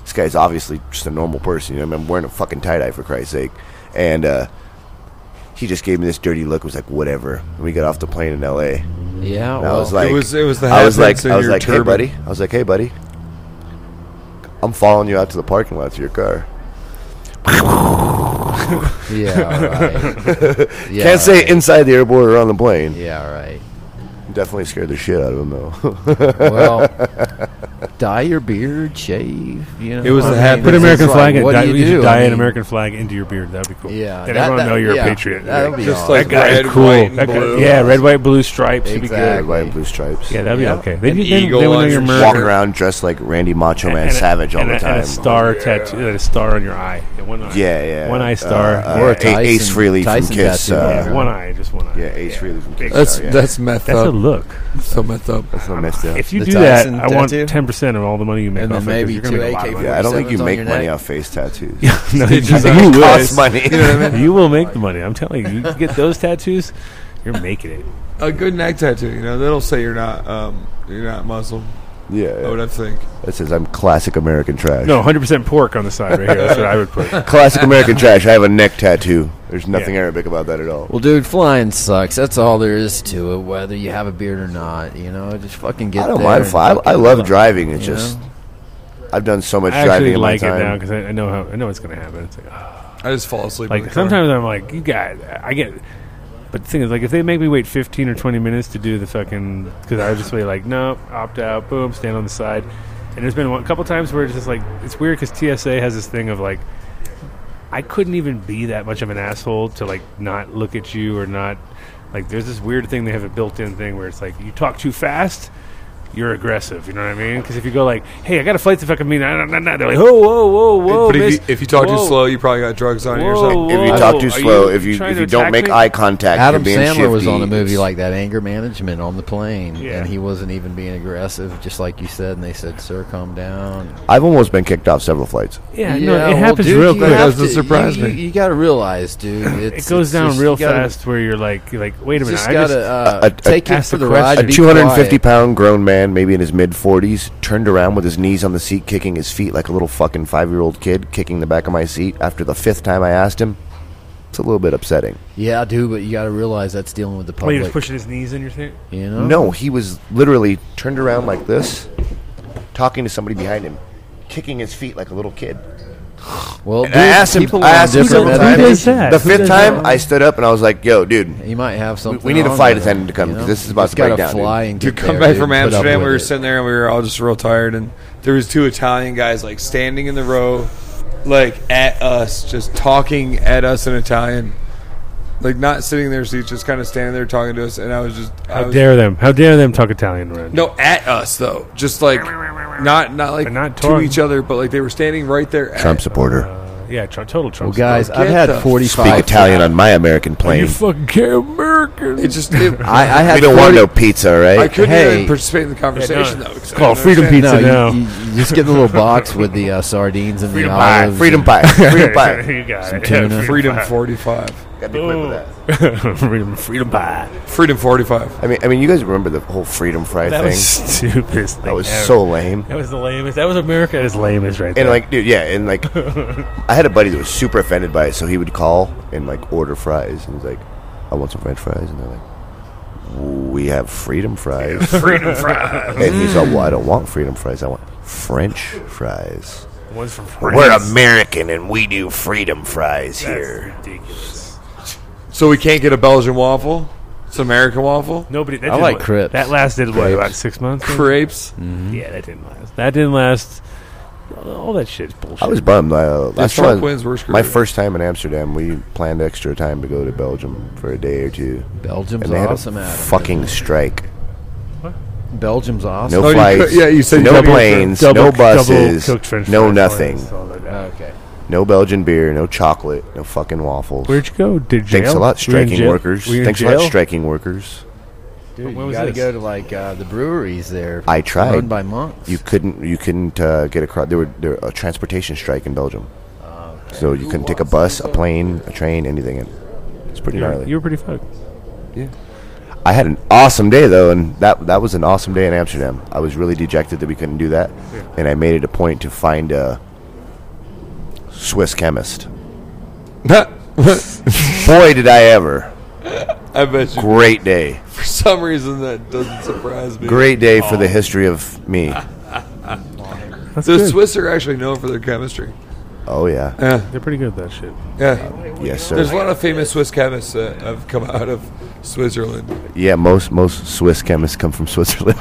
Speaker 8: This guy's obviously just a normal person. You know, I'm wearing a fucking tie dye for Christ's sake, and uh, he just gave me this dirty look. Was like, "Whatever." And we got off the plane in L.A.
Speaker 2: Yeah.
Speaker 8: And I
Speaker 2: well,
Speaker 8: was like,
Speaker 6: it was it was the
Speaker 8: I was like,
Speaker 6: happenings in
Speaker 8: I was
Speaker 6: your
Speaker 8: like, hey,
Speaker 6: turban.
Speaker 8: buddy. I was like, hey, buddy. I'm following you out to the parking lot to your car.
Speaker 2: yeah, right. yeah,
Speaker 8: Can't say
Speaker 2: right.
Speaker 8: inside the airport or on the plane.
Speaker 2: Yeah, right.
Speaker 8: Definitely scared the shit out of him though.
Speaker 2: Well, dye your beard, shave. You know,
Speaker 6: It was
Speaker 2: I
Speaker 6: a
Speaker 2: mean,
Speaker 6: happy-
Speaker 3: Put
Speaker 2: it's
Speaker 3: American
Speaker 2: like,
Speaker 3: flag.
Speaker 2: What
Speaker 3: dye,
Speaker 2: do you
Speaker 3: you should
Speaker 2: do?
Speaker 3: dye
Speaker 2: I
Speaker 3: an
Speaker 2: mean,
Speaker 3: American flag into your beard. That'd be cool.
Speaker 2: Yeah,
Speaker 3: Then
Speaker 2: that-
Speaker 3: everyone
Speaker 2: that-
Speaker 3: know you're
Speaker 2: yeah,
Speaker 3: a patriot.
Speaker 2: that'd
Speaker 3: Like,
Speaker 2: be
Speaker 6: Just
Speaker 2: awesome.
Speaker 6: like
Speaker 3: that guy
Speaker 6: red,
Speaker 3: is cool.
Speaker 6: white, and
Speaker 3: That guy-
Speaker 6: blue.
Speaker 3: yeah, red, white, blue stripes. Should be
Speaker 2: Exactly.
Speaker 3: good.
Speaker 8: Red, white, and blue stripes.
Speaker 3: Yeah, that'd be
Speaker 2: Yeah.
Speaker 3: okay. They,
Speaker 6: An
Speaker 3: they, they,
Speaker 6: eagle
Speaker 3: they
Speaker 6: on
Speaker 3: would know your
Speaker 6: your
Speaker 3: murder.
Speaker 8: Walk around dressed like Randy Macho Man
Speaker 3: And a-
Speaker 8: Savage all
Speaker 3: and
Speaker 8: the
Speaker 3: a-
Speaker 8: time.
Speaker 3: And a star tattoo, and a star on your eye. Yeah, one eye.
Speaker 8: Yeah, yeah.
Speaker 3: One eye
Speaker 8: Uh,
Speaker 3: star.
Speaker 8: uh,
Speaker 2: Or a
Speaker 8: A- Ace
Speaker 2: Tyson-
Speaker 8: Freely
Speaker 2: Tyson
Speaker 8: from Kiss.
Speaker 2: tattoo.
Speaker 8: uh,
Speaker 3: yeah, one eye, just one eye.
Speaker 8: yeah, Ace Freely from Kiss.
Speaker 6: That's
Speaker 8: uh, yeah.
Speaker 6: that's messed
Speaker 3: That's a
Speaker 6: up.
Speaker 3: look.
Speaker 6: so messed up.
Speaker 8: That's not messed up.
Speaker 3: If you
Speaker 2: The
Speaker 3: do that,
Speaker 2: Tyson
Speaker 3: I want
Speaker 2: tattoo?
Speaker 3: ten percent of all the money you make.
Speaker 2: And then
Speaker 3: off it, 'cause
Speaker 2: maybe
Speaker 3: you're gonna
Speaker 2: two
Speaker 3: make a lot of money.
Speaker 8: Yeah, I don't think you
Speaker 2: 47's on
Speaker 8: make
Speaker 2: your
Speaker 8: money
Speaker 2: neck.
Speaker 8: off face tattoos.
Speaker 3: No, you
Speaker 8: I
Speaker 3: just-
Speaker 8: think
Speaker 6: on
Speaker 8: it
Speaker 6: your face.
Speaker 8: costs money.
Speaker 3: you will make the money. I'm telling you, you get those tattoos, you're making it.
Speaker 6: A good neck tattoo, you know, that'll say you're not um you're not Muslim.
Speaker 8: yeah,
Speaker 6: I would have to think.
Speaker 8: That says I'm classic American trash.
Speaker 3: No, 100 percent pork on the side right here. That's what I would put.
Speaker 8: Classic American trash. I have a neck tattoo. There's nothing
Speaker 3: Yeah.
Speaker 8: Arabic about that at all.
Speaker 2: Well, dude, flying sucks. That's all there is to it. Whether you have a beard or not, you know, just fucking get.
Speaker 8: I don't
Speaker 2: there
Speaker 8: mind
Speaker 2: and
Speaker 8: flying. I, I
Speaker 2: fucking
Speaker 8: love
Speaker 2: fly,
Speaker 8: driving. It's
Speaker 2: you
Speaker 8: just
Speaker 2: know?
Speaker 8: I've done so much
Speaker 3: I actually
Speaker 8: driving
Speaker 3: like
Speaker 8: in
Speaker 3: it
Speaker 8: my
Speaker 3: now
Speaker 8: time.
Speaker 3: because I, I know how I know what's going to happen. It's like, ah.
Speaker 6: I just fall asleep. in
Speaker 3: like
Speaker 6: the car.
Speaker 3: sometimes I'm like, you got, I get. But the thing is, like, if they make me wait 15 or 20 minutes to do the fucking, because I would just be like, no, opt out, boom, stand on the side. And there's been one couple times where it's just like, it's weird because TSA has this thing of like, I couldn't even be that much of an asshole to like not look at you or not. Like, there's this weird thing they have a built-in thing where it's like, you talk too fast, you're aggressive. You know what I mean? Because if you go like, "Hey, I got a flight to fucking meet," nah, nah, nah, nah, they're like, "Whoa, whoa, whoa, whoa!"
Speaker 6: but if
Speaker 3: miss,
Speaker 6: you, if you talk
Speaker 3: whoa,
Speaker 6: too slow, you probably got drugs on you or
Speaker 3: Whoa,
Speaker 6: something.
Speaker 8: If you
Speaker 3: whoa,
Speaker 8: talk too
Speaker 3: are
Speaker 8: slow, if you
Speaker 3: trying
Speaker 8: if
Speaker 3: to
Speaker 8: you don't
Speaker 3: attack
Speaker 8: make
Speaker 3: me?
Speaker 8: eye contact,
Speaker 2: Adam
Speaker 8: you're being
Speaker 2: Sandler was
Speaker 8: shifty.
Speaker 2: on a movie
Speaker 8: It's-
Speaker 2: like that, Anger Management, on the plane,
Speaker 3: Yeah.
Speaker 2: and he wasn't even being aggressive, just like you said. And they said, "Sir, calm down."
Speaker 8: I've almost been kicked off several flights.
Speaker 3: yeah,
Speaker 2: Yeah,
Speaker 3: no, it
Speaker 2: well,
Speaker 3: happens
Speaker 2: dude,
Speaker 3: real
Speaker 2: you
Speaker 3: quick.
Speaker 2: have
Speaker 6: doesn't
Speaker 2: to-
Speaker 6: surprise
Speaker 2: you,
Speaker 6: me.
Speaker 2: You, you got to realize, dude, it's,
Speaker 3: It goes
Speaker 2: it's
Speaker 3: down
Speaker 2: just-
Speaker 3: real
Speaker 2: you gotta-
Speaker 3: fast where you're like, you're like, wait
Speaker 2: You
Speaker 3: a minute,
Speaker 2: just
Speaker 3: I
Speaker 2: got
Speaker 3: just
Speaker 2: to uh,
Speaker 8: a- a-
Speaker 2: take it
Speaker 3: ask
Speaker 2: for
Speaker 3: the
Speaker 2: the ride.
Speaker 8: A
Speaker 3: question.
Speaker 2: be
Speaker 8: 250
Speaker 2: quiet.
Speaker 8: pound grown man, maybe in his mid 40s, turned around with his knees on the seat, kicking his feet like a little fucking five year old kid, kicking the back of my seat. After the fifth time I asked him, it's a little bit upsetting.
Speaker 2: Yeah, dude, but you got to realize that's dealing with the
Speaker 3: wait, he
Speaker 2: public.
Speaker 3: was pushing his knees in your thing.
Speaker 2: you know?
Speaker 8: No, he was literally turned around like this, talking to somebody behind him, kicking his feet like a little kid.
Speaker 2: Well,
Speaker 8: And I asked him.
Speaker 2: people
Speaker 8: I
Speaker 2: are
Speaker 8: asked him
Speaker 2: different
Speaker 8: several
Speaker 3: Who
Speaker 2: at
Speaker 8: times.
Speaker 3: does that?
Speaker 8: The
Speaker 3: Who
Speaker 8: fifth
Speaker 3: does
Speaker 8: time,
Speaker 3: that?
Speaker 8: I stood up and I was like, "Yo, dude,
Speaker 2: You might have something.
Speaker 8: we need a
Speaker 2: on
Speaker 8: flight
Speaker 2: with it,
Speaker 8: attendant to come,
Speaker 2: you
Speaker 8: 'cause
Speaker 2: know?
Speaker 8: this is
Speaker 2: You
Speaker 8: about
Speaker 2: just
Speaker 8: to break
Speaker 2: gotta
Speaker 8: down, dude.
Speaker 2: Fly and
Speaker 6: Dude,
Speaker 2: get
Speaker 6: come
Speaker 2: there,
Speaker 6: back
Speaker 2: dude,
Speaker 6: from
Speaker 2: put up
Speaker 6: Amsterdam. We
Speaker 2: with
Speaker 6: were
Speaker 2: it.
Speaker 6: sitting there and we were all just real tired, and there was two Italian guys like standing in the row, like at us, just talking at us in Italian, like not sitting in their seats, just kind of standing there talking to us. And I was just, I
Speaker 3: How
Speaker 6: was,
Speaker 3: dare them? How dare them talk Italian around? you?
Speaker 6: no, at us though, just like not not like
Speaker 3: They're not
Speaker 6: to
Speaker 3: talking.
Speaker 6: each other, but like they were standing right there. At,
Speaker 8: Trump supporter,
Speaker 3: Uh, yeah, tr- total
Speaker 2: Well,
Speaker 3: Trump.
Speaker 2: guys,
Speaker 6: Get
Speaker 2: I've had
Speaker 6: the-
Speaker 8: speak
Speaker 2: 45.
Speaker 8: Italian on my American
Speaker 3: Are you
Speaker 8: plane.
Speaker 3: fucking American.
Speaker 6: It just, it,
Speaker 2: I, I had
Speaker 8: We don't
Speaker 2: 40
Speaker 8: want no pizza, right?
Speaker 6: I couldn't
Speaker 2: Hey.
Speaker 6: even participate in the conversation though. 'cause I
Speaker 3: called
Speaker 6: didn't
Speaker 3: freedom
Speaker 6: understand.
Speaker 3: pizza
Speaker 2: No,
Speaker 3: now.
Speaker 2: you, you- you just get the little box with the uh, sardines and
Speaker 3: Freedom
Speaker 2: the
Speaker 3: pie,
Speaker 2: olives.
Speaker 8: freedom
Speaker 2: and-
Speaker 8: pie, freedom pie.
Speaker 3: you got
Speaker 2: Some
Speaker 3: it.
Speaker 2: tuna.
Speaker 6: Freedom forty five.
Speaker 8: Gotta be quick with that.
Speaker 3: freedom, freedom pie.
Speaker 6: Freedom forty five.
Speaker 8: I mean, I mean, you guys remember the whole freedom fry
Speaker 3: That
Speaker 8: thing?
Speaker 3: was stupidest thing
Speaker 8: that was
Speaker 3: ever.
Speaker 8: so lame.
Speaker 3: That was the lamest. That was America as lamest right
Speaker 8: And
Speaker 3: there.
Speaker 8: like, dude, yeah, and like, I had a buddy that was super offended by it, so he would call and like order fries, and he's like, "I want some French fries," and they're like, "We have freedom fries."
Speaker 3: freedom fries.
Speaker 8: And he's like, "Well, I don't want freedom fries. I want French fries.
Speaker 3: One's from France.
Speaker 8: We're American, and we do freedom fries here."
Speaker 3: That's ridiculous.
Speaker 6: So we can't get a Belgian waffel? It's American waffle?
Speaker 3: Nobody. That
Speaker 2: I
Speaker 3: didn't
Speaker 2: like
Speaker 3: la-
Speaker 2: crepes.
Speaker 3: That lasted what about
Speaker 2: Crepes.
Speaker 3: six months?
Speaker 6: Crepes?
Speaker 3: Yeah, that didn't last. That didn't last. All that shit's bullshit.
Speaker 8: I was bummed. Uh,
Speaker 6: If
Speaker 8: last
Speaker 6: Trump
Speaker 8: time,
Speaker 6: wins, we're
Speaker 8: my
Speaker 6: screwed.
Speaker 8: first time in Amsterdam, we planned extra time to go to Belgium for a day or two,
Speaker 2: Belgium's
Speaker 8: and they had
Speaker 2: awesome,
Speaker 8: a
Speaker 2: Adam.
Speaker 8: fucking strike.
Speaker 2: Belgium's awesome.
Speaker 8: No
Speaker 6: Oh, you
Speaker 8: flights.
Speaker 6: cou- yeah, you said you
Speaker 8: no
Speaker 6: couldn't get
Speaker 8: planes,
Speaker 3: Double-
Speaker 8: no
Speaker 3: double
Speaker 8: buses,
Speaker 3: cooked French
Speaker 8: no
Speaker 3: fries.
Speaker 8: nothing,
Speaker 3: All that-
Speaker 2: Okay.
Speaker 8: no Belgian beer, no chocolate, no fucking waffles.
Speaker 3: Where'd you go? Did jail?
Speaker 8: Thanks a lot,
Speaker 3: Were you in
Speaker 8: striking
Speaker 3: jail?
Speaker 8: workers.
Speaker 3: Were you in
Speaker 8: Thanks a lot,
Speaker 3: jail?
Speaker 8: striking workers.
Speaker 2: Dude,
Speaker 3: When
Speaker 2: you
Speaker 3: was
Speaker 2: got to
Speaker 3: this?
Speaker 2: go to like uh, the breweries there.
Speaker 8: I tried.
Speaker 2: Run by monks.
Speaker 8: You couldn't. You couldn't uh, get across. There were there were a transportation strike in Belgium, so you couldn't take a bus, a plane, a train, anything. And it's pretty
Speaker 3: You were-
Speaker 8: gnarly.
Speaker 3: You were pretty fucked.
Speaker 8: I had an awesome day though, and that that was an awesome day in Amsterdam. I was really dejected that we couldn't do that, and I made it a point to find a Swiss chemist. Boy, did I ever!
Speaker 6: I bet you
Speaker 8: Great day.
Speaker 6: for some reason that doesn't surprise me.
Speaker 8: Great day for the history of me.
Speaker 6: The Swiss are actually known for their chemistry.
Speaker 8: Oh yeah,
Speaker 6: Yeah.
Speaker 3: They're pretty good at that shit.
Speaker 6: Yeah.
Speaker 8: yes
Speaker 6: There's a
Speaker 8: sir.
Speaker 6: lot of famous Swiss chemists that have come out of Switzerland.
Speaker 8: Yeah, most most Swiss chemists come from Switzerland.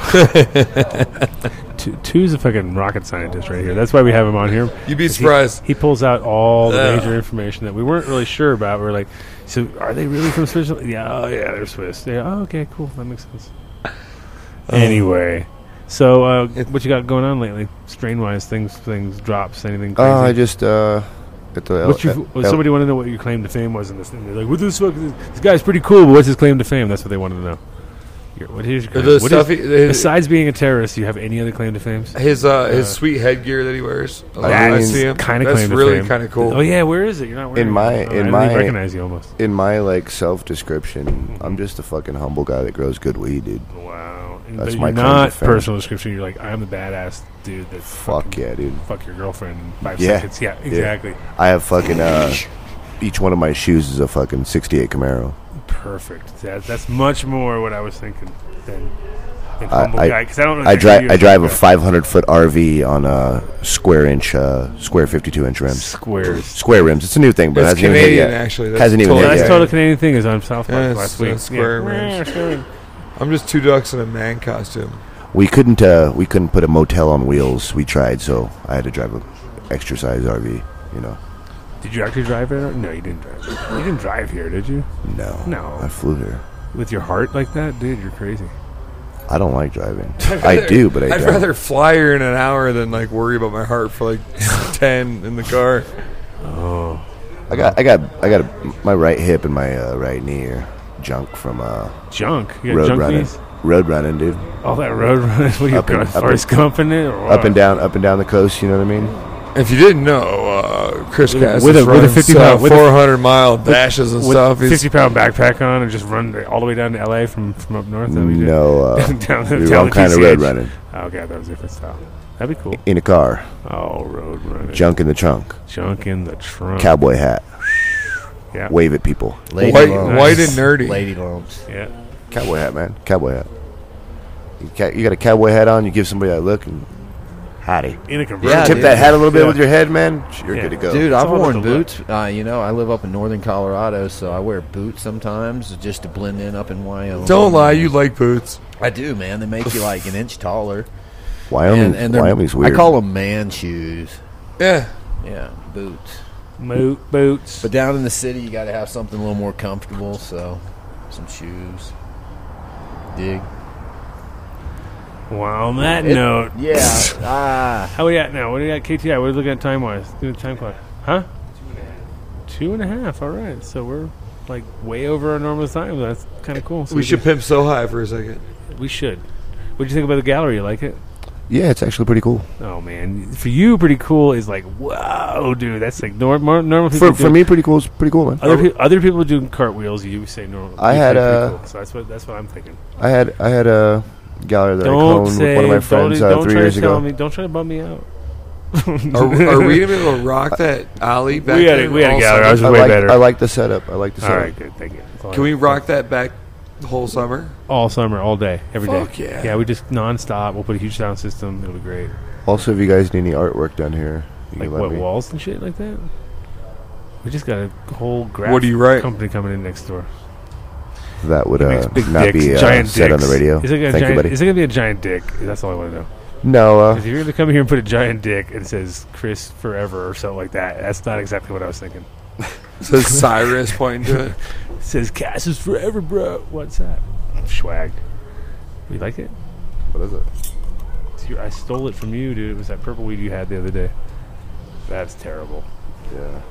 Speaker 3: Tu- Tu's a fucking rocket scientist right here. That's why we have him on here.
Speaker 6: You'd be
Speaker 3: 'Cause he-
Speaker 6: surprised.
Speaker 3: He, pulls out all the
Speaker 6: Ugh.
Speaker 3: major information that we weren't really sure about. We're like, so are they really from Switzerland? Yeah, oh yeah, they're Swiss. Yeah, oh, okay, cool. That makes sense. anyway, so uh,
Speaker 6: Um, It-
Speaker 3: what you got going on lately? Strain wise, things, things, drops, anything crazy?
Speaker 8: Oh, I just uh, at the
Speaker 3: What's your, well, somebody want to know what your claim to fame was in this thing. They're like, what this, fuck, this, this guy's pretty cool, but what's his claim to fame? That's what they wanted to know. Your, what is your claim?
Speaker 6: The
Speaker 3: what
Speaker 6: stuff
Speaker 3: is-
Speaker 6: he- the-
Speaker 3: besides being a terrorist, do you have any other claim to fame?
Speaker 6: His uh, his
Speaker 3: Uh,
Speaker 6: sweet headgear that he wears. I,
Speaker 8: That
Speaker 6: I
Speaker 8: is
Speaker 6: see him.
Speaker 3: kind of
Speaker 6: That's
Speaker 3: claim to
Speaker 6: really
Speaker 3: fame.
Speaker 6: kind of cool.
Speaker 3: Oh yeah, where is it? You're not wearing
Speaker 8: In
Speaker 3: it.
Speaker 8: my-
Speaker 3: Oh,
Speaker 8: in
Speaker 3: I didn't
Speaker 8: my-
Speaker 3: even recognize you almost.
Speaker 8: in my like self description, I'm just a fucking humble guy that grows good weed, dude.
Speaker 3: Oh, Wow,
Speaker 8: That's
Speaker 3: but
Speaker 8: my
Speaker 3: you're
Speaker 8: claim to
Speaker 3: not
Speaker 8: fame.
Speaker 3: personal description. You're like, I'm the badass dude that
Speaker 8: Fuck yeah, dude.
Speaker 3: fuck your girlfriend in five
Speaker 8: Yeah.
Speaker 3: seconds. Yeah, exactly.
Speaker 8: I have fucking uh, each one of my shoes is a fucking '68 Camaro.
Speaker 3: Perfect. That, that's much more what I was thinking than, than
Speaker 8: I-
Speaker 3: humble
Speaker 8: I-
Speaker 3: guy. Because I don't.
Speaker 8: I drive
Speaker 3: you
Speaker 8: I
Speaker 3: as
Speaker 8: drive
Speaker 3: humble
Speaker 8: a
Speaker 3: guy.
Speaker 8: 500 foot RV on a square inch uh, square 52 inch rims.
Speaker 3: squares.
Speaker 8: Square rims. It's a new thing, but it
Speaker 6: It's
Speaker 8: hasn't even hit
Speaker 6: Canadian,
Speaker 8: yet.
Speaker 6: actually. That's
Speaker 8: Hasn't even
Speaker 6: totally-
Speaker 8: hit
Speaker 3: Well,
Speaker 8: yeah,
Speaker 3: that's
Speaker 8: yeah.
Speaker 3: total Canadian thing is on South
Speaker 6: Yeah,
Speaker 3: Park
Speaker 6: it's
Speaker 3: last
Speaker 6: the
Speaker 3: week.
Speaker 6: square rims. I'm just two ducks in a man costume.
Speaker 8: We couldn't uh, we couldn't put a motel on wheels. We tried, so I had to drive a extra size RV. You know,
Speaker 3: Did you actually drive it? No, you didn't drive. It. You didn't drive here, did you?
Speaker 8: no,
Speaker 3: No.
Speaker 8: I flew here.
Speaker 3: With your heart like that, dude, you're crazy.
Speaker 8: I don't like driving. I do, but I
Speaker 6: I'd
Speaker 8: don't.
Speaker 6: rather fly here in an hour than like worry about my heart for like ten in the car.
Speaker 8: Oh. I got, I got, I got a, my right hip and my uh, right knee are junk from uh,
Speaker 3: Junk. You got
Speaker 8: road
Speaker 3: junk
Speaker 8: running.
Speaker 3: knees?
Speaker 8: Road running, dude.
Speaker 3: All that road running. What are you
Speaker 8: Up and-
Speaker 3: going,
Speaker 8: up and-
Speaker 3: Forrest Gump in it? Or
Speaker 8: Up and down, up and down the coast. You know what I mean?
Speaker 6: If you didn't know, uh, Chris Cass
Speaker 3: with a- with a
Speaker 6: is running
Speaker 3: 50
Speaker 6: stuff,
Speaker 3: mile- with a-
Speaker 6: 400 mile dashes and
Speaker 3: With
Speaker 6: stuff. He's-
Speaker 3: 50 pound backpack on and just run all the way down to LA from, from up north. That we did.
Speaker 8: No, uh,
Speaker 3: Down the-
Speaker 8: the
Speaker 3: down
Speaker 8: wrong
Speaker 3: the
Speaker 8: kind of
Speaker 3: PCH.
Speaker 8: road running.
Speaker 3: Oh, God, that was a different style. That'd be cool.
Speaker 8: In a car,
Speaker 3: Oh, road running.
Speaker 8: junk in the trunk,
Speaker 3: Junk in the trunk.
Speaker 8: cowboy hat,
Speaker 3: Yeah.
Speaker 8: wave at people.
Speaker 2: Lady
Speaker 6: White-
Speaker 2: lumps.
Speaker 6: white and nerdy.
Speaker 2: Lady lumps.
Speaker 3: Yeah.
Speaker 8: Cowboy hat, man. Cowboy hat. You, ca- you got a cowboy hat on. You give somebody that look and howdy.
Speaker 3: In a convertible.
Speaker 2: Oh, Yeah,
Speaker 8: Tip
Speaker 2: dude.
Speaker 8: that hat a little bit
Speaker 3: Yeah.
Speaker 8: with your head, man. You're
Speaker 3: Yeah.
Speaker 8: good to go.
Speaker 2: Dude, I've
Speaker 3: all
Speaker 2: worn
Speaker 3: about the look.
Speaker 2: boots. Uh, you know, I live up in northern Colorado, so I wear boots sometimes just to blend in up in Wyoming.
Speaker 6: don't lie, you like boots.
Speaker 2: I do, man. They make you like an inch taller.
Speaker 8: Wyoming,
Speaker 2: and, and they're-
Speaker 8: Wyoming's weird.
Speaker 2: I call them man shoes.
Speaker 6: Yeah,
Speaker 2: Yeah, boots.
Speaker 3: Moot boots.
Speaker 2: But down in the city, you got to have something a little more comfortable. So, some shoes. Dig.
Speaker 3: well, on that
Speaker 2: It-
Speaker 3: note,
Speaker 2: Yeah. ah.
Speaker 3: how we at now? What do we got, KTI? What are we looking at time wise? Do the time clock. Huh? Two and a half. All right. So we're like way over our normal time. That's kind of cool. So
Speaker 6: we should pimp so high for a second.
Speaker 3: could- we should. What'd you think about the gallery? You like it?
Speaker 8: yeah, it's actually pretty cool.
Speaker 3: Oh man, for you, pretty cool is like whoa, dude. That's like nor- more, normal people.
Speaker 8: For, for
Speaker 3: do-
Speaker 8: me, pretty cool. It's pretty cool, man.
Speaker 3: other, pe- other people doing cartwheels. You say normal.
Speaker 8: I
Speaker 3: you say
Speaker 8: had,
Speaker 3: pretty
Speaker 8: uh,
Speaker 3: cool. so that's what that's what I'm thinking.
Speaker 8: I had I had a gallery that I
Speaker 3: Don't
Speaker 8: cloned
Speaker 3: say.
Speaker 8: with one of my
Speaker 3: don't
Speaker 8: friends
Speaker 3: don't
Speaker 8: uh, three
Speaker 3: try
Speaker 8: years
Speaker 3: to tell
Speaker 8: ago.
Speaker 3: me. Don't try to bum me out.
Speaker 6: Are, are we gonna be able to rock that alley back?
Speaker 3: We had a-
Speaker 6: there
Speaker 3: we had a
Speaker 6: all
Speaker 3: gallery.
Speaker 6: summer?
Speaker 3: I was-
Speaker 8: I
Speaker 3: way
Speaker 8: like
Speaker 3: better.
Speaker 8: I like the setup. I like the
Speaker 3: All
Speaker 8: setup.
Speaker 3: right, good. Thank you. That's all I
Speaker 6: Can we
Speaker 3: have.
Speaker 6: rock that back the whole summer?
Speaker 3: all summer, all day, every day?
Speaker 6: Fuck yeah.
Speaker 3: Yeah, we just nonstop. We'll put a huge sound system. It'll be great.
Speaker 8: Also, if you guys need any artwork done here, you
Speaker 3: Like
Speaker 8: can let
Speaker 3: what
Speaker 8: me.
Speaker 3: walls and shit like that. We just got a whole graph
Speaker 6: What do you write?
Speaker 3: company coming in next door.
Speaker 8: That would
Speaker 3: Makes
Speaker 8: uh,
Speaker 3: big
Speaker 8: not
Speaker 3: dicks,
Speaker 8: be uh,
Speaker 3: giant
Speaker 8: said on the
Speaker 3: dicks.
Speaker 8: radio.
Speaker 3: Is it gonna
Speaker 8: Thank
Speaker 3: giant,
Speaker 8: you, buddy.
Speaker 3: Is it gonna be a giant dick? That's all I want to know.
Speaker 8: no, uh,
Speaker 3: If you're gonna come here and put a giant dick and it says Chris forever or something like that, that's not exactly what I was thinking.
Speaker 6: Says Cyrus pointing to it.
Speaker 3: It says Cass is forever, bro. What's that? Schwag. You like it?
Speaker 8: what is it?
Speaker 3: It's your- I stole it from you, dude. It was that purple weed you had the other day. That's terrible.
Speaker 8: Yeah.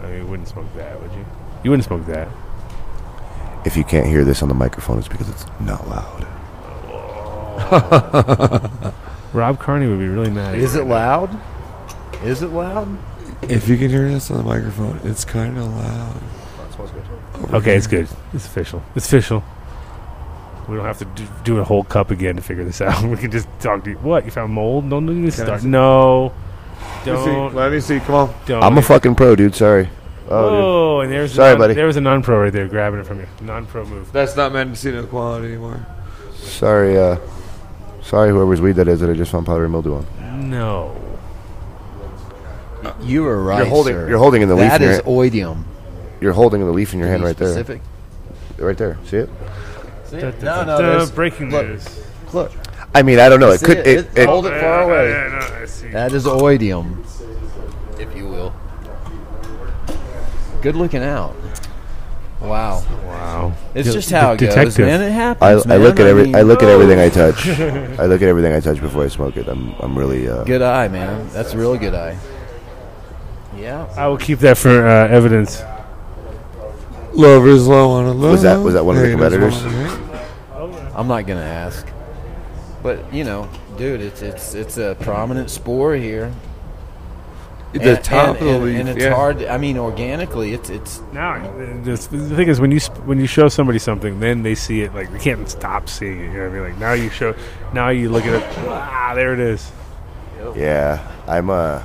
Speaker 3: I mean, you wouldn't smoke that, would you? You wouldn't smoke that.
Speaker 8: If you can't hear this on the microphone, it's because it's not loud.
Speaker 3: Rob Carney would be really mad. at
Speaker 2: Is
Speaker 3: you
Speaker 2: it
Speaker 3: right
Speaker 2: loud? Is it loud?
Speaker 6: If you can hear this on the microphone, it's kind of loud.
Speaker 3: now. Okay, it's good. It's official. It's official. We don't have to do, do a whole cup again to figure this out. We can just talk to you. What? You found mold? Don't even
Speaker 6: I
Speaker 3: start.
Speaker 6: see-
Speaker 3: No.
Speaker 6: Let me see.
Speaker 3: Don't.
Speaker 6: Let me see. Come on.
Speaker 3: don't.
Speaker 8: I'm a fucking pro, dude. Sorry. Oh,
Speaker 3: Oh, and there's
Speaker 8: Sorry,
Speaker 3: a non,
Speaker 8: buddy.
Speaker 3: There was a non-pro right there grabbing it from you. Non-pro move.
Speaker 6: That's not Mendocino quality anymore.
Speaker 8: dude. Sorry. Uh, sorry, whoever's weed that is that I just found powder and mildew on.
Speaker 3: No.
Speaker 2: You were right.
Speaker 8: you're holding.
Speaker 2: sir.
Speaker 8: You're holding in the leaf.
Speaker 2: That
Speaker 8: In your,
Speaker 2: is oidium.
Speaker 8: you're holding the leaf in your hand right
Speaker 2: specific.
Speaker 8: there. Right there. See it?
Speaker 3: Da, da,
Speaker 2: No, no,
Speaker 3: da, da.
Speaker 2: there's-
Speaker 3: breaking
Speaker 2: look.
Speaker 3: news.
Speaker 2: Look,
Speaker 8: I mean, I don't know. It
Speaker 2: See
Speaker 8: could.
Speaker 2: it?
Speaker 8: It,
Speaker 2: It's-
Speaker 8: it-
Speaker 2: hold it far
Speaker 3: Yeah,
Speaker 2: away.
Speaker 3: yeah, no, I see.
Speaker 2: that is oidium, if you will. Good looking out. Wow,
Speaker 3: Wow.
Speaker 2: it's
Speaker 3: De-
Speaker 2: just how it
Speaker 3: de-
Speaker 2: goes,
Speaker 3: detective.
Speaker 2: man. It
Speaker 8: I,
Speaker 2: happens.
Speaker 8: I look
Speaker 2: man.
Speaker 8: at every.
Speaker 2: mean,
Speaker 8: I look at everything I touch. I look at everything I touch before I smoke it. I'm. I'm really. Uh,
Speaker 2: Good eye, man. That's a real good eye. Yeah.
Speaker 3: I will keep that for uh, evidence.
Speaker 6: Love is low on a low.
Speaker 8: Was that- was that one of the
Speaker 6: Hate is low
Speaker 8: competitors?
Speaker 6: on a hate.
Speaker 2: I'm not gonna ask. But you know, dude, it's it's it's a prominent spore here.
Speaker 6: The top of the
Speaker 2: and,
Speaker 6: leaf.
Speaker 2: and it's
Speaker 6: yeah.
Speaker 2: hard. I mean, organically, it's it's
Speaker 3: Now, the the thing is, when you sp- when you show somebody something, then they see it. Like they can't stop seeing it. You know what I mean? Like now you show, now you look at it. Ah, there it is.
Speaker 8: Yeah, I'm uh,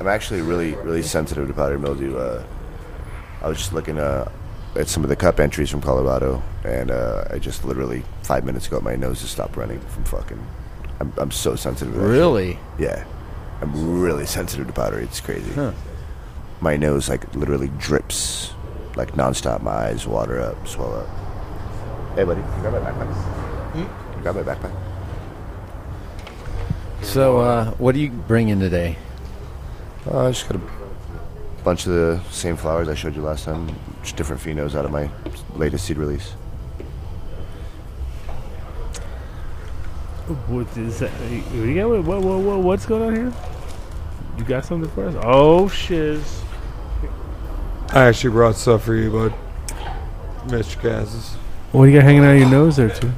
Speaker 8: I'm actually really really sensitive to powdered mildew. Uh, I was just looking uh, at some of the cup entries from Colorado, and uh, I just literally five minutes ago my nose just stopped running from fucking. I'm, I'm so sensitive. To that shit.
Speaker 2: really
Speaker 8: Yeah, I'm really sensitive to powder. It's crazy. My nose like literally drips, like nonstop. My eyes water up, swell up. Hey, buddy, you got my backpack. You got my backpack.
Speaker 2: So, uh, what are you bringing today?
Speaker 8: Uh, I just got a bunch of the same flowers I showed you last time, just different phenos out of my latest seed release.
Speaker 3: What is that? You got what, what, what, what- what's going on here? You got something for us? Oh, shiz.
Speaker 6: I actually brought stuff for you, bud. Mr. Cassis.
Speaker 3: What do you got hanging out of your nose there, too?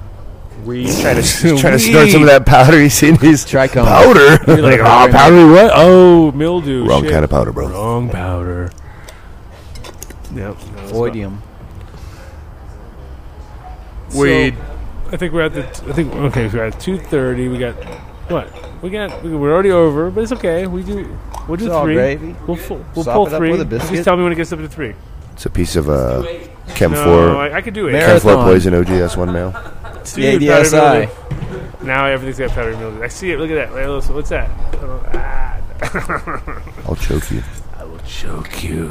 Speaker 6: We
Speaker 8: Trying to, trying to snort some of that powder you see in these
Speaker 2: Trichome.
Speaker 8: powder.
Speaker 3: You're like, oh, powdery what? Oh, mildew.
Speaker 8: Uh, Wrong
Speaker 3: shit.
Speaker 8: kind of powder, bro.
Speaker 3: Wrong powder. Yep.
Speaker 2: Voidium.
Speaker 6: weed.
Speaker 3: I think we're at the. I think okay. We're at two thirty. We got what? We got. we- We're already over, but it's okay. We do. We'll do
Speaker 2: It's all
Speaker 3: three.
Speaker 2: gravy.
Speaker 3: We'll fu- we'll
Speaker 2: Sop
Speaker 3: pull
Speaker 2: it up
Speaker 3: three.
Speaker 2: with a
Speaker 3: Just
Speaker 2: biscuit.
Speaker 3: tell me when it gets up to three.
Speaker 8: It's a piece of uh, Chem
Speaker 3: No,
Speaker 8: 4
Speaker 3: I, I could do it.
Speaker 2: Mary-
Speaker 8: Chem 4
Speaker 2: Marathon.
Speaker 8: Poison OG. That's one male.
Speaker 3: Dude,
Speaker 2: The
Speaker 3: powdered
Speaker 2: ADSI.
Speaker 3: mildew. Now everything's got powdered mildew. I see it. Look at that. Wait, what's- What's that? Oh, ah,
Speaker 8: I'll choke you.
Speaker 3: I will choke you.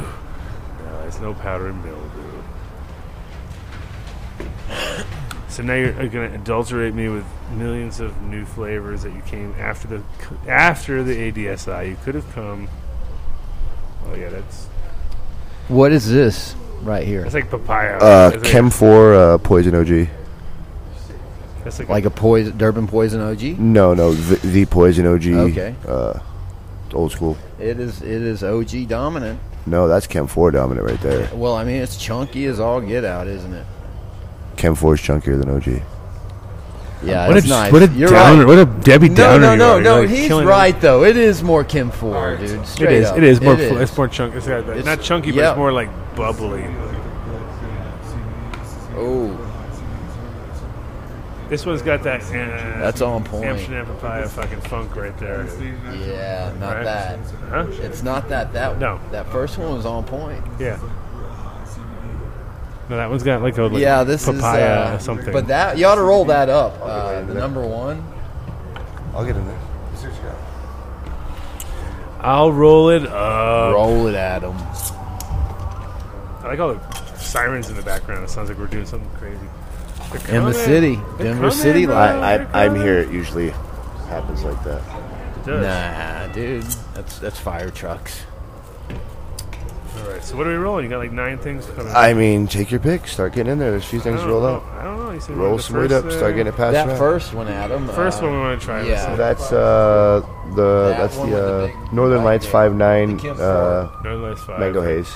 Speaker 3: No, there's no powdered mildew. So now you're going to adulterate me with millions of new flavors that you came after the after the ADSI. You could have come. Oh yeah, that's
Speaker 2: What is this right here?
Speaker 3: that's like papaya.
Speaker 8: Uh,
Speaker 3: that's
Speaker 8: Chem 4 uh, Poison OG.
Speaker 3: Like, that's like,
Speaker 2: Like a poison, Durban poison OG?
Speaker 8: No, no, the, the Poison OG.
Speaker 2: Okay.
Speaker 8: Uh, old school.
Speaker 2: It is. It is OG dominant.
Speaker 8: No, that's Chem 4 dominant right there.
Speaker 2: Well, I mean, it's chunky as all get out, isn't it?
Speaker 8: Chem 4 is chunkier than OG.
Speaker 2: Yeah,
Speaker 3: what
Speaker 2: it's
Speaker 3: a,
Speaker 2: nice.
Speaker 3: what a
Speaker 2: You're
Speaker 3: downer.
Speaker 2: right.
Speaker 3: What a Debbie
Speaker 2: No,
Speaker 3: Downer.
Speaker 2: no,
Speaker 3: you
Speaker 2: no,
Speaker 3: are.
Speaker 2: no.
Speaker 3: You're, like,
Speaker 2: He's
Speaker 3: killing me.
Speaker 2: right though. It is more Kim Four, dude.
Speaker 3: It
Speaker 2: Straight
Speaker 3: is.
Speaker 2: up.
Speaker 3: It is more.
Speaker 2: It
Speaker 3: fl-
Speaker 2: is.
Speaker 3: It's more chunk. It's got,
Speaker 2: It's-
Speaker 3: not chunky, but
Speaker 2: yeah.
Speaker 3: it's more like bubbly.
Speaker 2: Oh,
Speaker 3: This one's got that. Uh,
Speaker 2: That's on point.
Speaker 3: Amsterdam papaya fucking funk right there.
Speaker 2: yeah. Not
Speaker 3: Right.
Speaker 2: that.
Speaker 3: Huh?
Speaker 2: It's not that. That
Speaker 3: No.
Speaker 2: That first one was on point.
Speaker 3: Yeah. No, that one's got like a like
Speaker 2: yeah, this
Speaker 3: papaya
Speaker 2: is uh,
Speaker 3: or something.
Speaker 2: But that you ought to roll that up. Uh, the number one.
Speaker 8: I'll get in there.
Speaker 3: I'll roll it up.
Speaker 2: roll it at him.
Speaker 3: I like all the sirens in the background. It sounds like we're doing something crazy. They're
Speaker 2: In the
Speaker 3: coming.
Speaker 2: city,
Speaker 3: They're
Speaker 2: Denver
Speaker 3: coming,
Speaker 2: City
Speaker 3: bro.
Speaker 2: light.
Speaker 8: I, I, I'm here. It usually happens like that.
Speaker 3: It does.
Speaker 2: Nah, dude. That's that's fire trucks.
Speaker 3: All right. So what are we rolling? You got like nine things coming.
Speaker 8: I mean, take your pick. Start getting in there. There's a few
Speaker 3: I
Speaker 8: things
Speaker 3: don't
Speaker 8: roll
Speaker 3: know.
Speaker 8: up.
Speaker 3: I don't know. You said
Speaker 8: Roll
Speaker 3: the
Speaker 8: some weight
Speaker 3: first,
Speaker 8: up.
Speaker 3: uh,
Speaker 8: Start getting it past
Speaker 2: that
Speaker 8: round.
Speaker 2: first one, Adam.
Speaker 3: First
Speaker 2: uh,
Speaker 3: one we want to try.
Speaker 2: yeah.
Speaker 3: Let's see.
Speaker 8: That's uh the
Speaker 2: That
Speaker 8: that's
Speaker 2: one with
Speaker 8: the,
Speaker 2: the
Speaker 8: uh,
Speaker 2: big
Speaker 8: Northern
Speaker 2: white
Speaker 8: Lights
Speaker 2: thing.
Speaker 8: five nine
Speaker 2: The Kim
Speaker 8: uh,
Speaker 3: No, that's five.
Speaker 8: mango haze,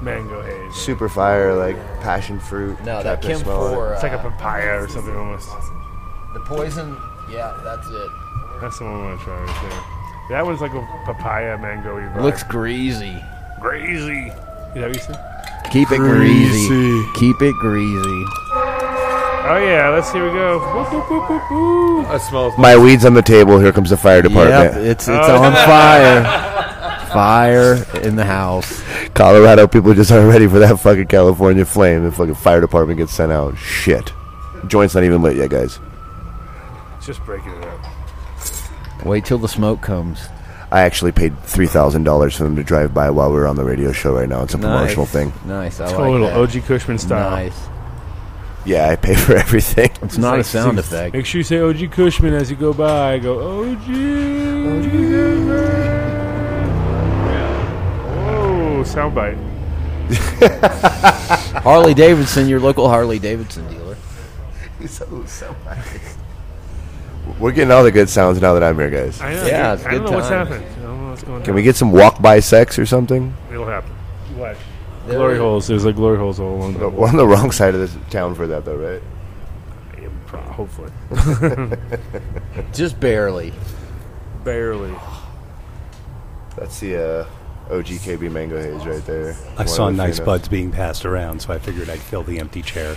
Speaker 3: Mango haze.
Speaker 8: super fire like passion fruit.
Speaker 2: No,
Speaker 8: type
Speaker 2: that
Speaker 8: of
Speaker 2: Kim
Speaker 8: smell on it.
Speaker 2: Four.
Speaker 3: It's like a
Speaker 2: uh,
Speaker 3: papaya or something almost.
Speaker 2: the poison. Yeah, that's it.
Speaker 3: That's the one I want to try right there. That one's like a papaya mango vibe.
Speaker 2: Looks greasy.
Speaker 3: crazy. Is that what you said?
Speaker 2: Keep it greasy. Keep it greasy.
Speaker 3: Oh yeah, let's here we go. Whoop, whoop, whoop, whoop, whoop.
Speaker 6: That smells.
Speaker 8: My weed's on the table. Here comes the fire
Speaker 2: Yep,
Speaker 8: department.
Speaker 2: it's it's
Speaker 3: Oh.
Speaker 2: on fire. Fire in the house.
Speaker 8: Colorado people just aren't ready for that fucking California flame. The fucking fire department gets sent out. Shit, joint's not even lit yet, guys.
Speaker 3: It's Just breaking it up.
Speaker 2: Wait till the smoke comes.
Speaker 8: I actually paid three thousand dollars for them to drive by while we were on the radio show right now. It's a promotional
Speaker 2: nice.
Speaker 8: thing.
Speaker 2: Nice. I
Speaker 3: Total
Speaker 2: like that.
Speaker 3: OG Cushman style.
Speaker 2: Nice.
Speaker 8: Yeah, I pay for everything.
Speaker 2: It's not a sound effect.
Speaker 3: Make sure you say OG Cushman as you go by. Go OG. Whoa, soundbite.
Speaker 2: Harley Davidson, your local Harley Davidson dealer.
Speaker 8: so, so nice. We're getting all the good sounds now that I'm here, guys.
Speaker 3: I know.
Speaker 2: Yeah,
Speaker 3: dude.
Speaker 2: it's
Speaker 3: I don't
Speaker 2: good
Speaker 3: know what's
Speaker 2: times.
Speaker 3: happening. I don't know what's going
Speaker 8: Can
Speaker 3: on.
Speaker 8: we get some walk by sex or something?
Speaker 3: It'll happen. What?
Speaker 2: There
Speaker 3: glory
Speaker 2: it-
Speaker 3: holes. There's like glory holes all along the
Speaker 8: We're on the wrong side of this town for that, though, right?
Speaker 3: Hopefully.
Speaker 2: Just barely.
Speaker 3: Barely.
Speaker 8: That's the uh, OGKB Mango Haze right there.
Speaker 1: I saw nice buds being passed around, so I figured I'd fill the empty chair.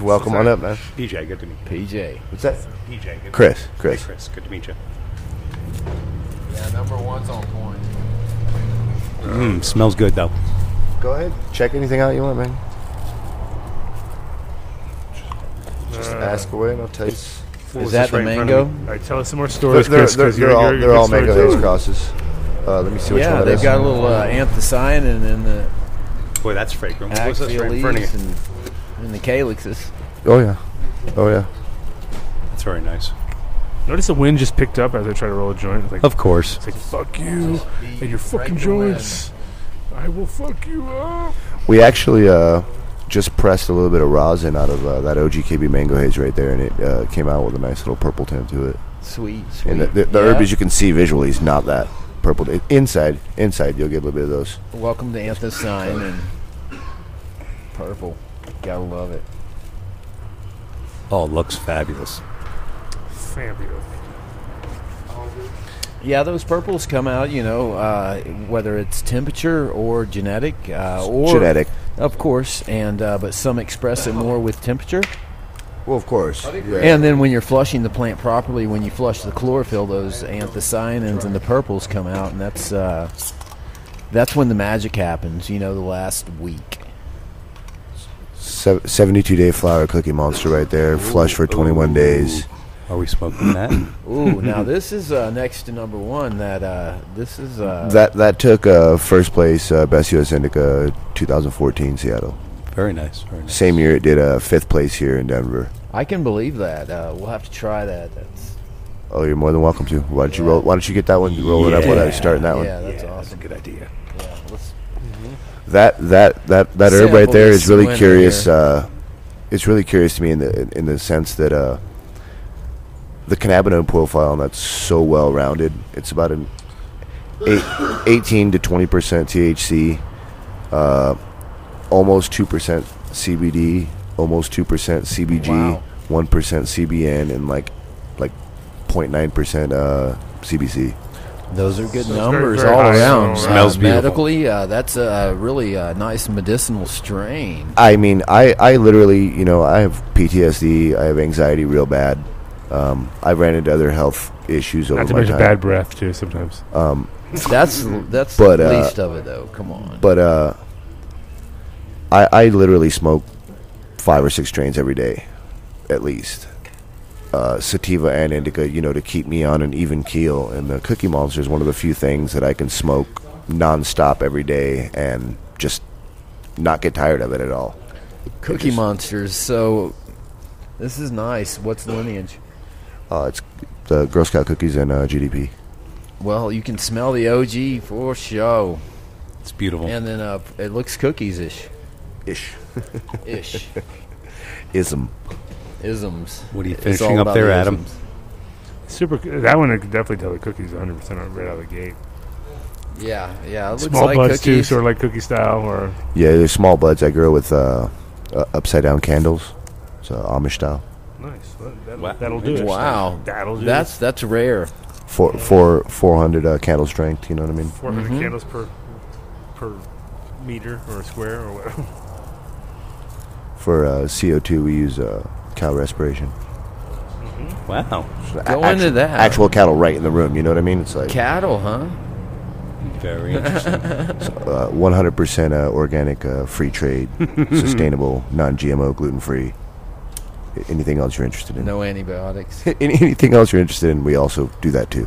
Speaker 8: Welcome on up, man.
Speaker 1: PJ, good to meet
Speaker 2: PJ.
Speaker 8: What's that?
Speaker 1: you. PJ, good
Speaker 8: Chris,
Speaker 1: To meet you.
Speaker 8: Chris.
Speaker 1: Hey, Chris, good to meet you.
Speaker 2: Yeah, number one's on point.
Speaker 1: Mm, smells good though.
Speaker 8: Go ahead. Check anything out you want, man. Just
Speaker 3: Uh,
Speaker 8: ask away and I'll tell you.
Speaker 2: Is that the mango?
Speaker 3: All right, tell us some more
Speaker 8: They're,
Speaker 3: stories,
Speaker 8: they're,
Speaker 3: Chris.
Speaker 8: they're,
Speaker 3: 'cause you're-
Speaker 8: all,
Speaker 3: you're a
Speaker 8: they're
Speaker 3: good
Speaker 8: all Mango Haze
Speaker 3: storyteller.
Speaker 8: crosses. Uh, let me see which
Speaker 2: yeah,
Speaker 8: one that
Speaker 2: they've
Speaker 8: is.
Speaker 2: got a little uh, anthocyanin in the
Speaker 1: Boy, that's fragrant. What was this right in front of
Speaker 2: axiales
Speaker 1: you?
Speaker 2: and in the calyxes.
Speaker 8: Oh, yeah. Oh, yeah.
Speaker 1: That's very nice.
Speaker 3: Notice the wind just picked up as I try to roll a joint. It's like,
Speaker 1: Of course.
Speaker 3: it's like fuck you and your fucking
Speaker 2: the wind.
Speaker 3: joints. I will fuck you up.
Speaker 8: We actually uh, just pressed a little bit of rosin out of uh, that OGKB mango haze right there, and it uh, came out with a nice little purple tint to it.
Speaker 2: Sweet, sweet.
Speaker 8: And the, the, the
Speaker 2: Yeah.
Speaker 8: herb, as you can see visually, is not that purple. It- Inside, inside, you'll get a little bit of those.
Speaker 2: Welcome to Anthocyan and purple. Gotta love it.
Speaker 9: Oh, it looks fabulous.
Speaker 3: Fabulous.
Speaker 2: Yeah, those purples come out, you know, uh, whether it's temperature or genetic, uh, or
Speaker 8: Genetic.
Speaker 2: of course, and uh, but some express it more with temperature.
Speaker 8: Well, of course. Yeah.
Speaker 2: And then when you're flushing the plant properly, when you flush the chlorophyll, those anthocyanins and the purples come out, and that's uh, that's when the magic happens. You know, the last week.
Speaker 8: Sev- 72 day flower cookie monster right there, flush for 21 days.
Speaker 1: Are we smoking that?
Speaker 2: Ooh, now this is uh, next to number one. That uh, this is uh,
Speaker 8: That that took uh, first place uh, Best US Indica 2014 Seattle.
Speaker 1: Very nice. Very nice.
Speaker 8: Same year it did uh, fifth place here in Denver.
Speaker 2: I can believe that. Uh, we'll have to try that. That's
Speaker 8: Oh, you're more than welcome to. Why don't you roll? Why don't you get that one? Roll it up while I start that one.
Speaker 2: yeah, that's awesome.
Speaker 1: Good idea.
Speaker 2: Yeah, let's
Speaker 8: That that that that herb
Speaker 2: Sample
Speaker 8: right there
Speaker 2: this
Speaker 8: is really
Speaker 2: winter
Speaker 8: curious.
Speaker 2: here.
Speaker 8: Uh, it's really curious to me in the in the sense that uh, the cannabinoid profile on that's so well rounded. It's about an eight, 18 to twenty percent THC, uh, almost two percent CBD, almost two percent CBG,
Speaker 2: Wow.
Speaker 8: one CBN, and like like 0.9 percent uh, CBC.
Speaker 2: Those are good
Speaker 3: So it's very,
Speaker 2: numbers
Speaker 3: very
Speaker 2: all
Speaker 3: high
Speaker 2: around.
Speaker 3: overall.
Speaker 9: Smells
Speaker 2: uh,
Speaker 9: beautiful.
Speaker 2: Medically, uh, that's a really uh, nice medicinal strain.
Speaker 8: I mean, I, I literally, you know, I have PTSD. I have anxiety real bad. Um, I ran into other health issues over
Speaker 3: Not to
Speaker 8: my
Speaker 3: mention
Speaker 8: time.
Speaker 3: bad breath too. Sometimes
Speaker 8: Um,
Speaker 2: That's that's
Speaker 8: But,
Speaker 2: the
Speaker 8: uh,
Speaker 2: least of it, though. Come on.
Speaker 8: but uh, I I literally smoke five or six strains every day, at least. Uh, sativa and indica, you know, to keep me on an even keel. And the Cookie Monster is one of the few things that I can smoke nonstop every day and just not get tired of it at all.
Speaker 2: Cookie monsters. So this is nice. What's lineage?
Speaker 8: Uh, it's the Girl Scout cookies and uh, GDP.
Speaker 2: Well, you can smell the OG for show,
Speaker 1: It's beautiful.
Speaker 2: and then uh, it looks cookies ish,
Speaker 8: Ish.
Speaker 2: ish
Speaker 8: Ism.
Speaker 2: isms.
Speaker 1: What are you
Speaker 2: It's
Speaker 1: finishing
Speaker 2: all
Speaker 1: up
Speaker 2: about
Speaker 1: there,
Speaker 2: the
Speaker 1: Adam?
Speaker 2: isms.
Speaker 3: super. That one I could definitely tell the cookies 100 percent right out of the gate.
Speaker 2: Yeah, yeah. It looks
Speaker 3: Small
Speaker 2: like
Speaker 3: buds too,
Speaker 2: cookies.
Speaker 3: sort of like cookie style, or
Speaker 8: Yeah, there's small buds I grow with uh, uh, upside down candles. It's uh, Amish style.
Speaker 3: nice. That'll,
Speaker 1: Wow.
Speaker 3: that'll do it.
Speaker 2: Wow.
Speaker 3: that'll do.
Speaker 2: That's that's rare.
Speaker 8: Four, four, 400 uh, candle strength, you know what I mean?
Speaker 3: 400
Speaker 2: Mhm.
Speaker 3: candles per per meter or square or whatever.
Speaker 8: For uh, CO2, we use uh, cow respiration.
Speaker 1: Wow.
Speaker 8: So a-
Speaker 2: Go
Speaker 8: actual,
Speaker 2: into that.
Speaker 8: Actual cattle right in the room, you know what I mean? It's like
Speaker 2: Cattle, huh?
Speaker 1: Very interesting.
Speaker 8: uh, 100% uh, organic, uh, free trade, sustainable, non GMO, gluten free. Anything else you're interested in?
Speaker 2: No antibiotics.
Speaker 8: Any- Anything else you're interested in, we also do that too.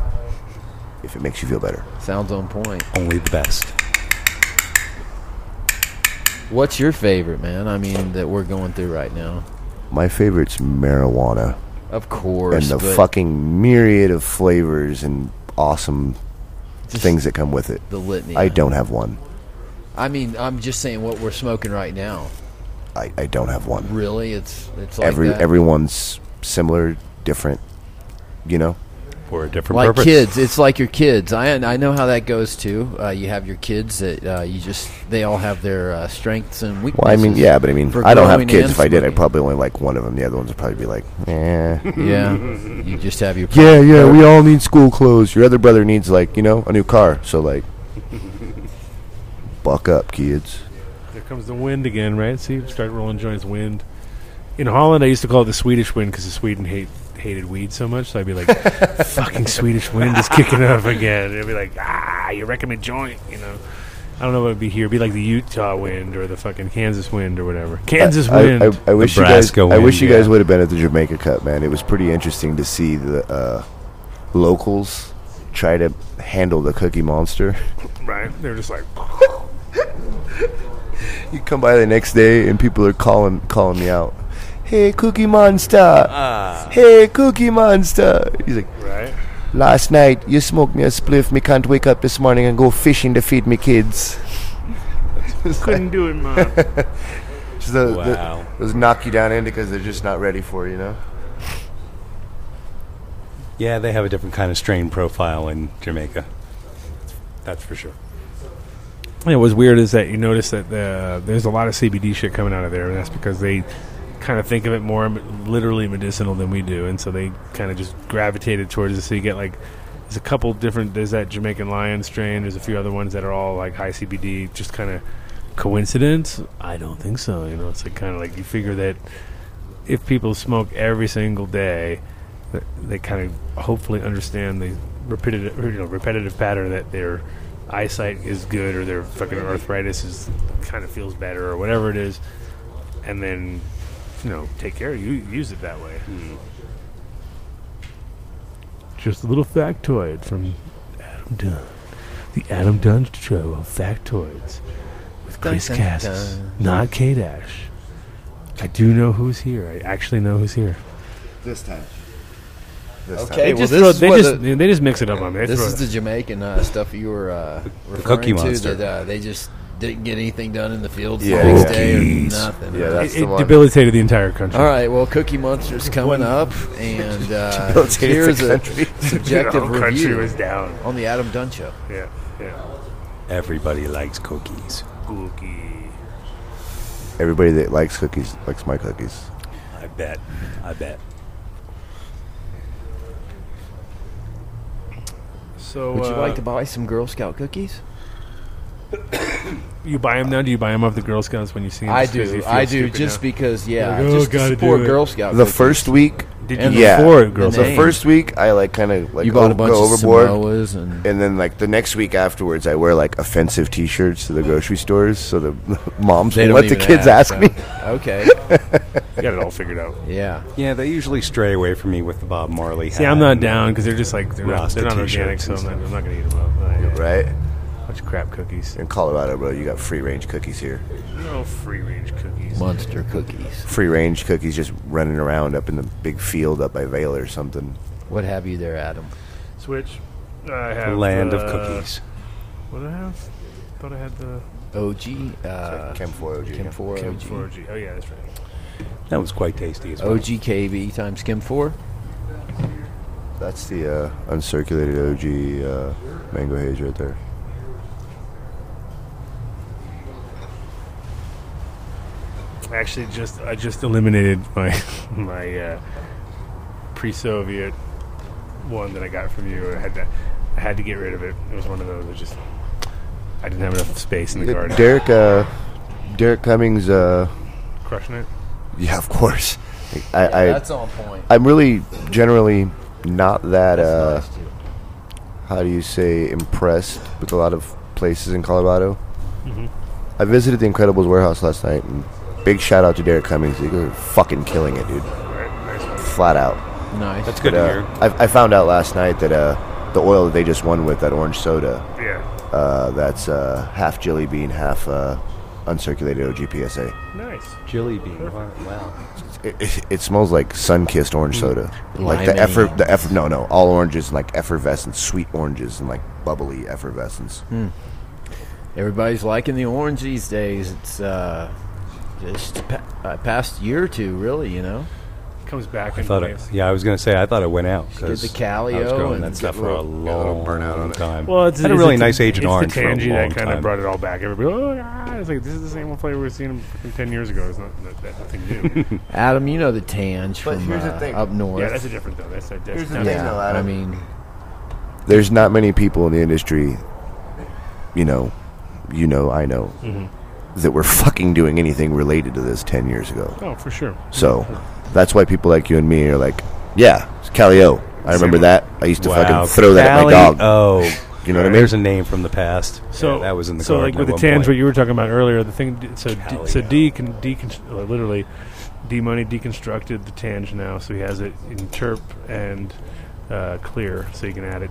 Speaker 8: If it makes you feel better.
Speaker 2: Sounds on point.
Speaker 1: Only the best.
Speaker 2: What's your favorite, man? I mean, that we're going through right now.
Speaker 8: My favorite's marijuana.
Speaker 2: Of course,
Speaker 8: and the
Speaker 2: but
Speaker 8: fucking myriad of flavors and awesome
Speaker 2: just
Speaker 8: things that come with it.
Speaker 2: The litany.
Speaker 8: I don't have one.
Speaker 2: I mean, I'm just saying what we're smoking right now.
Speaker 8: I, I don't have one.
Speaker 2: Really, it's it's like
Speaker 8: Every
Speaker 2: that.
Speaker 8: everyone's similar, different. You know,
Speaker 1: For a different
Speaker 2: like
Speaker 1: purpose.
Speaker 2: kids. It's like your kids. I I know how that goes too. Uh, you have your kids that uh, you just they all have their uh, strengths and weaknesses.
Speaker 8: well, I mean, yeah, but I mean,
Speaker 2: For
Speaker 8: I don't have
Speaker 2: growing
Speaker 8: kids.
Speaker 2: and
Speaker 8: If I did, I'd
Speaker 2: smoking.
Speaker 8: probably only like one of them. The other ones would probably be like, eh.
Speaker 2: yeah. You just have your
Speaker 8: yeah, yeah. We all need school clothes. Your other brother needs like you know a new car. So like, buck up, kids.
Speaker 3: There comes the wind again, right? See, start rolling joints, wind. In Holland, I used to call it the Swedish wind because the Sweden hate, hated weed so much. So I'd be like, "Fucking Swedish wind is kicking up again." It'd be like, "Ah, you recommend joint?" You know, I don't know what it'd be here. It'd be like the Utah wind or the fucking Kansas wind or whatever. Kansas
Speaker 8: I,
Speaker 3: wind.
Speaker 8: I, I wish you guys.
Speaker 1: Nebraska
Speaker 8: I wish you
Speaker 1: wind,
Speaker 8: guys
Speaker 1: yeah.
Speaker 8: would have been at the Jamaica Cup, man. It was pretty interesting to see the uh, locals try to handle the Cookie Monster.
Speaker 3: right? They're just like,
Speaker 8: you come by the next day, and people are calling calling me out. Hey, Cookie Monster!
Speaker 1: Ah.
Speaker 8: Hey, Cookie Monster! He's like,
Speaker 3: right?
Speaker 8: last night you smoked me a spliff. Me can't wake up this morning and go fishing to feed me kids.
Speaker 3: Couldn't do it, man.
Speaker 8: She's That's the,
Speaker 9: Wow.
Speaker 8: the those knock you down indicas they're just not ready for, you know.
Speaker 1: Yeah, they have a different kind of strain profile in Jamaica. That's for sure.
Speaker 3: Yeah, what's weird is that you notice that uh, there's a lot of CBD shit coming out of there, and that's because they kind of think of it more m- literally medicinal than we do, and so they kind of just gravitated towards it. So you get like there's a couple different. There's that Jamaican lion strain. There's a few other ones that are all like high CBD. Just kind of coincidence? I don't think so. You know, it's like kind of like you figure that if people smoke every single day, th- they kind of hopefully understand the repetitive, you know, repetitive pattern that their eyesight is good or their fucking arthritis is kind of feels better or whatever it is, and then you know take care. You use it that way. Hmm. Just a little factoid from Adam Dunn, the Adam Dunn Show of factoids with
Speaker 2: Dun,
Speaker 3: Chris
Speaker 2: dun,
Speaker 3: Cassis,
Speaker 2: dun.
Speaker 3: not K Dash. I do know who's here. I actually know who's here.
Speaker 8: This time. This
Speaker 2: Okay. Hey,
Speaker 3: they
Speaker 2: well,
Speaker 3: just
Speaker 2: this
Speaker 3: throw-
Speaker 2: is
Speaker 3: they
Speaker 2: what
Speaker 3: just
Speaker 2: the-
Speaker 3: they just mix it up on me. They
Speaker 2: This
Speaker 3: throw
Speaker 2: is
Speaker 3: it-
Speaker 2: the Jamaican uh, stuff you were uh, referring
Speaker 1: Cookie
Speaker 2: to.
Speaker 1: Monster.
Speaker 2: That uh, they just didn't get anything done in the fields
Speaker 8: Yeah.
Speaker 2: the next day or
Speaker 8: Cookies.
Speaker 2: nothing.
Speaker 8: Yeah,
Speaker 2: right?
Speaker 8: that's- the
Speaker 3: it, it
Speaker 8: one.
Speaker 3: debilitated the entire country.
Speaker 2: All right, well, Cookie Monster's coming up, and uh,
Speaker 8: Debilitated the
Speaker 2: here's a
Speaker 8: country.
Speaker 3: the
Speaker 2: subjective
Speaker 3: whole country
Speaker 2: review
Speaker 3: was down.
Speaker 2: on the Adam Dunn Show.
Speaker 3: Yeah, yeah.
Speaker 1: Everybody likes cookies.
Speaker 3: Gookie.
Speaker 8: Everybody that likes cookies likes my cookies.
Speaker 9: I bet. I bet.
Speaker 3: So
Speaker 2: Would you
Speaker 3: uh,
Speaker 2: like to buy some Girl Scout cookies?
Speaker 3: you buy them now? Do you buy them off the Girl Scouts when you see them?
Speaker 2: I
Speaker 3: Just 'cause you
Speaker 2: do,
Speaker 3: feel
Speaker 2: I do,
Speaker 3: stupid
Speaker 2: just
Speaker 3: now?
Speaker 2: because yeah,
Speaker 3: Like, oh,
Speaker 2: just to
Speaker 3: gotta do
Speaker 2: support
Speaker 3: it.
Speaker 2: Girl Scout.
Speaker 8: The
Speaker 2: Oh, cookies.
Speaker 8: first week,
Speaker 3: Did
Speaker 2: and
Speaker 3: you
Speaker 8: yeah.
Speaker 3: before Girl
Speaker 2: the
Speaker 3: Scouts?
Speaker 8: the first week I like kind of like
Speaker 2: you bought
Speaker 8: go,
Speaker 2: a bunch
Speaker 8: go
Speaker 2: of
Speaker 8: overboard,
Speaker 2: Samoas and
Speaker 8: and then like the next week afterwards I wear like offensive T-shirts to the grocery stores, so the moms
Speaker 2: they
Speaker 8: will
Speaker 2: don't
Speaker 8: let the
Speaker 2: even
Speaker 8: kids ask
Speaker 2: so-
Speaker 8: me.
Speaker 2: Okay,
Speaker 3: You got it all figured out.
Speaker 2: yeah.
Speaker 1: Yeah, they usually stray away from me with the Bob Marley.
Speaker 3: See,
Speaker 1: hat
Speaker 3: I'm not
Speaker 1: and-
Speaker 3: down because they're just like they're not,
Speaker 1: Rasta
Speaker 3: they're not
Speaker 1: t-shirts
Speaker 3: organic, so
Speaker 1: and
Speaker 3: I'm
Speaker 1: stuff.
Speaker 3: not, I'm not gonna eat them up. I- uh,
Speaker 8: Right
Speaker 3: Bunch of crap cookies.
Speaker 8: in Colorado, bro, you got free range cookies here.
Speaker 3: No free range cookies.
Speaker 2: Monster cookies.
Speaker 8: Free range cookies just running around up in the big field up by Vale or something.
Speaker 2: What have you there, Adam?
Speaker 3: Switch. I have
Speaker 1: Land of
Speaker 3: uh,
Speaker 1: cookies.
Speaker 3: What do I have? Thought I had the
Speaker 2: OG, uh,
Speaker 8: Chem 4 OG.
Speaker 2: Chem Four
Speaker 3: Chem
Speaker 2: OG,
Speaker 3: 4G. Oh yeah, that's right.
Speaker 1: That was quite tasty as well.
Speaker 2: OG KB times Chem Four.
Speaker 8: That's the uh, uncirculated OG uh, mango haze right there.
Speaker 3: Actually, just I just eliminated my my uh, pre-Soviet one that I got from you. I had to I had to get rid of it. It was one of those. that just I didn't have enough space in the garden.
Speaker 8: Derek, uh, Derek Cummings. Uh,
Speaker 3: Crushing it.
Speaker 8: yeah, of course. I, I,
Speaker 2: on point.
Speaker 8: I'm really generally not that. Uh, how do you say impressed with a lot of places in Colorado.
Speaker 1: Mm-hmm.
Speaker 8: I visited the Incredibles warehouse last night, and big shout out to Derek Cummings. He's fucking killing it, dude.
Speaker 3: All right, nice one.
Speaker 8: Flat out.
Speaker 2: Nice.
Speaker 1: That's good
Speaker 8: But, uh,
Speaker 1: to hear.
Speaker 8: I, I found out last night that uh, the oil that they just won with that orange soda,
Speaker 3: Yeah,
Speaker 8: uh, that's uh, half jelly bean, half uh, uncirculated OGPSA.
Speaker 3: nice.
Speaker 1: Jelly bean. Wow. wow.
Speaker 8: It, it, it smells like sun-kissed orange soda, like the
Speaker 2: Limeade.
Speaker 8: effer, the effer. No, no, all oranges and like effervescent, sweet oranges and like bubbly effervescence.
Speaker 2: Everybody's liking the orange these days. It's uh, just pa- uh, past year or two, really. You know,
Speaker 3: Comes back
Speaker 1: I
Speaker 3: in
Speaker 1: thought it,
Speaker 3: waves.
Speaker 1: yeah, I was going to say, I thought it went out. because
Speaker 2: the
Speaker 1: I was
Speaker 2: Calio
Speaker 1: growing
Speaker 2: and
Speaker 1: that stuff
Speaker 2: get a
Speaker 1: for a
Speaker 2: little-
Speaker 1: long burnout on time.
Speaker 3: Well, it's
Speaker 1: had a
Speaker 3: it's
Speaker 1: really
Speaker 3: the-
Speaker 1: nice Agent
Speaker 3: it's
Speaker 1: Orange
Speaker 3: the
Speaker 1: for a
Speaker 3: tangy
Speaker 1: long
Speaker 3: that kind
Speaker 1: time.
Speaker 3: of brought it all back. Everybody, oh, ah, it's like this is the same old flavor we've seen fucking ten years ago. It's not, not that nothing new.
Speaker 2: Adam, you know the Tange
Speaker 8: But
Speaker 2: from
Speaker 8: here's the
Speaker 2: uh,
Speaker 8: thing.
Speaker 2: up north.
Speaker 3: yeah, that's a different though. That's a different.
Speaker 8: the thing, though,
Speaker 2: I
Speaker 8: Adam.
Speaker 2: mean,
Speaker 8: There's not many people in the industry, you know, you know, I know, that were fucking doing anything related to this ten years ago.
Speaker 3: Oh, for sure.
Speaker 8: So that's why people like you and me are like, yeah, it's Calio. I remember that. I used to
Speaker 1: wow.
Speaker 8: fucking throw that at my dog.
Speaker 1: Oh.
Speaker 8: you know what I mean?
Speaker 1: There's a name from the past.
Speaker 3: So
Speaker 1: Yeah, that was in the
Speaker 3: so
Speaker 1: garden
Speaker 3: like with
Speaker 1: at
Speaker 3: the
Speaker 1: one
Speaker 3: tans,
Speaker 1: point.
Speaker 3: what you were talking about earlier. The thing, d- so d- so
Speaker 1: Calio.
Speaker 3: decon, decon, uh, literally, D Money deconstructed the Tange now, so he has it in terp and uh, clear, so you can add it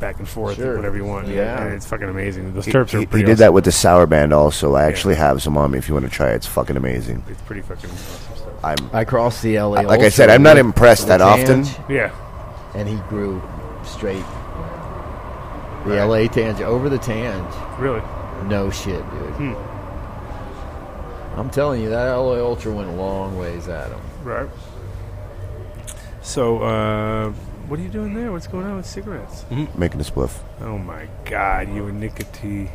Speaker 3: back and forth,
Speaker 2: Sure.
Speaker 3: whatever you want.
Speaker 2: Yeah.
Speaker 3: and it's fucking amazing. Those
Speaker 8: He-
Speaker 3: terps
Speaker 8: he,
Speaker 3: are
Speaker 8: he
Speaker 3: pretty.
Speaker 8: did that with the sour band also. I
Speaker 3: Yeah.
Speaker 8: actually have some on me if you want to try it. It's fucking amazing.
Speaker 3: It's pretty fucking awesome stuff.
Speaker 8: I'm
Speaker 2: I crossed the LA.
Speaker 8: like I
Speaker 2: Ultra
Speaker 8: said, I'm not
Speaker 2: with-
Speaker 8: impressed
Speaker 2: with
Speaker 8: that
Speaker 2: the
Speaker 8: often.
Speaker 2: Tange,
Speaker 3: Yeah,
Speaker 2: And he grew straight the LA Tange over the Tange. Hmm.
Speaker 3: really.
Speaker 2: No shit, dude. I'm telling you, that Alloy Ultra went a long ways at him.
Speaker 3: Right. So, uh, what are you doing there? What's going on with cigarettes?
Speaker 1: Mm-hmm.
Speaker 8: Making a spliff.
Speaker 3: Oh my God, you and nicotine.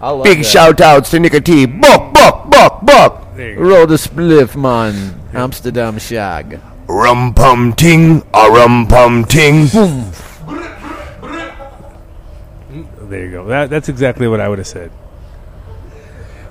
Speaker 2: I love
Speaker 8: Big
Speaker 2: that.
Speaker 8: shout outs to Nicotine. Buck, buck, buck, buck.
Speaker 3: There you go.
Speaker 2: Roll the spliff, man. Amsterdam shag.
Speaker 8: Rum pum ting, a rum pum ting.
Speaker 3: There you go. That, that's exactly what I would have said.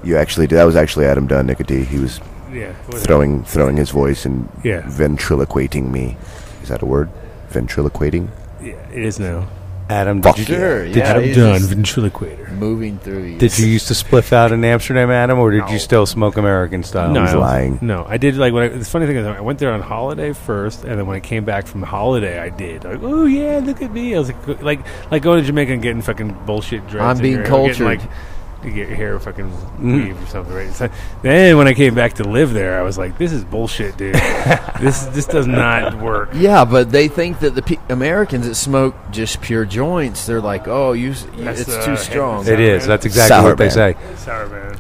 Speaker 8: You actually did. That was actually Adam Dunn, Nicotine. He was
Speaker 3: Yeah. what-
Speaker 8: throwing throwing his voice and
Speaker 3: Yeah.
Speaker 8: ventriloquating me. Is that a word? Ventriloquating?
Speaker 3: yeah. It is now.
Speaker 1: Adam,
Speaker 8: Fuck
Speaker 1: did you,
Speaker 2: Sure,
Speaker 1: did
Speaker 2: yeah.
Speaker 1: you-
Speaker 2: he's just
Speaker 3: ventriloquator.
Speaker 2: Moving through you.
Speaker 1: did you used to spliff out in Amsterdam, Adam, or did
Speaker 3: No.
Speaker 1: you still smoke American style?
Speaker 3: No,
Speaker 8: he's
Speaker 3: I was-
Speaker 8: lying.
Speaker 3: No, I did like when I, the funny thing is I went there on holiday first, and then when I came back from holiday, I did like, oh yeah, look at me. I was like, like, like going to Jamaica and getting fucking bullshit dreads.
Speaker 2: I'm
Speaker 3: in
Speaker 2: being
Speaker 3: your hair, or getting,
Speaker 2: cultured.
Speaker 3: like, you get your hair fucking
Speaker 1: Mm-hmm.
Speaker 3: weave or something, right? So then when I came back to live there, I was like, this is bullshit, dude. this this does not work.
Speaker 2: Yeah, but they think that the pe- Americans that smoke just pure joints, they're like, oh, you, s- you-
Speaker 3: That's,
Speaker 2: it's
Speaker 3: uh,
Speaker 2: too strong.
Speaker 3: hit-
Speaker 1: It is. That's exactly
Speaker 8: Sour
Speaker 1: what they
Speaker 8: band.
Speaker 1: say.
Speaker 3: Sour man.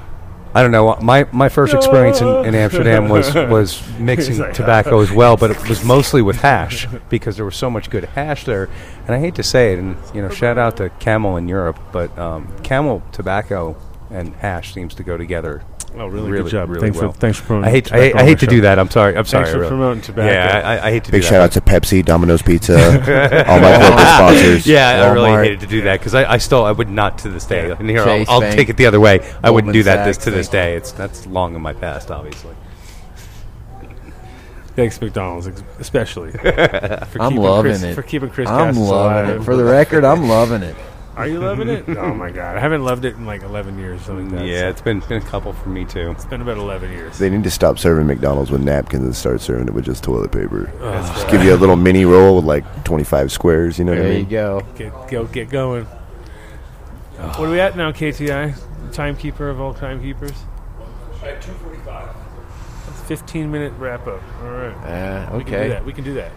Speaker 1: I don't know. My my first experience in, in Amsterdam was was mixing
Speaker 3: He's like,
Speaker 1: tobacco as well, but it was mostly with hash because there was so much good hash there. And I hate to say it, and you know, shout out to Camel in Europe, but um, Camel tobacco and hash seems to go together.
Speaker 3: Oh, really?
Speaker 1: Really,
Speaker 3: good job.
Speaker 1: really
Speaker 3: thanks
Speaker 1: well.
Speaker 3: for thanks for promoting.
Speaker 1: I hate I,
Speaker 3: tobacco
Speaker 1: hate-
Speaker 3: on
Speaker 1: I
Speaker 3: our
Speaker 1: hate to
Speaker 3: show.
Speaker 1: do that. I'm sorry. I'm sorry.
Speaker 3: Thanks for
Speaker 1: really.
Speaker 3: promoting tobacco.
Speaker 1: Yeah, I, I hate to.
Speaker 8: Big
Speaker 1: do
Speaker 8: shout
Speaker 1: that.
Speaker 8: out to Pepsi, Domino's Pizza, all my corporate sponsors.
Speaker 1: Yeah, I really
Speaker 8: Walmart.
Speaker 1: hated to do that because I, I still I would not to this day. And here
Speaker 2: Chase
Speaker 1: I'll, I'll
Speaker 2: Bank,
Speaker 1: take it the other way. I wouldn't
Speaker 2: Goldman
Speaker 1: do that this
Speaker 2: Sachs,
Speaker 1: to this
Speaker 2: thank
Speaker 1: day. It's that's long in my past, obviously.
Speaker 3: Thanks McDonald's, ex- especially. For
Speaker 2: I'm
Speaker 3: keeping
Speaker 2: loving
Speaker 3: Chris,
Speaker 2: it.
Speaker 3: for keeping Chris.
Speaker 2: I'm
Speaker 3: Cassis
Speaker 2: loving
Speaker 3: alive.
Speaker 2: it. For the record, I'm loving it.
Speaker 3: Are you loving it? oh my god, I haven't loved it in like eleven years, something like that.
Speaker 1: Mm, yeah, it's been been a couple for me too.
Speaker 3: it's been about eleven years.
Speaker 8: They need to stop serving McDonald's with napkins and start serving it with just toilet paper.
Speaker 3: That's
Speaker 8: Just give you a little mini roll with like 25 squares, you know what I
Speaker 2: There you
Speaker 8: mean?
Speaker 2: go.
Speaker 3: Get go, get going. What are we at now, KTI? Timekeeper of all timekeepers. At two forty-five. That's a fifteen-minute wrap-up. All right.
Speaker 2: Uh,
Speaker 3: We can do
Speaker 2: okay.
Speaker 3: that. We can do that.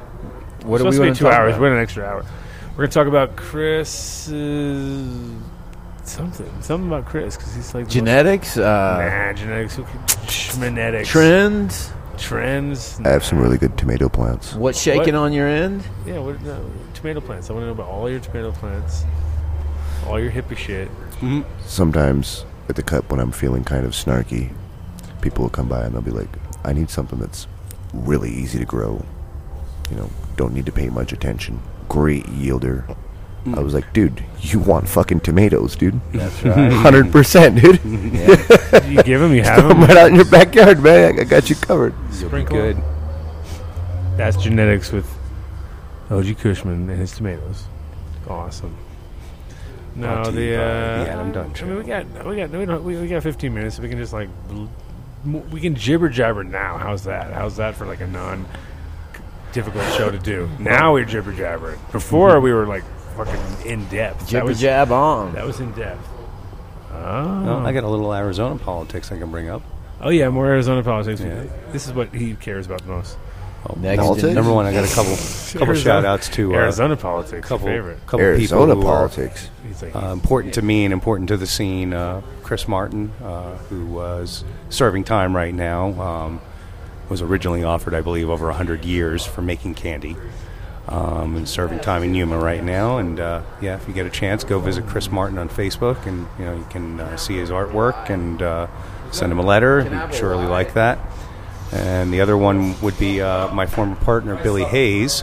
Speaker 2: What do
Speaker 3: supposed
Speaker 2: we
Speaker 3: to be
Speaker 2: want
Speaker 3: two hours. We're in an extra hour. We're gonna talk about Chris's something, something about Chris because he's like
Speaker 2: Genetics, uh,
Speaker 3: Nah, genetics. who can- Genetics.
Speaker 2: trends,
Speaker 3: Trends.
Speaker 8: I have some really good tomato plants.
Speaker 2: what's shaking on your end?
Speaker 3: Yeah, what, no, tomato plants. I want to know about all your tomato plants, all your hippie shit.
Speaker 8: Sometimes at the cup when I'm feeling kind of snarky, people will come by and they'll be like, I need something that's really easy to grow. You know, don't need to pay much attention. Great yielder.
Speaker 1: Hmm.
Speaker 8: I was like, dude, you want fucking tomatoes, dude.
Speaker 2: That's right.
Speaker 8: 100%,
Speaker 1: Hmm.
Speaker 8: dude.
Speaker 3: You give them, you have
Speaker 8: Throw 'em right
Speaker 3: them.
Speaker 8: out in your backyard, man. I got you covered.
Speaker 3: Sprinkle. That's genetics with OG Cushman and his tomatoes. Awesome. No,
Speaker 1: Brought to
Speaker 3: the
Speaker 1: you by
Speaker 3: uh,
Speaker 1: the Adam Dunn
Speaker 3: I mean, we got we got we, don't, we, we got 15 minutes. So we can just like bl- m- we can jibber jabber now. How's that? How's that for like a non difficult show to do? Now we're jibber jabbering.
Speaker 1: Mm-hmm.
Speaker 3: Before we were like fucking in depth. That
Speaker 2: Jibber
Speaker 3: was-
Speaker 2: jab on.
Speaker 3: That was in depth. Oh,
Speaker 1: Well, I got a little Arizona politics I can bring up.
Speaker 3: oh yeah, more Arizona politics.
Speaker 1: Yeah.
Speaker 3: This is what he cares about the most.
Speaker 2: Next
Speaker 8: Politics?
Speaker 2: in-
Speaker 1: Number one, I got a couple couple shout outs to uh,
Speaker 3: Arizona politics.
Speaker 1: couple
Speaker 3: favorite.
Speaker 1: couple
Speaker 8: Arizona
Speaker 1: people who are,
Speaker 8: politics.
Speaker 3: He's like,
Speaker 1: uh, important to me and important to the scene. Uh, Chris Martin, uh, who was serving time right now, um, was originally offered, I believe, over 100 years for making candy. Um, and serving time in Yuma right now, and uh, yeah, if you get a chance, go visit Chris Martin on Facebook, and you know you can uh, see his artwork and uh, send him a letter. He'd surely like that. And the other one would be uh, my former partner Billy Hayes,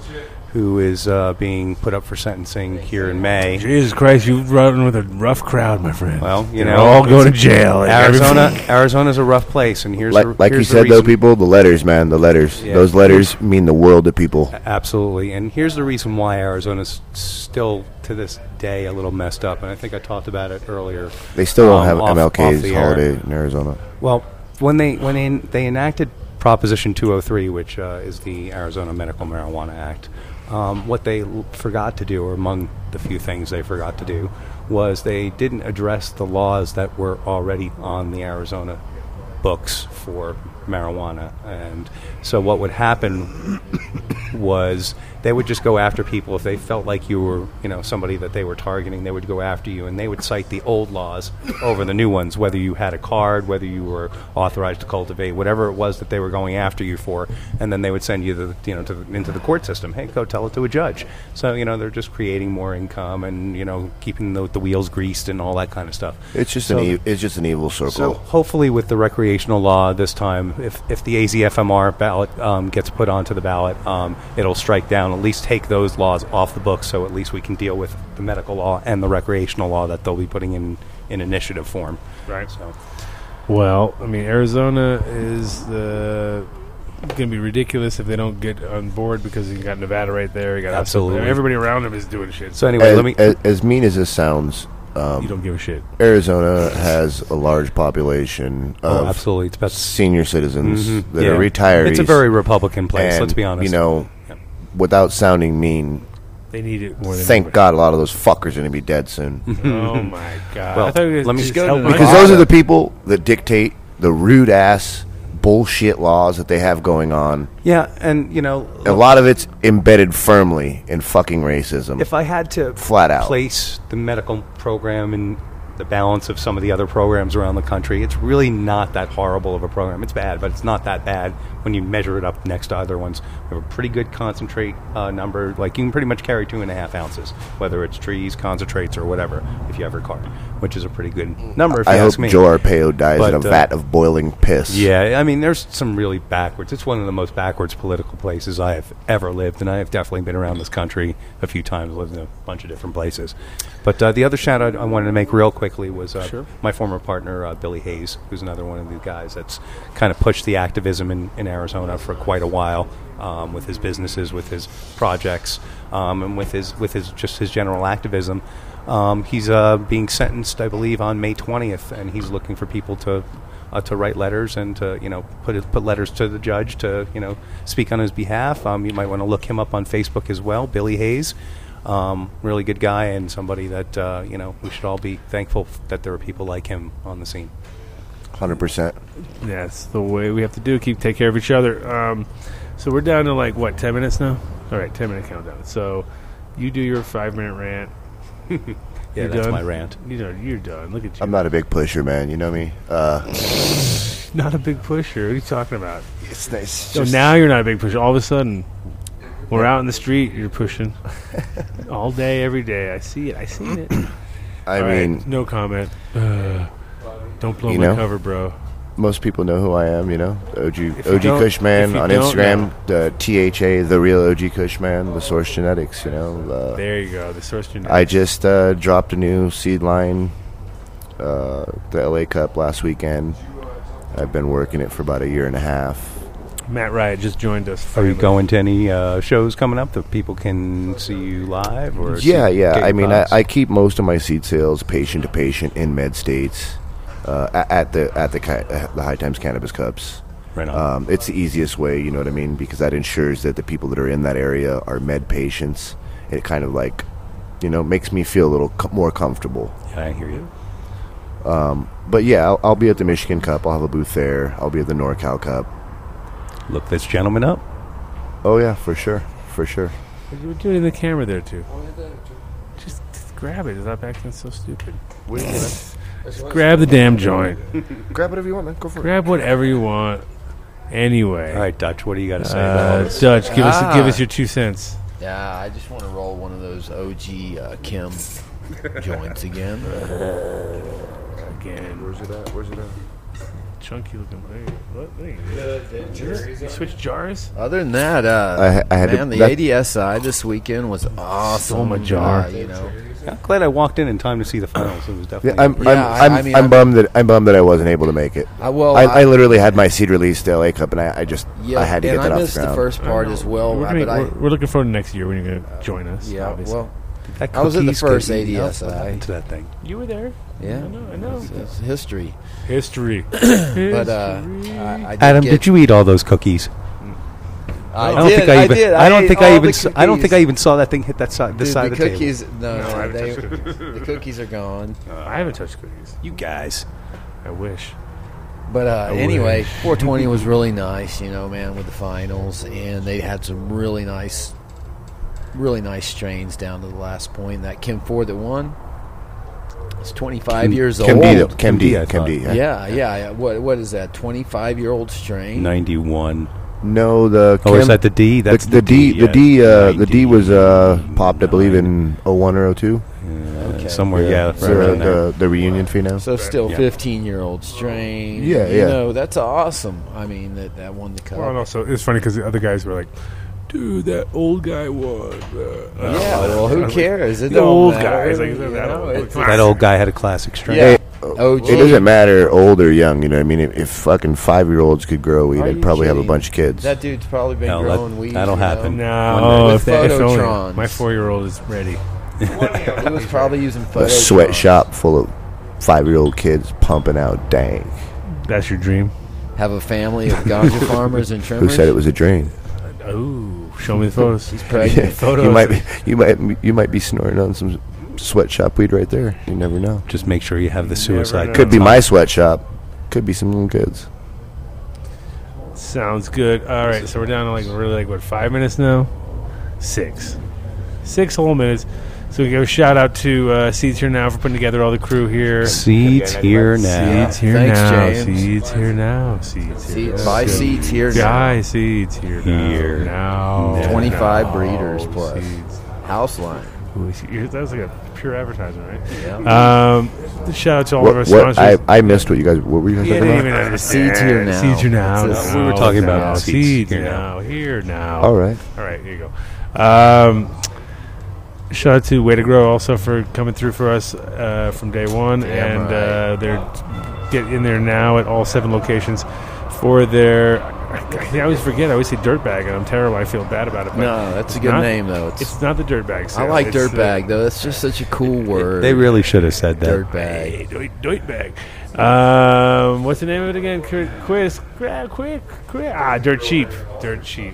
Speaker 1: who is uh, being put up for sentencing here in May.
Speaker 3: Jesus Christ, you running with a rough crowd, my friend.
Speaker 1: Well, you
Speaker 3: They're
Speaker 1: know,
Speaker 3: all going to jail.
Speaker 1: Arizona, Arizona's a rough place, and here's the,
Speaker 8: Like, like you
Speaker 1: here's the
Speaker 8: said, though,
Speaker 1: reason-
Speaker 8: people, the letters, man, the letters.
Speaker 1: Yeah.
Speaker 8: Those letters mean the world to people.
Speaker 1: absolutely. And here's the reason why Arizona's still to this day a little messed up. And I think I talked about it earlier.
Speaker 8: They still don't
Speaker 1: um,
Speaker 8: have
Speaker 1: off- off
Speaker 8: MLK's
Speaker 1: the air.
Speaker 8: holiday in Arizona.
Speaker 1: Well, when they when they, they enacted Proposition 203, which uh, is the Arizona Medical Marijuana Act, um, what they l- forgot to do, or among the few things they forgot to do, was they didn't address the laws that were already on the Arizona books for marijuana. And so what would happen was they would just go after people if they felt like you were, you know, somebody that they were targeting. They would go after you, and they would cite the old laws over the new ones, whether you had a card, whether you were authorized to cultivate, whatever it was that they were going after you for. And then they would send you, the, you know, to the, into the court system. Hey, go tell it to a judge. So you know, they're just creating more income and you know, keeping the, the wheels greased and all that kind of stuff.
Speaker 8: It's just
Speaker 1: So-
Speaker 8: an e- it's just an evil circle.
Speaker 1: so hopefully, with the recreational law this time, if, if the AZFMR ballot um, gets put onto the ballot, um, it'll strike down, at least take those laws off the books, so at least we can deal with the medical law and the recreational law that they'll be putting in in initiative form.
Speaker 3: Right.
Speaker 1: So
Speaker 3: Well, I mean, Arizona is the going to be ridiculous if they don't get on board because you got Nevada right there. You got
Speaker 1: Absolutely.
Speaker 3: everybody around them is doing shit.
Speaker 1: so anyway,
Speaker 8: as,
Speaker 1: let me.
Speaker 8: as, as mean as this sounds,
Speaker 3: you don't give a shit.
Speaker 8: Arizona has a large population
Speaker 1: oh,
Speaker 8: of
Speaker 1: absolutely, it's best.
Speaker 8: senior citizens
Speaker 1: Mhm.
Speaker 8: that
Speaker 1: Yeah.
Speaker 8: are retirees.
Speaker 1: It's a very Republican place.
Speaker 8: and,
Speaker 1: let's be honest.
Speaker 8: You know,
Speaker 1: Yeah.
Speaker 8: without sounding mean,
Speaker 3: They need it more than
Speaker 8: thank
Speaker 3: ever.
Speaker 8: God a lot of those fuckers are going to be dead soon.
Speaker 1: Mm-hmm.
Speaker 3: Oh my god!
Speaker 1: Well,
Speaker 3: I thought you guys
Speaker 1: let me-
Speaker 3: just
Speaker 1: Just go
Speaker 3: help
Speaker 9: to
Speaker 3: my-
Speaker 8: Because those are the people that dictate the rude ass bullshit laws that they have going on.
Speaker 1: yeah, and you know,
Speaker 8: A lot of it's embedded firmly in fucking racism.
Speaker 1: if I had to
Speaker 8: Flat out.
Speaker 1: place the medical program in the balance of some of the other programs around the country, it's really not that horrible of a program. It's bad, but it's not that bad when you measure it up next to other ones. We have a pretty good concentrate uh, number. Like you can pretty much carry two and a half ounces, whether it's trees, concentrates, or whatever, if you have your card, which is a pretty good number. If
Speaker 8: I
Speaker 1: you
Speaker 8: hope
Speaker 1: ask me.
Speaker 8: Joe Arpaio dies
Speaker 1: But,
Speaker 8: in a
Speaker 1: uh,
Speaker 8: vat of boiling piss.
Speaker 1: Yeah, I mean, there's some really backwards. It's one of the most backwards political places I have ever lived, and I have definitely been around this country a few times, lived in a bunch of different places. But uh, the other shout out I wanted to make real quickly was uh, my former partner, uh, Billy Hayes, who's another one of the guys that's kind of pushed the activism in, in Arizona for quite a while um, with his businesses, with his projects, um, and with his, with his just his general activism. Um, he's uh, being sentenced, I believe, on May 20th, and he's looking for people to uh, to write letters and to you know put it, put letters to the judge to you know speak on his behalf. Um, you might want to look him up on Facebook as well, Billy Hayes. Um, really good guy and somebody that uh, you know we should all be thankful that there are people like him on the scene.
Speaker 8: hundred percent.
Speaker 3: That's the way we have to do. Keep take care of each other. Um, so we're down to like what ten minutes now. All right, ten minute countdown. So you do your five minute rant.
Speaker 1: Yeah,
Speaker 3: You're
Speaker 1: that's
Speaker 3: done.
Speaker 1: my rant.
Speaker 3: You know, you're done. Look at you.
Speaker 8: I'm not a big pusher, man. You know me. Uh,
Speaker 3: Not a big pusher. What are you talking about?
Speaker 8: it's nice.
Speaker 3: So now you're not a big pusher. All of a sudden, we're out in the street. You're pushing all day, every day. I see it. I see it.
Speaker 8: I
Speaker 3: All right,
Speaker 8: mean,
Speaker 3: no comment. Uh, don't blow
Speaker 8: You
Speaker 3: my
Speaker 8: know?
Speaker 3: cover, bro.
Speaker 8: most people know who I am. You know, OG
Speaker 3: you
Speaker 8: OG
Speaker 3: don't- if
Speaker 8: Cushman
Speaker 3: you
Speaker 8: on
Speaker 3: don't
Speaker 8: Instagram. The THA, the real OG Cushman, the Source Genetics. You know, uh,
Speaker 3: There you go. The source genetic.
Speaker 8: I just uh, dropped a new seed line, uh, the LA Cup last weekend. I've been working it for about a year and a half.
Speaker 3: Matt Riot just joined us.
Speaker 1: Are you
Speaker 3: finally.
Speaker 1: going to any uh, shows coming up that people can see you live? Or see-
Speaker 8: yeah, yeah.
Speaker 1: get
Speaker 8: I
Speaker 1: your
Speaker 8: mean, I,
Speaker 1: thoughts?
Speaker 8: I keep most of my seed sales patient to patient in med states uh, a- at the at the ca- uh, the High Times Cannabis Cups.
Speaker 1: right on.
Speaker 8: Um, it's the easiest way, you know what I mean, because that ensures that the people that are in that area are med patients. It kind of like, you know, makes me feel a little co- more comfortable.
Speaker 1: yeah, I hear you.
Speaker 8: But yeah, I'll, I'll be at the Michigan Cup. I'll have a booth there. I'll be at the NorCal Cup.
Speaker 1: Look this gentleman up.
Speaker 8: Oh yeah, for sure, for sure.
Speaker 3: You were doing it in the camera there too. Just, just grab it. Is that acting so stupid? Grab the damn joint.
Speaker 8: Grab whatever you want, man. Go for
Speaker 3: Grab whatever you want. Anyway,
Speaker 1: All right, Dutch, what do you got to say about all
Speaker 3: uh,
Speaker 1: this?
Speaker 3: Dutch, give us give
Speaker 2: Ah.
Speaker 3: us your two cents.
Speaker 2: Yeah, I just want to roll one of those OG uh, Kim joints again.
Speaker 3: Again,
Speaker 8: Where's it at? Where's it at?
Speaker 3: chunky looking. Hey, what? Hey, you switch jars?
Speaker 2: Other than that, uh,
Speaker 8: I- I had to-
Speaker 2: man,
Speaker 8: that-
Speaker 2: the ADSI this weekend was awesome.
Speaker 3: my jar.
Speaker 2: uh, you know,
Speaker 1: I'm glad I walked in in time to see the finals. It was
Speaker 8: Yeah,
Speaker 1: definitely
Speaker 8: I'm,
Speaker 2: Yeah, I-
Speaker 8: I'm, I'm,
Speaker 2: I mean,
Speaker 8: I'm
Speaker 2: I-
Speaker 8: bummed that I'm bummed that I wasn't able to make it.
Speaker 2: I, well,
Speaker 8: I,
Speaker 2: Oh, I-
Speaker 8: I literally had my seed released to LA Cup, and I, I just
Speaker 2: yeah,
Speaker 8: I had to
Speaker 2: and
Speaker 8: get that
Speaker 2: I
Speaker 8: off
Speaker 2: missed
Speaker 8: the ground.
Speaker 2: first part as well.
Speaker 3: We're,
Speaker 2: uh,
Speaker 3: gonna-
Speaker 2: but I, Uh,
Speaker 3: we're- we're looking forward to next year when you're gonna join us.
Speaker 2: yeah,
Speaker 3: obviously.
Speaker 2: well,
Speaker 1: That
Speaker 2: I was at the
Speaker 1: cookies
Speaker 2: first
Speaker 1: could- no,
Speaker 2: ADSI.
Speaker 1: To that thing.
Speaker 3: you were there.
Speaker 2: yeah,
Speaker 3: I know. I know.
Speaker 2: it's, it's history.
Speaker 3: History.
Speaker 2: But uh, I, I did
Speaker 1: Adam,
Speaker 2: get-
Speaker 1: did you eat all those cookies?
Speaker 2: I,
Speaker 1: don't
Speaker 2: did,
Speaker 1: think I even.
Speaker 2: did.
Speaker 1: I, don't
Speaker 2: ate
Speaker 1: think
Speaker 2: all
Speaker 1: I
Speaker 2: the
Speaker 1: even. s- I don't
Speaker 2: cookies.
Speaker 1: think I even saw that thing hit that side. This
Speaker 2: Dude,
Speaker 1: side
Speaker 2: the
Speaker 1: of the table.
Speaker 2: cookies. No,
Speaker 3: No,
Speaker 2: no,
Speaker 3: I haven't
Speaker 2: they,
Speaker 3: touched
Speaker 2: the cookies are gone.
Speaker 3: I haven't touched cookies.
Speaker 1: You guys.
Speaker 3: I wish.
Speaker 2: But uh,
Speaker 4: wish.
Speaker 2: anyway, 420 was really nice, you know, man, with the finals, and they had some really nice, really nice strains down to the last point. That Kim Ford that won is 25 years
Speaker 8: Chem
Speaker 2: old.
Speaker 8: D, though. Chem D.
Speaker 1: Chem D, I
Speaker 8: Chem D.
Speaker 2: yeah, yeah, yeah. What what is that? 25 year old strain.
Speaker 9: 91.
Speaker 8: No, the
Speaker 1: Oh, is
Speaker 8: Chem-
Speaker 1: that the D? That's
Speaker 8: the, the D. The
Speaker 9: yeah.
Speaker 8: D. Uh, the
Speaker 9: 90,
Speaker 8: D was uh, popped, I believe, in 01 or 02.
Speaker 2: Okay.
Speaker 1: somewhere. Yeah, right
Speaker 8: So
Speaker 1: around there.
Speaker 8: the, the reunion fee now.
Speaker 2: So still
Speaker 1: Yeah.
Speaker 2: 15 year old strain.
Speaker 8: Yeah,
Speaker 2: you
Speaker 8: yeah.
Speaker 2: know that's awesome. I mean that that won the cup.
Speaker 3: Well, and also it's funny because the other guys were like, "Dude, that old guy won." Uh,
Speaker 2: yeah, well, who cares? It
Speaker 3: The
Speaker 2: don't
Speaker 3: old
Speaker 2: matter,
Speaker 3: guy is like,
Speaker 2: you
Speaker 3: "Is that
Speaker 2: know,
Speaker 3: old?"
Speaker 2: it's- Oh,
Speaker 1: that old guy had a classic strain.
Speaker 2: yeah.
Speaker 8: It
Speaker 2: OG.
Speaker 8: doesn't matter old or young, you know. what I mean, if, if fucking five year olds could grow weed,
Speaker 2: Are you
Speaker 8: I'd probably have a
Speaker 2: kidding?
Speaker 8: of kids.
Speaker 2: That dude's probably been
Speaker 1: No,
Speaker 2: growing
Speaker 1: that-
Speaker 2: weed.
Speaker 1: that'll
Speaker 2: you know?
Speaker 1: happen.
Speaker 3: no,
Speaker 1: One
Speaker 3: if,
Speaker 2: day.
Speaker 3: that, if
Speaker 2: With
Speaker 3: only
Speaker 2: phototrons.
Speaker 3: my four-year-old is ready.
Speaker 2: He was probably using
Speaker 8: a
Speaker 2: photos.
Speaker 8: sweatshop full of five year old kids pumping out dank.
Speaker 3: That's your dream.
Speaker 2: Have a family of ganja farmers and
Speaker 8: Who
Speaker 2: trimmers.
Speaker 8: said it was a dream?
Speaker 3: Oh, show me the photos.
Speaker 2: He's pregnant.
Speaker 3: Photos.
Speaker 8: You might be, you might, you might be snorting on some sweatshop weed right there. You never know.
Speaker 1: Just make sure you have the
Speaker 3: You never
Speaker 1: suicide.
Speaker 3: know.
Speaker 8: Could be my sweatshop. Could be some little kids.
Speaker 3: Sounds good. All right, so we're down to like really like what five minutes now, six, six whole minutes. So we go shout out to uh, Seeds Here Now for putting together all the crew here.
Speaker 1: Seeds here now.
Speaker 3: Seeds here
Speaker 2: Thanks,
Speaker 3: now.
Speaker 2: James.
Speaker 3: Seeds here now. Seeds here.
Speaker 2: Seats,
Speaker 3: now.
Speaker 2: buy seats here now.
Speaker 3: Guy seeds here
Speaker 1: Here.
Speaker 3: now. now.
Speaker 2: 25 breeders plus.
Speaker 3: Seeds.
Speaker 2: House line.
Speaker 3: Holy shit, That was like a pure advertisement, right?
Speaker 2: Yeah.
Speaker 3: Um, shout out to all
Speaker 8: What,
Speaker 3: of our
Speaker 8: what
Speaker 3: sponsors.
Speaker 8: I, I missed what you guys. What were you guys
Speaker 3: Yeah, I
Speaker 8: talking
Speaker 3: didn't
Speaker 8: about?
Speaker 3: even understand.
Speaker 2: Seeds here now.
Speaker 3: Seeds here now.
Speaker 2: It's a-
Speaker 3: now,
Speaker 1: We were talking about
Speaker 3: now.
Speaker 1: seeds
Speaker 3: seeds
Speaker 1: here
Speaker 3: now. Here now.
Speaker 8: All right.
Speaker 3: All right, here you go. Um, shout out to Way to Grow also for coming through for us uh, from day one,
Speaker 2: Damn right.
Speaker 3: and uh, they're get in there now at all seven locations for their. I, I always forget. I always say dirtbag, and I'm terrible. I feel bad about it. But
Speaker 2: No, that's a good
Speaker 3: not-
Speaker 2: name though. It's,
Speaker 3: It's not the dirtbag.
Speaker 2: I
Speaker 3: sale.
Speaker 2: like
Speaker 3: It's uh, the-
Speaker 2: dirtbag though. That's just such a cool word.
Speaker 1: They really should have said that.
Speaker 2: dirtbag.
Speaker 3: Hey, doit, doitbag. Um, what's the name of it again? Quick, quiz, quick, quick, quick. Ah, dirt cheap, dirt cheap.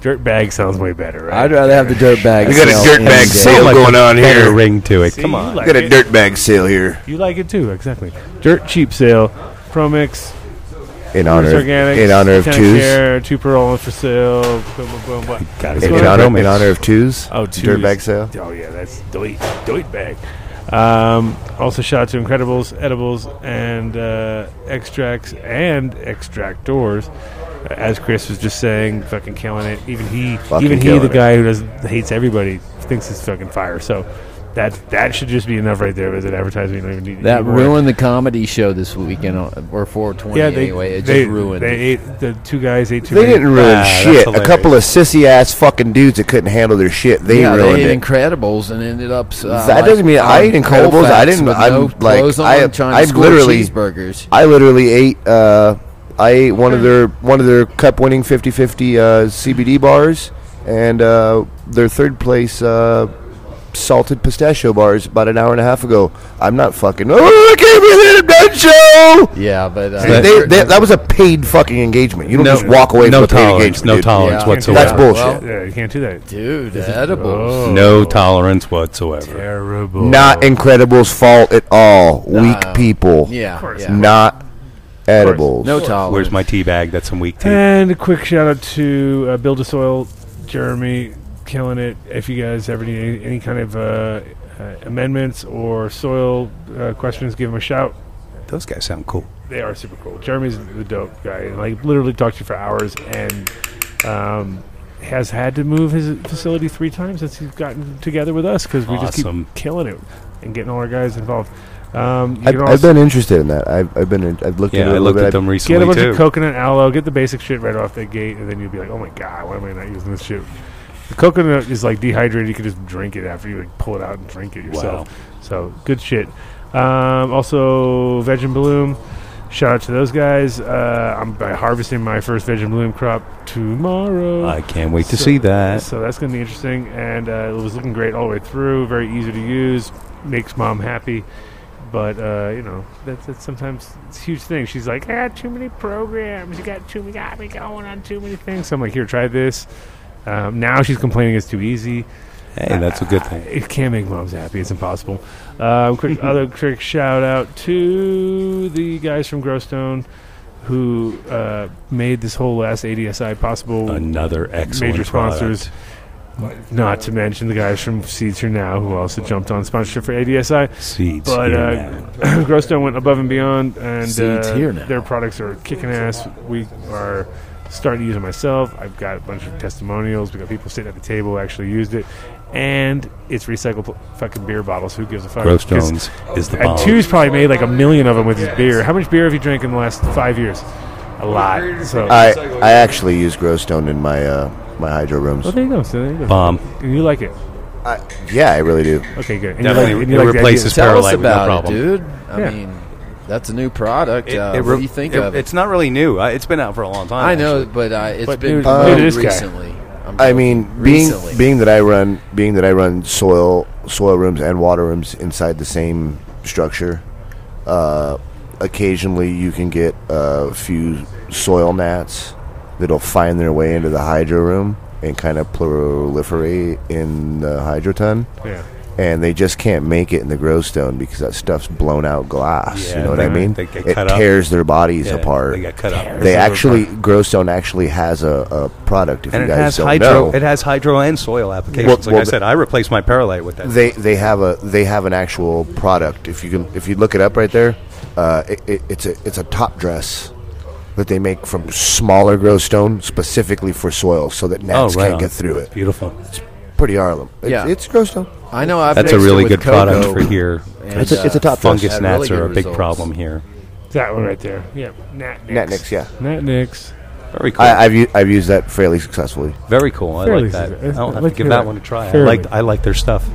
Speaker 3: Dirtbag sounds way better, right?
Speaker 2: I'd rather have the dirtbag.
Speaker 8: We got a
Speaker 2: smell
Speaker 8: dirtbag
Speaker 2: any day.
Speaker 8: sale. Still going on
Speaker 1: better
Speaker 8: here.
Speaker 1: ring to it.
Speaker 3: See,
Speaker 1: Come
Speaker 3: you
Speaker 1: on.
Speaker 3: like
Speaker 8: Got a
Speaker 3: it.
Speaker 8: dirt bag sale here
Speaker 3: You like it too, exactly. Dirt cheap sale, Promix,
Speaker 8: in
Speaker 3: Honor,
Speaker 8: honor
Speaker 3: Organics,
Speaker 8: in honor of twos.
Speaker 3: Care, two per all for sale. Boom, boom, boom, boom.
Speaker 1: Gotta
Speaker 3: It's
Speaker 1: go
Speaker 8: In
Speaker 1: to
Speaker 3: going
Speaker 8: honor,
Speaker 1: Promex.
Speaker 8: in honor of twos.
Speaker 3: Oh,
Speaker 8: dirt bag sale.
Speaker 3: Oh yeah, that's doit, doit bag. Um, also, shout out to Incredibles, Edibles, and uh, Extracts and Extractors. Uh, As Chris was just saying, fucking killing it. Even he,
Speaker 8: Fucking
Speaker 3: even he,
Speaker 8: killing
Speaker 3: the
Speaker 8: it.
Speaker 3: guy who does hates everybody, thinks it's fucking fire. So that that should just be enough right there as an advertisement. You don't even need
Speaker 2: That
Speaker 3: anymore.
Speaker 2: ruined the comedy show this weekend, uh, or 420
Speaker 3: Yeah, they,
Speaker 2: anyway. It
Speaker 3: they,
Speaker 2: just ruined
Speaker 3: They
Speaker 2: it.
Speaker 3: ate the two guys ate too
Speaker 8: They
Speaker 3: many.
Speaker 8: didn't ruin
Speaker 1: that's
Speaker 3: Ah,
Speaker 8: shit. A
Speaker 1: hilarious.
Speaker 8: couple of sissy ass fucking dudes that couldn't handle their shit. They
Speaker 2: yeah,
Speaker 8: ruined
Speaker 2: they ate
Speaker 8: it.
Speaker 2: Incredibles and ended up. Uh,
Speaker 8: That doesn't mean I
Speaker 2: on
Speaker 8: ate Incredibles. I
Speaker 2: Colfax
Speaker 8: didn't-
Speaker 2: with
Speaker 8: I'm,
Speaker 2: no
Speaker 8: like,
Speaker 2: clothes on,
Speaker 8: I-
Speaker 2: trying to
Speaker 8: I'm
Speaker 2: score
Speaker 8: literally-
Speaker 2: cheeseburgers.
Speaker 8: I literally ate. Uh, I ate one
Speaker 2: Hmm.
Speaker 8: of their one of their cup winning 50-50 uh, CBD bars and uh, their third place uh, salted pistachio bars about an hour and a half ago. I'm not fucking. Oh, I can't believe I'm done show.
Speaker 2: Yeah, but uh,
Speaker 8: They, they, that was a paid fucking engagement. You don't just walk away
Speaker 1: no
Speaker 8: from a paid
Speaker 1: tolerance,
Speaker 8: engagement.
Speaker 1: no
Speaker 8: dude.
Speaker 1: tolerance
Speaker 2: Yeah.
Speaker 1: whatsoever.
Speaker 8: That's bullshit.
Speaker 2: Well,
Speaker 3: Yeah, you can't do that.
Speaker 2: dude, edibles.
Speaker 3: Oh.
Speaker 1: No tolerance whatsoever.
Speaker 3: Terrible.
Speaker 8: Not Incredible's fault at all. Weak people.
Speaker 2: Yeah,
Speaker 3: course.
Speaker 2: yeah.
Speaker 8: Not edibles.
Speaker 2: no tolerance.
Speaker 1: Where's my tea bag? That's some weak
Speaker 2: Eh.
Speaker 1: tea.
Speaker 3: And a quick shout out to uh, Build a Soil, Jeremy, killing it. If you guys ever need any, any kind of uh, uh, amendments or soil uh, questions, give him a shout.
Speaker 1: Those guys sound cool.
Speaker 3: They are super cool. Jeremy's the dope guy, and like literally talked to you for hours, and um, has had to move his facility three times since he's gotten together with us because we just
Speaker 1: Awesome.
Speaker 3: keep killing it and getting all our guys involved. Um, you
Speaker 8: I've,
Speaker 3: can
Speaker 8: I've
Speaker 3: also-
Speaker 8: been interested in that. I've, I've been. In, I've looked
Speaker 1: Yeah,
Speaker 8: into it
Speaker 1: I
Speaker 8: a
Speaker 1: looked
Speaker 8: little
Speaker 1: at
Speaker 8: bit.
Speaker 1: them
Speaker 3: Get a
Speaker 1: recently
Speaker 3: bunch
Speaker 1: too.
Speaker 3: of coconut aloe. Get the basic shit right off the gate, and then you'll be like, "Oh my god, why am I not using this shit?" The coconut is like dehydrated. You can just drink it after you like, pull it out and drink it yourself. So good shit. Um, also, Veg and Bloom. Shout out to those guys. Uh, I'm by harvesting my first Veg and Bloom crop tomorrow.
Speaker 1: I can't wait to
Speaker 3: So-
Speaker 1: see that.
Speaker 3: So that's going to be interesting, and uh, it was looking great all the way through. Very easy to use, makes mom happy. But uh, you know, that's, that's sometimes it's a huge thing. She's like, "Ah, too many programs. You got too many. Got me going on too many things." So I'm like, "Here, try this." Um, now she's complaining it's too easy.
Speaker 1: Hey, that's a good thing.
Speaker 3: It can't make moms happy. It's impossible. Um, quick, other quick shout out to the guys from Growstone. who uh, made this whole last ADSI possible.
Speaker 1: Oh,
Speaker 9: Another excellent
Speaker 3: uh, major sponsors.
Speaker 9: product.
Speaker 3: Not to mention the guys from Seeds Here Now, who also jumped on sponsorship for ADSI.
Speaker 9: Seeds.
Speaker 3: But
Speaker 9: here
Speaker 3: uh,
Speaker 9: now.
Speaker 3: Grossstone went above and beyond, and
Speaker 2: Seeds
Speaker 3: uh,
Speaker 2: here now.
Speaker 3: their products are kicking ass. We are starting to use it myself. I've got a bunch of testimonials. We got people sitting at the table who actually used it, and it's recycled pl- fucking beer bottles. Who gives a fuck?
Speaker 9: Gross
Speaker 3: 'Cause-
Speaker 9: Jones is the
Speaker 3: And
Speaker 9: bomb.
Speaker 3: Two's probably made like a million of them with his beer. How much beer have you drank in the last five years? A lot. So.
Speaker 8: I I actually use Growstone in my uh, my hydro rooms.
Speaker 3: well, there you go. So there you go.
Speaker 9: bomb.
Speaker 3: And you like it?
Speaker 8: I, yeah, I really do.
Speaker 3: Okay, good. And you
Speaker 1: Definitely
Speaker 3: like, and
Speaker 1: it
Speaker 3: you like the idea-
Speaker 1: replaces
Speaker 2: Tell us
Speaker 1: Paralight with no
Speaker 2: about it,
Speaker 1: problem.
Speaker 2: dude. I
Speaker 3: Yeah.
Speaker 2: mean, that's a new product. uh,
Speaker 1: It- it
Speaker 2: what
Speaker 1: re-
Speaker 2: do you think
Speaker 1: it-
Speaker 2: of it?
Speaker 1: It's not really new. Uh, It's been out for a long time.
Speaker 2: I know,
Speaker 1: actually.
Speaker 2: but uh, it's
Speaker 3: But
Speaker 2: been
Speaker 3: dude, look at
Speaker 2: promoted
Speaker 3: this guy.
Speaker 2: recently. I'm
Speaker 8: I
Speaker 2: joking.
Speaker 8: mean, being
Speaker 2: recently.
Speaker 8: being that I run being that I run soil soil rooms and water rooms inside the same structure, uh, occasionally you can get uh, a few soil gnats that'll find their way into the hydro room and kind of proliferate in the hydro ton,
Speaker 3: Yeah.
Speaker 8: and they just can't make it in the grow stone because that stuff's blown out glass.
Speaker 9: Yeah,
Speaker 8: you know what I
Speaker 9: they-
Speaker 8: mean?
Speaker 9: they get
Speaker 8: it
Speaker 9: cut up.
Speaker 8: tears their bodies
Speaker 9: Yeah,
Speaker 8: apart.
Speaker 9: They got cut up.
Speaker 8: They actually, Growstone actually has a, a product. If
Speaker 1: and
Speaker 8: you
Speaker 1: it
Speaker 8: guys
Speaker 1: has
Speaker 8: don't
Speaker 1: hydro.
Speaker 8: know,
Speaker 1: It has hydro and soil applications.
Speaker 8: Well-
Speaker 1: like
Speaker 8: well,
Speaker 1: I said, I replaced my Paralight with that.
Speaker 8: they they have a they have an actual product. If you can if you look it up right there, uh, it, it, it's a it's a top dress that they make from smaller grow stone specifically for soil, so
Speaker 9: Oh,
Speaker 8: that
Speaker 1: Oh,
Speaker 8: gnats can't
Speaker 9: on.
Speaker 8: get through it.
Speaker 9: Beautiful.
Speaker 8: Pretty Harlem. It's,
Speaker 2: Yeah.
Speaker 8: it's grow stone.
Speaker 2: I know I've
Speaker 1: That's a
Speaker 2: mixed it
Speaker 1: really
Speaker 2: with
Speaker 1: good product
Speaker 2: cocoa,
Speaker 1: for here.
Speaker 2: and,
Speaker 8: It's a, it's a top
Speaker 9: Fungus
Speaker 8: dress.
Speaker 2: had really
Speaker 9: gnats
Speaker 2: good
Speaker 9: are a big
Speaker 2: results.
Speaker 9: problem here.
Speaker 3: That one right there. Yeah. Nat Nix.
Speaker 8: Nat Nix, yeah.
Speaker 3: Nat Nix.
Speaker 1: Very cool.
Speaker 8: I, I've u- I've used that fairly successfully.
Speaker 1: Very cool. I
Speaker 3: Fairly
Speaker 1: like that.
Speaker 3: successful.
Speaker 1: I'll have
Speaker 3: Let's
Speaker 1: to give
Speaker 3: hear
Speaker 1: that
Speaker 3: it.
Speaker 1: one a try. I
Speaker 3: Fairly.
Speaker 1: like I like their stuff.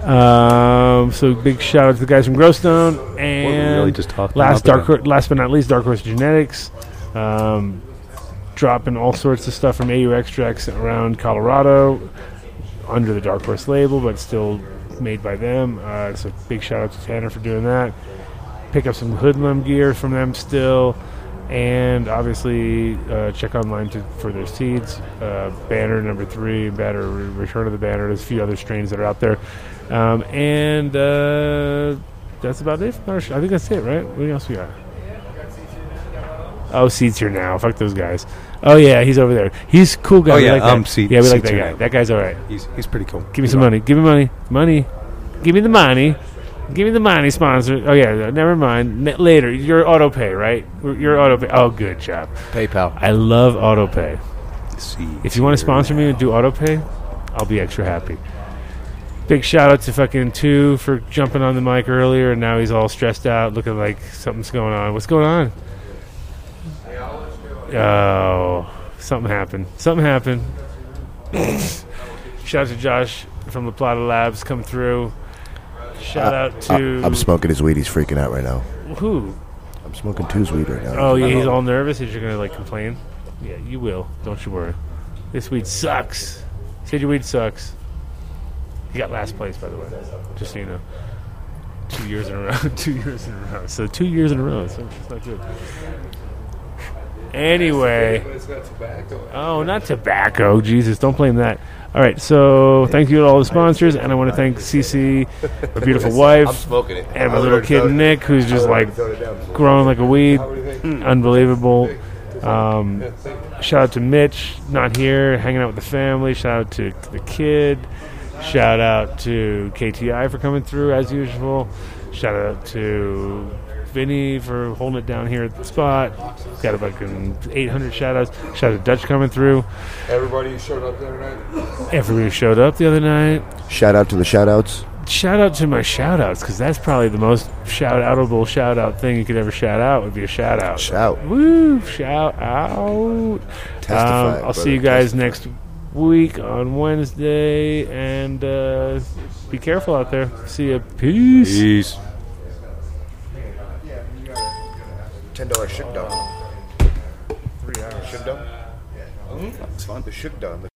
Speaker 3: Um, so big shout out to the guys from Growstone and
Speaker 1: really just talking
Speaker 3: last
Speaker 1: about
Speaker 3: dark, Hor- last but not least, Dark Horse Genetics, um, dropping all sorts of stuff from AU extracts around Colorado under the Dark Horse label, but still made by them. Uh, so big shout out to Tanner for doing that. Pick up some Hoodlum gear from them still. And obviously, uh, check online to, for their seeds. Uh, banner number three, Banner Return of the Banner. There's a few other strains that are out there. Um, and uh, that's about it. for our sh- I think that's it, right? What else we got? Oh, Seed's here now. Fuck those guys. Oh, yeah, he's over there. He's a cool guy.
Speaker 1: Oh,
Speaker 3: We
Speaker 1: yeah,
Speaker 3: like that.
Speaker 1: um, Seed-
Speaker 3: yeah, we
Speaker 1: Seed's
Speaker 3: like that
Speaker 1: here
Speaker 3: guy.
Speaker 1: now.
Speaker 3: That guy's all right.
Speaker 1: He's, he's pretty cool.
Speaker 3: Give me some money. Give me money. Money. Give me the money. Give me the money, sponsor. Oh yeah, never mind. N- later, your auto pay, right? Your auto pay. Oh, good job.
Speaker 2: PayPal.
Speaker 3: I love auto pay.
Speaker 9: Seeds
Speaker 3: If you want
Speaker 9: here
Speaker 3: to sponsor me and do auto pay, I'll be extra happy. Big shout out to fucking two for jumping on the mic earlier, and now he's all stressed out, looking like something's going on. What's going on? Oh, something happened. Something happened. shout out to Josh from La Plata Labs, come through. Shout out
Speaker 8: Uh, I,
Speaker 3: to
Speaker 8: I'm smoking his weed. He's freaking out right now.
Speaker 3: who?
Speaker 8: I'm smoking two's weed right now.
Speaker 3: Oh yeah, he's all nervous. Is you're gonna like complain? Yeah, you will. Don't you worry. This weed sucks. Said your weed sucks. You got last place, by the way. Just so you know. Two years in a row. two years in a row. So two years in a row. So it's not good. Anyway.
Speaker 6: It's got tobacco.
Speaker 3: Oh, not tobacco. Jesus, don't blame that. All right, so thank you to all the sponsors, and I want to thank CC, my beautiful wife,
Speaker 8: smoking it.
Speaker 3: and my little kid Nick, who's just like growing like a weed. Mm. Unbelievable. Um, shout out to Mitch, not here, hanging out with the family. Shout out to the kid. Shout out to KTI for coming through as usual. Shout out to Vinny for holding it down here at the spot. Got a fucking 800 shout outs. Shout out to Dutch coming through.
Speaker 6: Everybody who showed up the other night.
Speaker 3: Everybody who showed up the other night.
Speaker 8: Shout out to the shout outs.
Speaker 3: Shout out to my shout outs because that's probably the most shout outable shout out thing you could ever shout out would be a shout out.
Speaker 8: Shout.
Speaker 3: Woo! Shout out.
Speaker 8: Testify,
Speaker 3: Um, I'll
Speaker 8: brother,
Speaker 3: see you guys next week on Wednesday, and uh, be careful out there. See ya. Peace.
Speaker 9: Peace.
Speaker 8: Ten dollar shit dog. Three hours. Shit dog. It's fun. The shit dog.